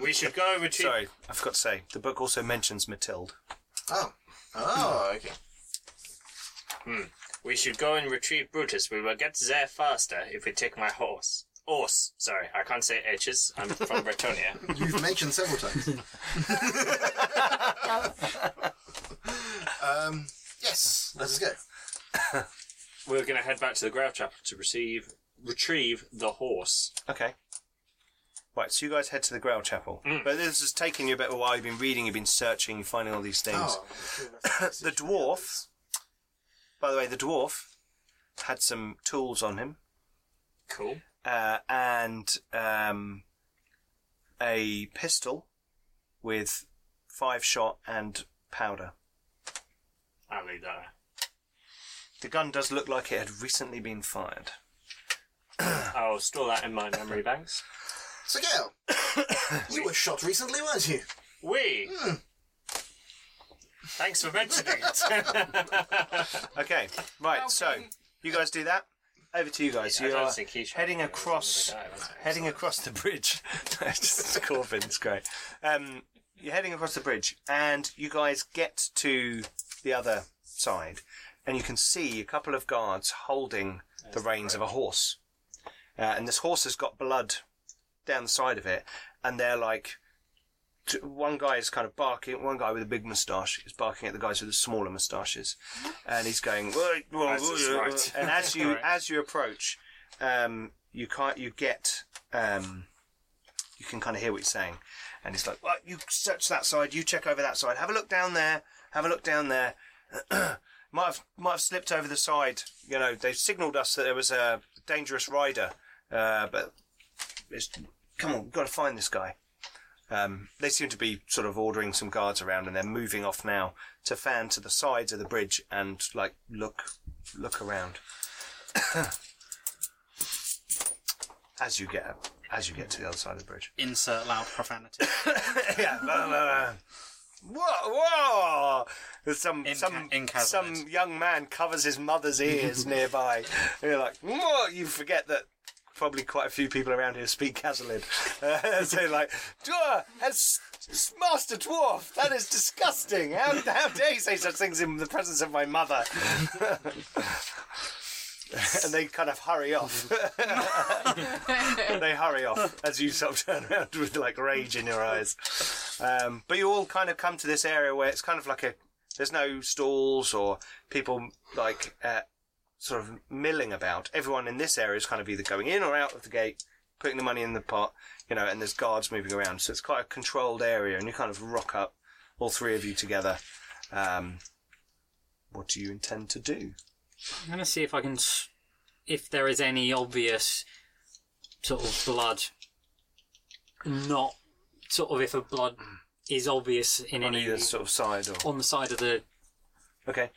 We should go retreat. Sorry, I forgot to say the book also mentions Matilde. Ah. Oh. Oh, okay. We should go and retrieve Brutus. We will get there faster if we take my horse. Horse. Sorry, I can't say H's. I'm from Bretonia. You've mentioned several times. um, yes, let us go. We're going to head back to the Grail Chapel to receive, retrieve the horse. Okay. Right, so you guys head to the Grail Chapel. But this is taking you a bit of a while. You've been reading, you've been searching, you're finding all these things. Oh, the dwarf, by the way, the dwarf had some tools on him Cool. uh, and um, a pistol with five shot and powder. I'll leave that The gun does look like it had recently been fired. there. I'll store that in my memory banks. So, Gail, you were shot recently, weren't you? We. Thanks for mentioning it. Okay, right. So Welcome. you guys do that. Over to you guys. I You don't are think he should heading be the across, guy, that's what I'm heading across the bridge. It's Corbin, it's great. Um, you're heading across the bridge, and you guys get to the other side, and you can see a couple of guards holding the reins of a horse, uh, and this horse has got blood down the side of it, and they're like. t- One guy is kind of barking. One guy with a big moustache is barking at the guys with the smaller moustaches, and he's going. "Well, well, That's his well, right. And as you Correct. as you approach, um, you can't you get um, you can kind of hear what he's saying, and he's like, well, "You search that side. You check over that side. Have a look down there. Have a look down there." might have might have slipped over the side. You know, they signalled us that there was a dangerous rider, uh, but it's, come on, we've got to find this guy. Um, they seem to be sort of ordering some guards around, and they're moving off now to fan to the sides of the bridge and like look look around. as you get as you get to the other side of the bridge. Insert loud profanity. yeah. blah, blah, blah. Whoa! Whoa! There's Some In- some in Kazan. some young man covers his mother's ears nearby. And you're like, whoa! You forget that probably quite a few people around here speak Catalan. Uh, so you're like, "Dwarf, that's s- Master Dwarf, that is disgusting. How, how dare you say such things in the presence of my mother? and they kind of hurry off. they hurry off as you sort of turn around with like rage in your eyes. Um, but you all kind of come to this area where it's kind of like a there's no stalls or people like uh, sort of milling about. Everyone in this area is kind of either going in or out of the gate, putting the money in the pot, you know, and there's guards moving around. So it's quite a controlled area, and you kind of rock up, all three of you together. Um, what do you intend to do? I'm going to see if I can. s- If there is any obvious sort of blood. Not. Sort of if a blood is obvious in On any. Mm. either sort of side or On the side of the. okay.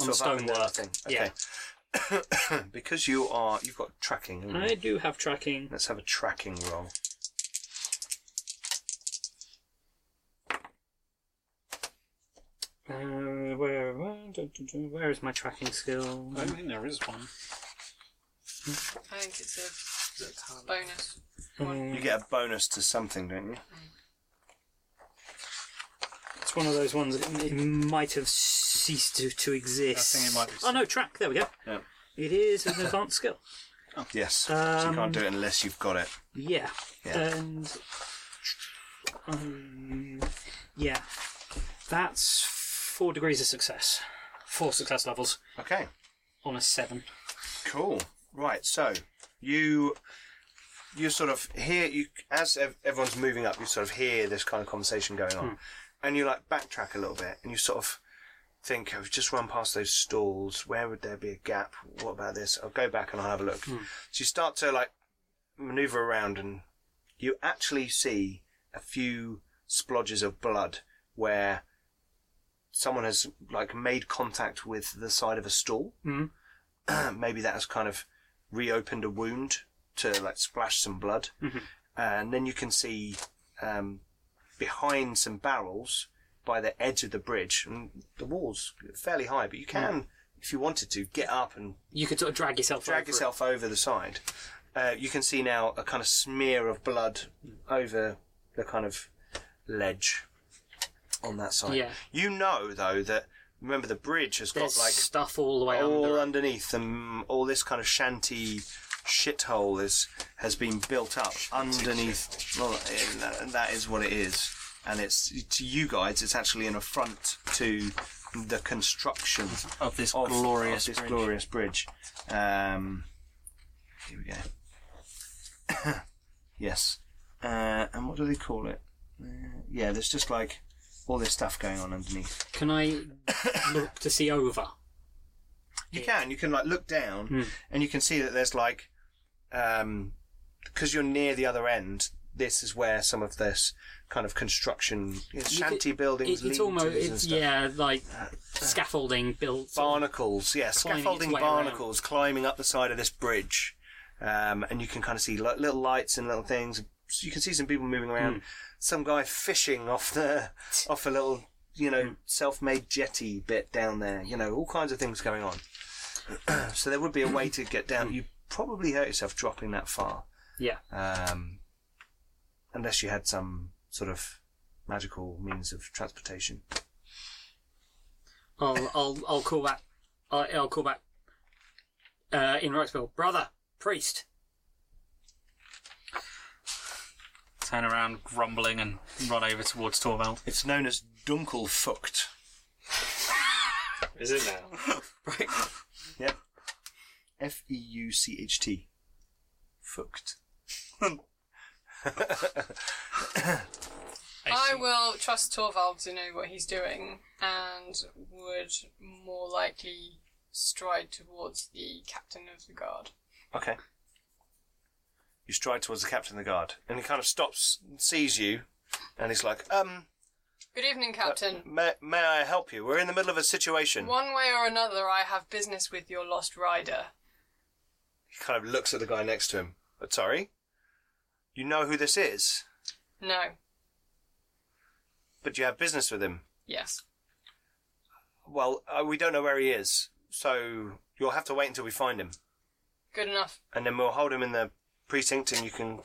On the Sort of up and down stonework. thing. Yeah. Okay. because you are you've got tracking. haven't you? I do have tracking. Let's have a tracking roll. Uh, where, where, dun, dun, dun, where is my tracking skill? I don't think there is one. I think it's a bonus. You get a bonus to something, don't you? It's one of those ones that It might have ceased to, to exist. I think it might be Oh no, track. There we go. Yeah. It is an advanced skill. Yes. so you Um, can't do it unless you've got it. Yeah. Yeah. And um, yeah, that's four degrees of success, four success levels Okay. on a seven. Cool. Right. So you you sort of hear you as ev- everyone's moving up, you sort of hear this kind of conversation going on, and you like backtrack a little bit, and you sort of think, "I've just run past those stalls. Where would there be a gap? What about this? I'll go back and I'll have a look." So you start to like maneuver around, and you actually see a few splodges of blood where someone has like made contact with the side of a stall. maybe that has kind of reopened a wound to like splash some blood, Mm-hmm. and then you can see um, behind some barrels by the edge of the bridge, and the walls fairly high, Mm. but you can, if you wanted to, get up and you could sort of drag yourself. drag over yourself over the side. Uh, you can see now a kind of smear of blood over the kind of ledge on that side. Yeah. You know though that remember the bridge has It. There's got like stuff all the way all under. it. underneath and all this kind of shanty shithole is has been built up underneath well and that- and that is what it is and it's to you guys it's actually an affront to the construction Of this of, glorious of this bridge. glorious bridge um here we go yes uh, and what do they call it uh, yeah there's just like all this stuff going on underneath Can I look to see over? You can. You can like look down, Hmm. and you can see that there's like, um, because you're near the other end. This is where some of this kind of construction, it's You shanty could- buildings, It, it's lean-tos almost. and It's stuff. yeah, like scaffolding built. barnacles. Yeah, climbing its scaffolding way around. barnacles climbing up the side of this bridge, um, and you can kind of see li- little lights and little things. you can see some people moving around. Some guy fishing off the off a little you know self-made jetty bit down there. You know all kinds of things going on. so there would be a way to get down. You probably hurt yourself dropping that far. Yeah. Um, unless you had some sort of magical means of transportation. I'll I'll I'll call back. I, I'll call back. Uh, in Roxville, brother, priest. Turn around, grumbling, and run over towards Torvald. It's known as Dunkelfucht. Is it now? Yep. F E U C H T. Fucked. I will trust Torvald to know what he's doing and would more likely stride towards the captain of the guard. Okay. You stride towards the captain of the guard, and he kind of stops, sees you, and he's like, "Um, uh, Good evening, Captain. may, may I help you? We're in the middle of a situation." One way or another, I have business with your lost rider. He kind of looks at the guy next to him. "Uh, Sorry. You know who this is, No. but you have business with him. Yes. Well, uh, we don't know where he is, so you'll have to wait until we find him, Good enough. and then we'll hold him in the precinct, and you can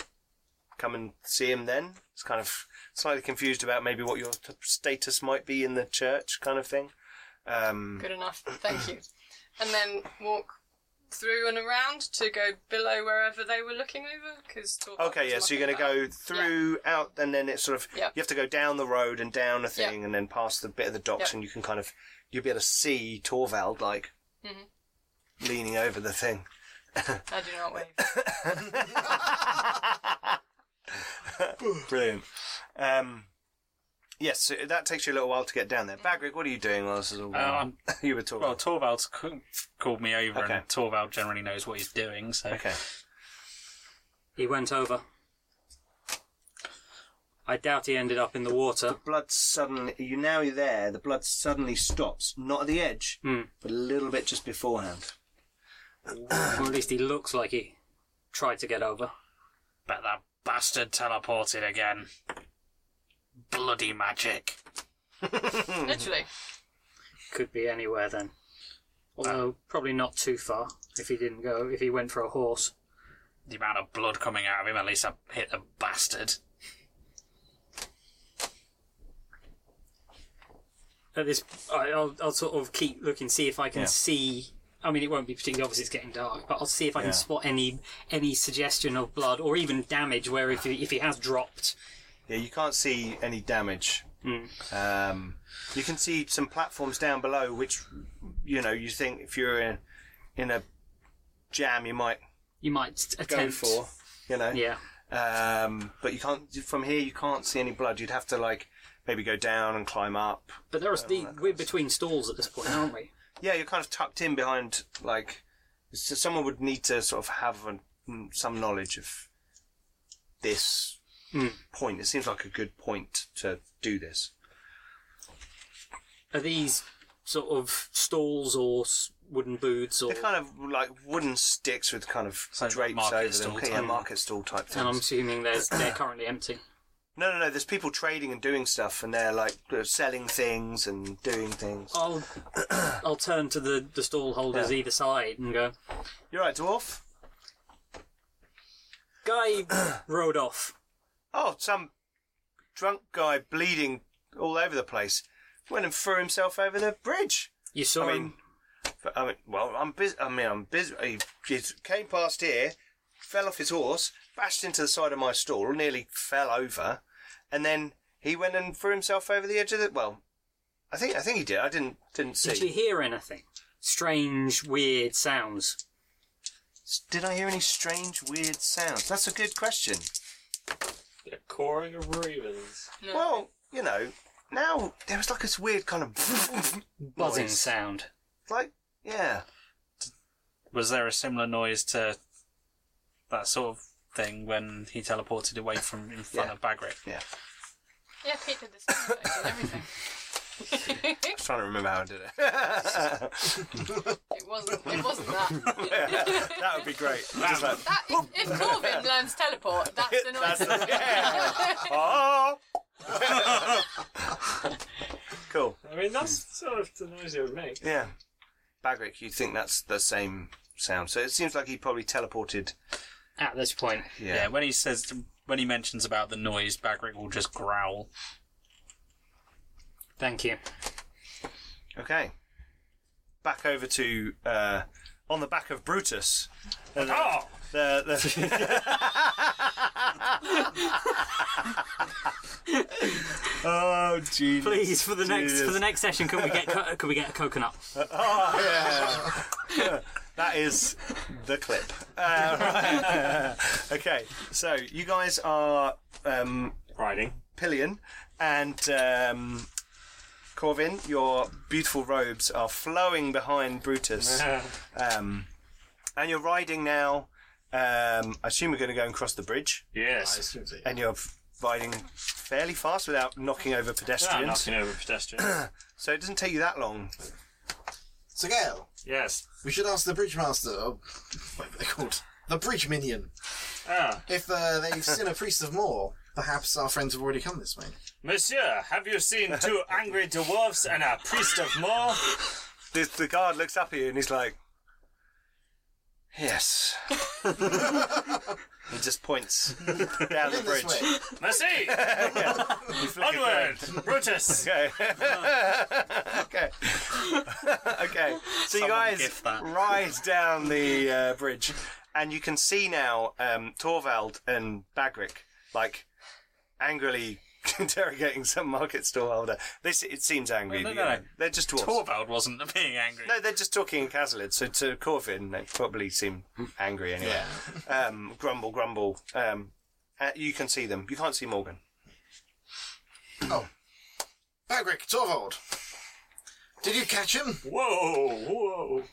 come and see him then. It's kind of slightly confused about maybe what your t- status might be in the church, kind of thing. Um, Good enough. Thank you. And then walk through and around to go below wherever they were looking over. Cause Torvald Okay, was yeah. So you're looking going to go about. through, out, and then it's sort of Yeah. you have to go down the road and down a Yeah. thing, and then past the bit of the docks, Yeah. and you can kind of you'll be able to see Torvald like Mhm. leaning over the thing. I do not wave. Brilliant. Um, yes, so that takes you a little while to get down there. Bagrick, what are you doing while this is all going on? Um, you were talking. well, Torvald's c- called me over, Okay. and Torvald generally knows what he's doing, so. okay. He went over. I doubt he ended up in the water. blood suddenly you now you're there the blood suddenly stops not at the edge but a little bit just beforehand or at least he looks like he tried to get over. But that bastard teleported again. Bloody magic. Literally. Could be anywhere then. Although probably not too far if he didn't go. If he went for a horse, The amount of blood coming out of him, at least I hit the bastard. at this I, I'll, I'll sort of keep looking see if i can Yeah. see i mean it won't be particularly obvious it's getting dark but i'll see if i Yeah. can spot any any suggestion of blood or even damage where if he, if he has dropped yeah you can't see any damage um, you can see some platforms down below which you know you think if you're in, in a jam you might you might go attempt for you know yeah um, but you can't from here you can't see any blood you'd have to like maybe go down and climb up but there are the, we're between stalls at this point aren't we yeah, you're kind of tucked in behind like so someone would need to sort of have an mm, some knowledge of this Hmm. point. It seems like a good point to do this. are these sort of stalls or s- wooden booths or They're kind of like wooden sticks with kind of So like drapes market over them, stall yeah, type. market stall type things. and i'm assuming there's they're currently empty No, no, no. There's people trading and doing stuff, and they're like uh, selling things and doing things. Oh. i'll i'll turn to the the stall holders Yeah. either side and go You're right, dwarf. guy rode off Oh, some drunk guy bleeding all over the place went and threw himself over the bridge. you saw I him mean, f- I mean, well, I'm busy. I mean, I'm busy. He just came past here, fell off his horse, bashed into the side of my stall, nearly fell over, and then he went and threw himself over the edge of the. Well, I think I think he did. I didn't didn't Did you see. hear anything? Strange, weird sounds. S- Did I hear any strange, weird sounds? That's a good question. The cawing of ravens. No. Well, you know, now there was like this weird kind of Buzzing noise. sound. Like, yeah. Was there a similar noise to that sort of thing when he teleported away from in front Yeah. of Bagric? yeah, Pete did the same thing and everything. trying to remember how I did it. It wasn't. It wasn't that. that would be great. Just like, that if, if Corbin learns teleport, that's the noise. that's the, yeah. Oh. cool. I mean, that's sort of the noise it would make. Yeah. Bagric, you think that's the same sound. So it seems like he probably teleported. At this point, Yeah. Yeah, when he says when he mentions about the noise, Bagric will just growl. thank you. Okay. Back over to uh, on the back of Brutus. And, uh, Oh! the- the- oh, genius. Please, for the next Jesus. for the next session, can we get co- can we get a coconut? That is the clip. Uh, right. okay, so you guys are um, Riding. Pillion and um, Corvin. Your beautiful robes are flowing behind Brutus, um, and you're riding now. Um, I assume we're going to go and cross the bridge, I Yes. assume so. and you're riding fairly fast without knocking over Ah, pedestrians. knocking over pedestrians. So it doesn't take you that long. So, Gail, yes. we should ask the bridge master, or whatever they're called, the bridge minion, Ah. if uh, they've seen a priest of more. Perhaps our friends have already come this way. Monsieur, have you seen two angry dwarfs and a priest of more? The, the guard looks up at you and he's like, "Yes." he just points down the In this bridge. way. Merci! Onward! Brutus! Okay. okay. okay. So you guys gif that. ride down the uh, bridge, and you can see now um, Torvald and Bagric like angrily interrogating some market stallholder. This it seems angry. No, no, you no. know. They're just dwarves. Torvald wasn't being angry. no, they're just talking in Casalid, so to Corvin, they probably seem angry anyway. Um, grumble, grumble. Um, uh, you can see them. You can't see Morgan. Bagric, Torvald. Did you catch him? Whoa, whoa.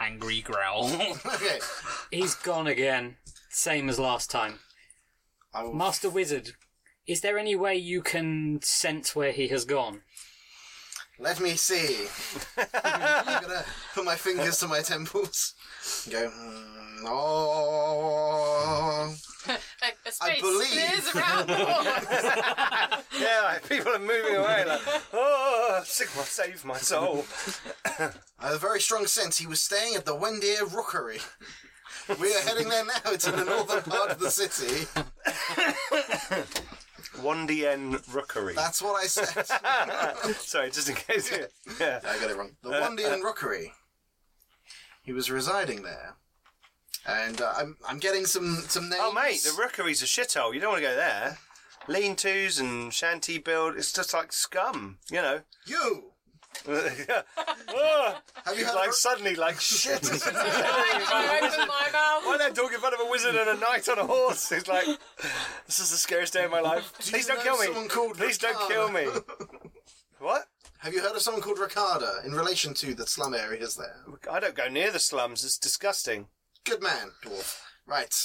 Angry growl. Okay. He's gone again, same as last time. I will. Master Wizard, is there any way you can sense where he has gone? Let me see. I'm gonna put my fingers to my temples. Go. "Hmm, Oh. Like, the space believe- clears around the walls. Yeah, like, people are moving away. Like, oh, Sigma, save my soul. I have a very strong sense he was staying at the Wendier Rookery. We are heading there now to the northern part of the city. One DN Rookery. That's what I said. Sorry, just in case. you- Yeah. I got it wrong. The Wandian Rookery. He was residing there, and uh, I'm I'm getting some some names. Oh, mate, the Rookery's a shithole. You don't want to go there. Lean tos and shanty build. It's just like scum, you know. you oh, have you heard like of suddenly, like shit. I open my mouth. Why are they talking in front of a wizard and a knight on a horse? It's like, this is the scariest day of my life. Please you don't know kill me. someone called Please don't kill me. Ricardo? What? Have you heard of someone called Ricarda in relation to the slum areas there? I don't go near the slums. It's disgusting. Good man, dwarf. Right.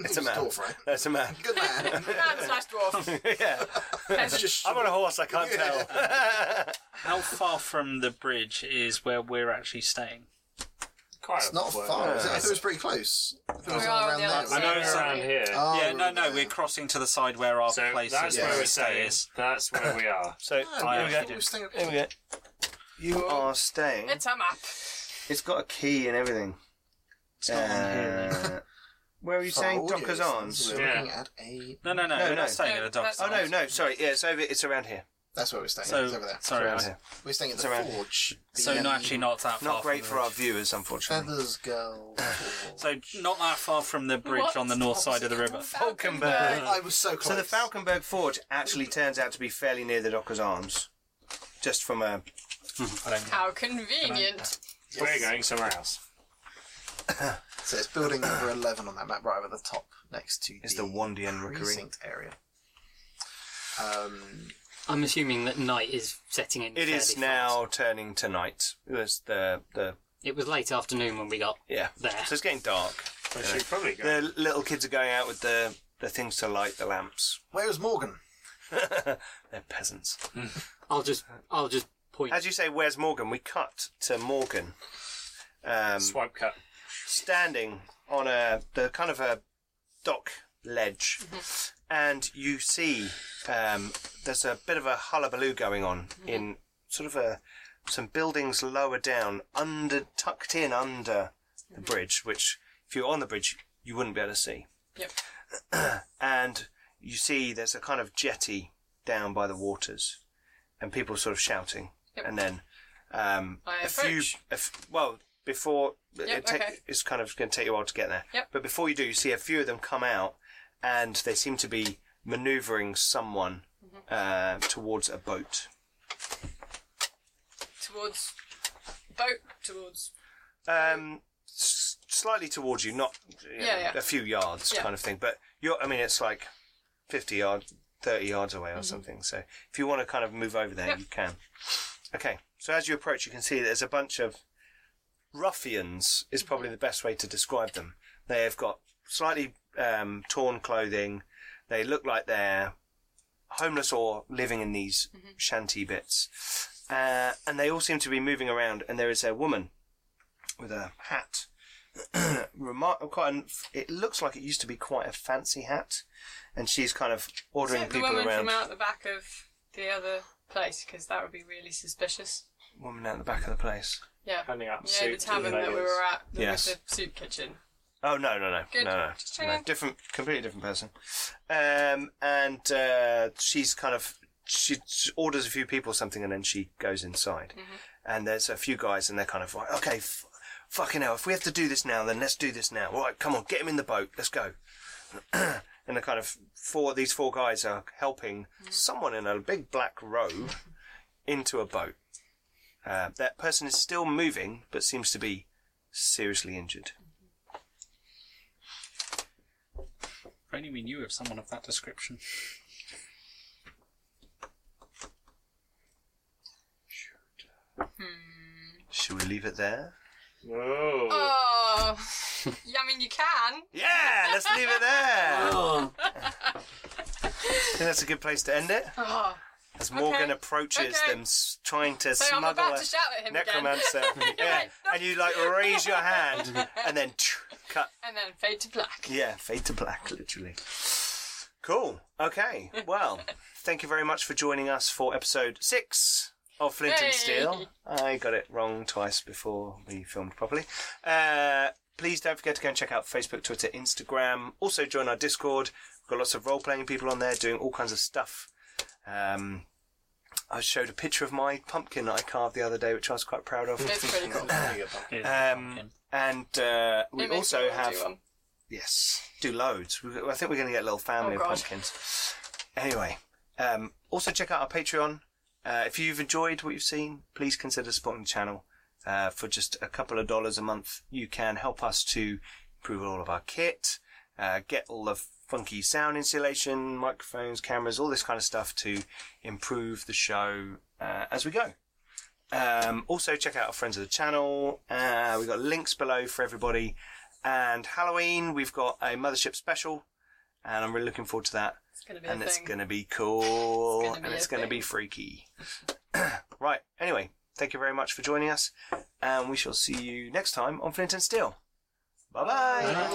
It's a man. Dwarf, right? That's a man. Good man. Man slash dwarf. yeah. It's just I'm on a horse, I can't Yeah. tell. How far from the bridge is where we're actually staying? Quite it's not far. is it? I thought it was pretty close. I thought it was We are around on the there. outside. I know Yeah, it's right. around here. Oh, yeah, no, no, there. we're crossing to the side where our so place that's is. where we we stay. stay is. That's where we are. So I I thought did. we were staying up- you are staying. It's a map. It's got a key and everything. Uh, where are you saying Oh, Docker's yes, Arms? We're Yeah. looking at a. No, no, no, No, we're no. not staying No, at the docks. that's- Oh no, no, sorry. Yeah, it's over. It's around here. That's where we're staying. So, it's over there. sorry, around I- here. We're staying at the it's around- forge. so The, no, um, actually not that far. Not from great the for our viewers, unfortunately. Feathers go. So not that far from the bridge What? on the north side of the river. Falkenberg. I was so close. uh, So the Falkenberg Forge actually turns out to be fairly near the Docker's Arms, just from a How convenient. We're going somewhere else. So it's building number 11 on that map, right over the top, next to is the Wandian Rookery. precinct area. Um, I'm assuming that night is setting in. It is fairly now fast. turning to night. It was the the It was late afternoon when we got. yeah. There. So it's getting dark. We should probably go. The little kids are going out with the the things to light the lamps. where is Morgan? They're peasants. I'll just I'll just point. As you say, where's Morgan? We cut to Morgan. Um, Swipe cut. standing on a the kind of a dock ledge, Mm-hmm. and you see um, there's a bit of a hullabaloo going on Mm-hmm. in sort of a some buildings lower down, under tucked in under the Mm-hmm. bridge, which if you were on the bridge you wouldn't be able to see. Yep. and you see there's a kind of jetty down by the waters, and people sort of shouting, Yep. and then. Um, I a few, approach. a f- well, before it Yep, ta- okay. it's kind of going to take you a while to get there. Yep. But before you do, you see a few of them come out, and they seem to be manoeuvring someone Mm-hmm. uh, towards a boat. Towards boat, towards Um, s- slightly towards you, not you know, Yeah, yeah. a few yards Yeah. kind of thing. But you're, I mean, it's like fifty yards, thirty yards away or Mm-hmm. something. So if you want to kind of move over there, Yep. you can. Okay. So as you approach, you can see there's a bunch of ruffians. Is probably Mm-hmm. the best way to describe them. They have got slightly um, torn clothing. They look like they're homeless or living in these Mm-hmm. shanty bits. Uh, and they all seem to be moving around. And there is a woman with a hat. Remar- oh, quite an, it looks like it used to be quite a fancy hat, and she's kind of Is ordering it the people woman around. from out the back of the other place because that would be really suspicious. woman out the back of the place. Yeah. Handing out Yeah, the suits tavern and that we labels. were at the, Yes. with the soup kitchen. Oh no no no Good. no no, Just no. checking. different completely different person, um, and uh, she's kind of she she orders a few people something and then she goes inside, Mm-hmm. and there's a few guys and they're kind of like okay, f- fucking hell if we have to do this now then let's do this now all right come on get him in the boat let's go, and the kind of four these four guys are helping Mm-hmm. someone in a big black robe into a boat. Uh, that person is still moving but seems to be seriously injured. If only we knew of someone of that description. Should we leave it there? Oh, yeah, I mean you can. Yeah, let's leave it there. I Oh, think that's a good place to end it. Oh, As Morgan Okay. approaches Okay. them, s- trying to so I'm smuggle about a to shout at him necromancer. again. yeah, Right. and you like raise your hand, and then cut. and then fade to black. Yeah, fade to black, literally. Cool. Okay. Well, thank you very much for joining us for episode six of Flint Yay. and Steel. I got it wrong twice before we filmed properly. Uh, please don't forget to go and check out Facebook, Twitter, Instagram. Also join our Discord. We've got lots of role playing people on there doing all kinds of stuff. Um, I showed a picture of my pumpkin that I carved the other day, which I was quite proud of. It's pretty cool. Um, and uh, we It makes me also wanna do have one. Yes, do loads. We- I think we're going to get a little family Oh, of God. pumpkins. Anyway, um, also check out our Patreon. Uh, if you've enjoyed what you've seen, please consider supporting the channel. Uh, for just a couple of dollars a month, you can help us to improve all of our kit, uh, get all the funky sound insulation, microphones, cameras, all this kind of stuff to improve the show uh, as we go. Um, also, check out our friends of the channel. Uh, we've got links below for everybody. And Halloween, we've got a Mothership special, and I'm really looking forward to that. It's gonna be And a it's thing. going to be cool, It's gonna be and a it's going to thing. be freaky. right, anyway, thank you very much for joining us, and we shall see you next time on Flint and Steel. Bye-bye. bye bye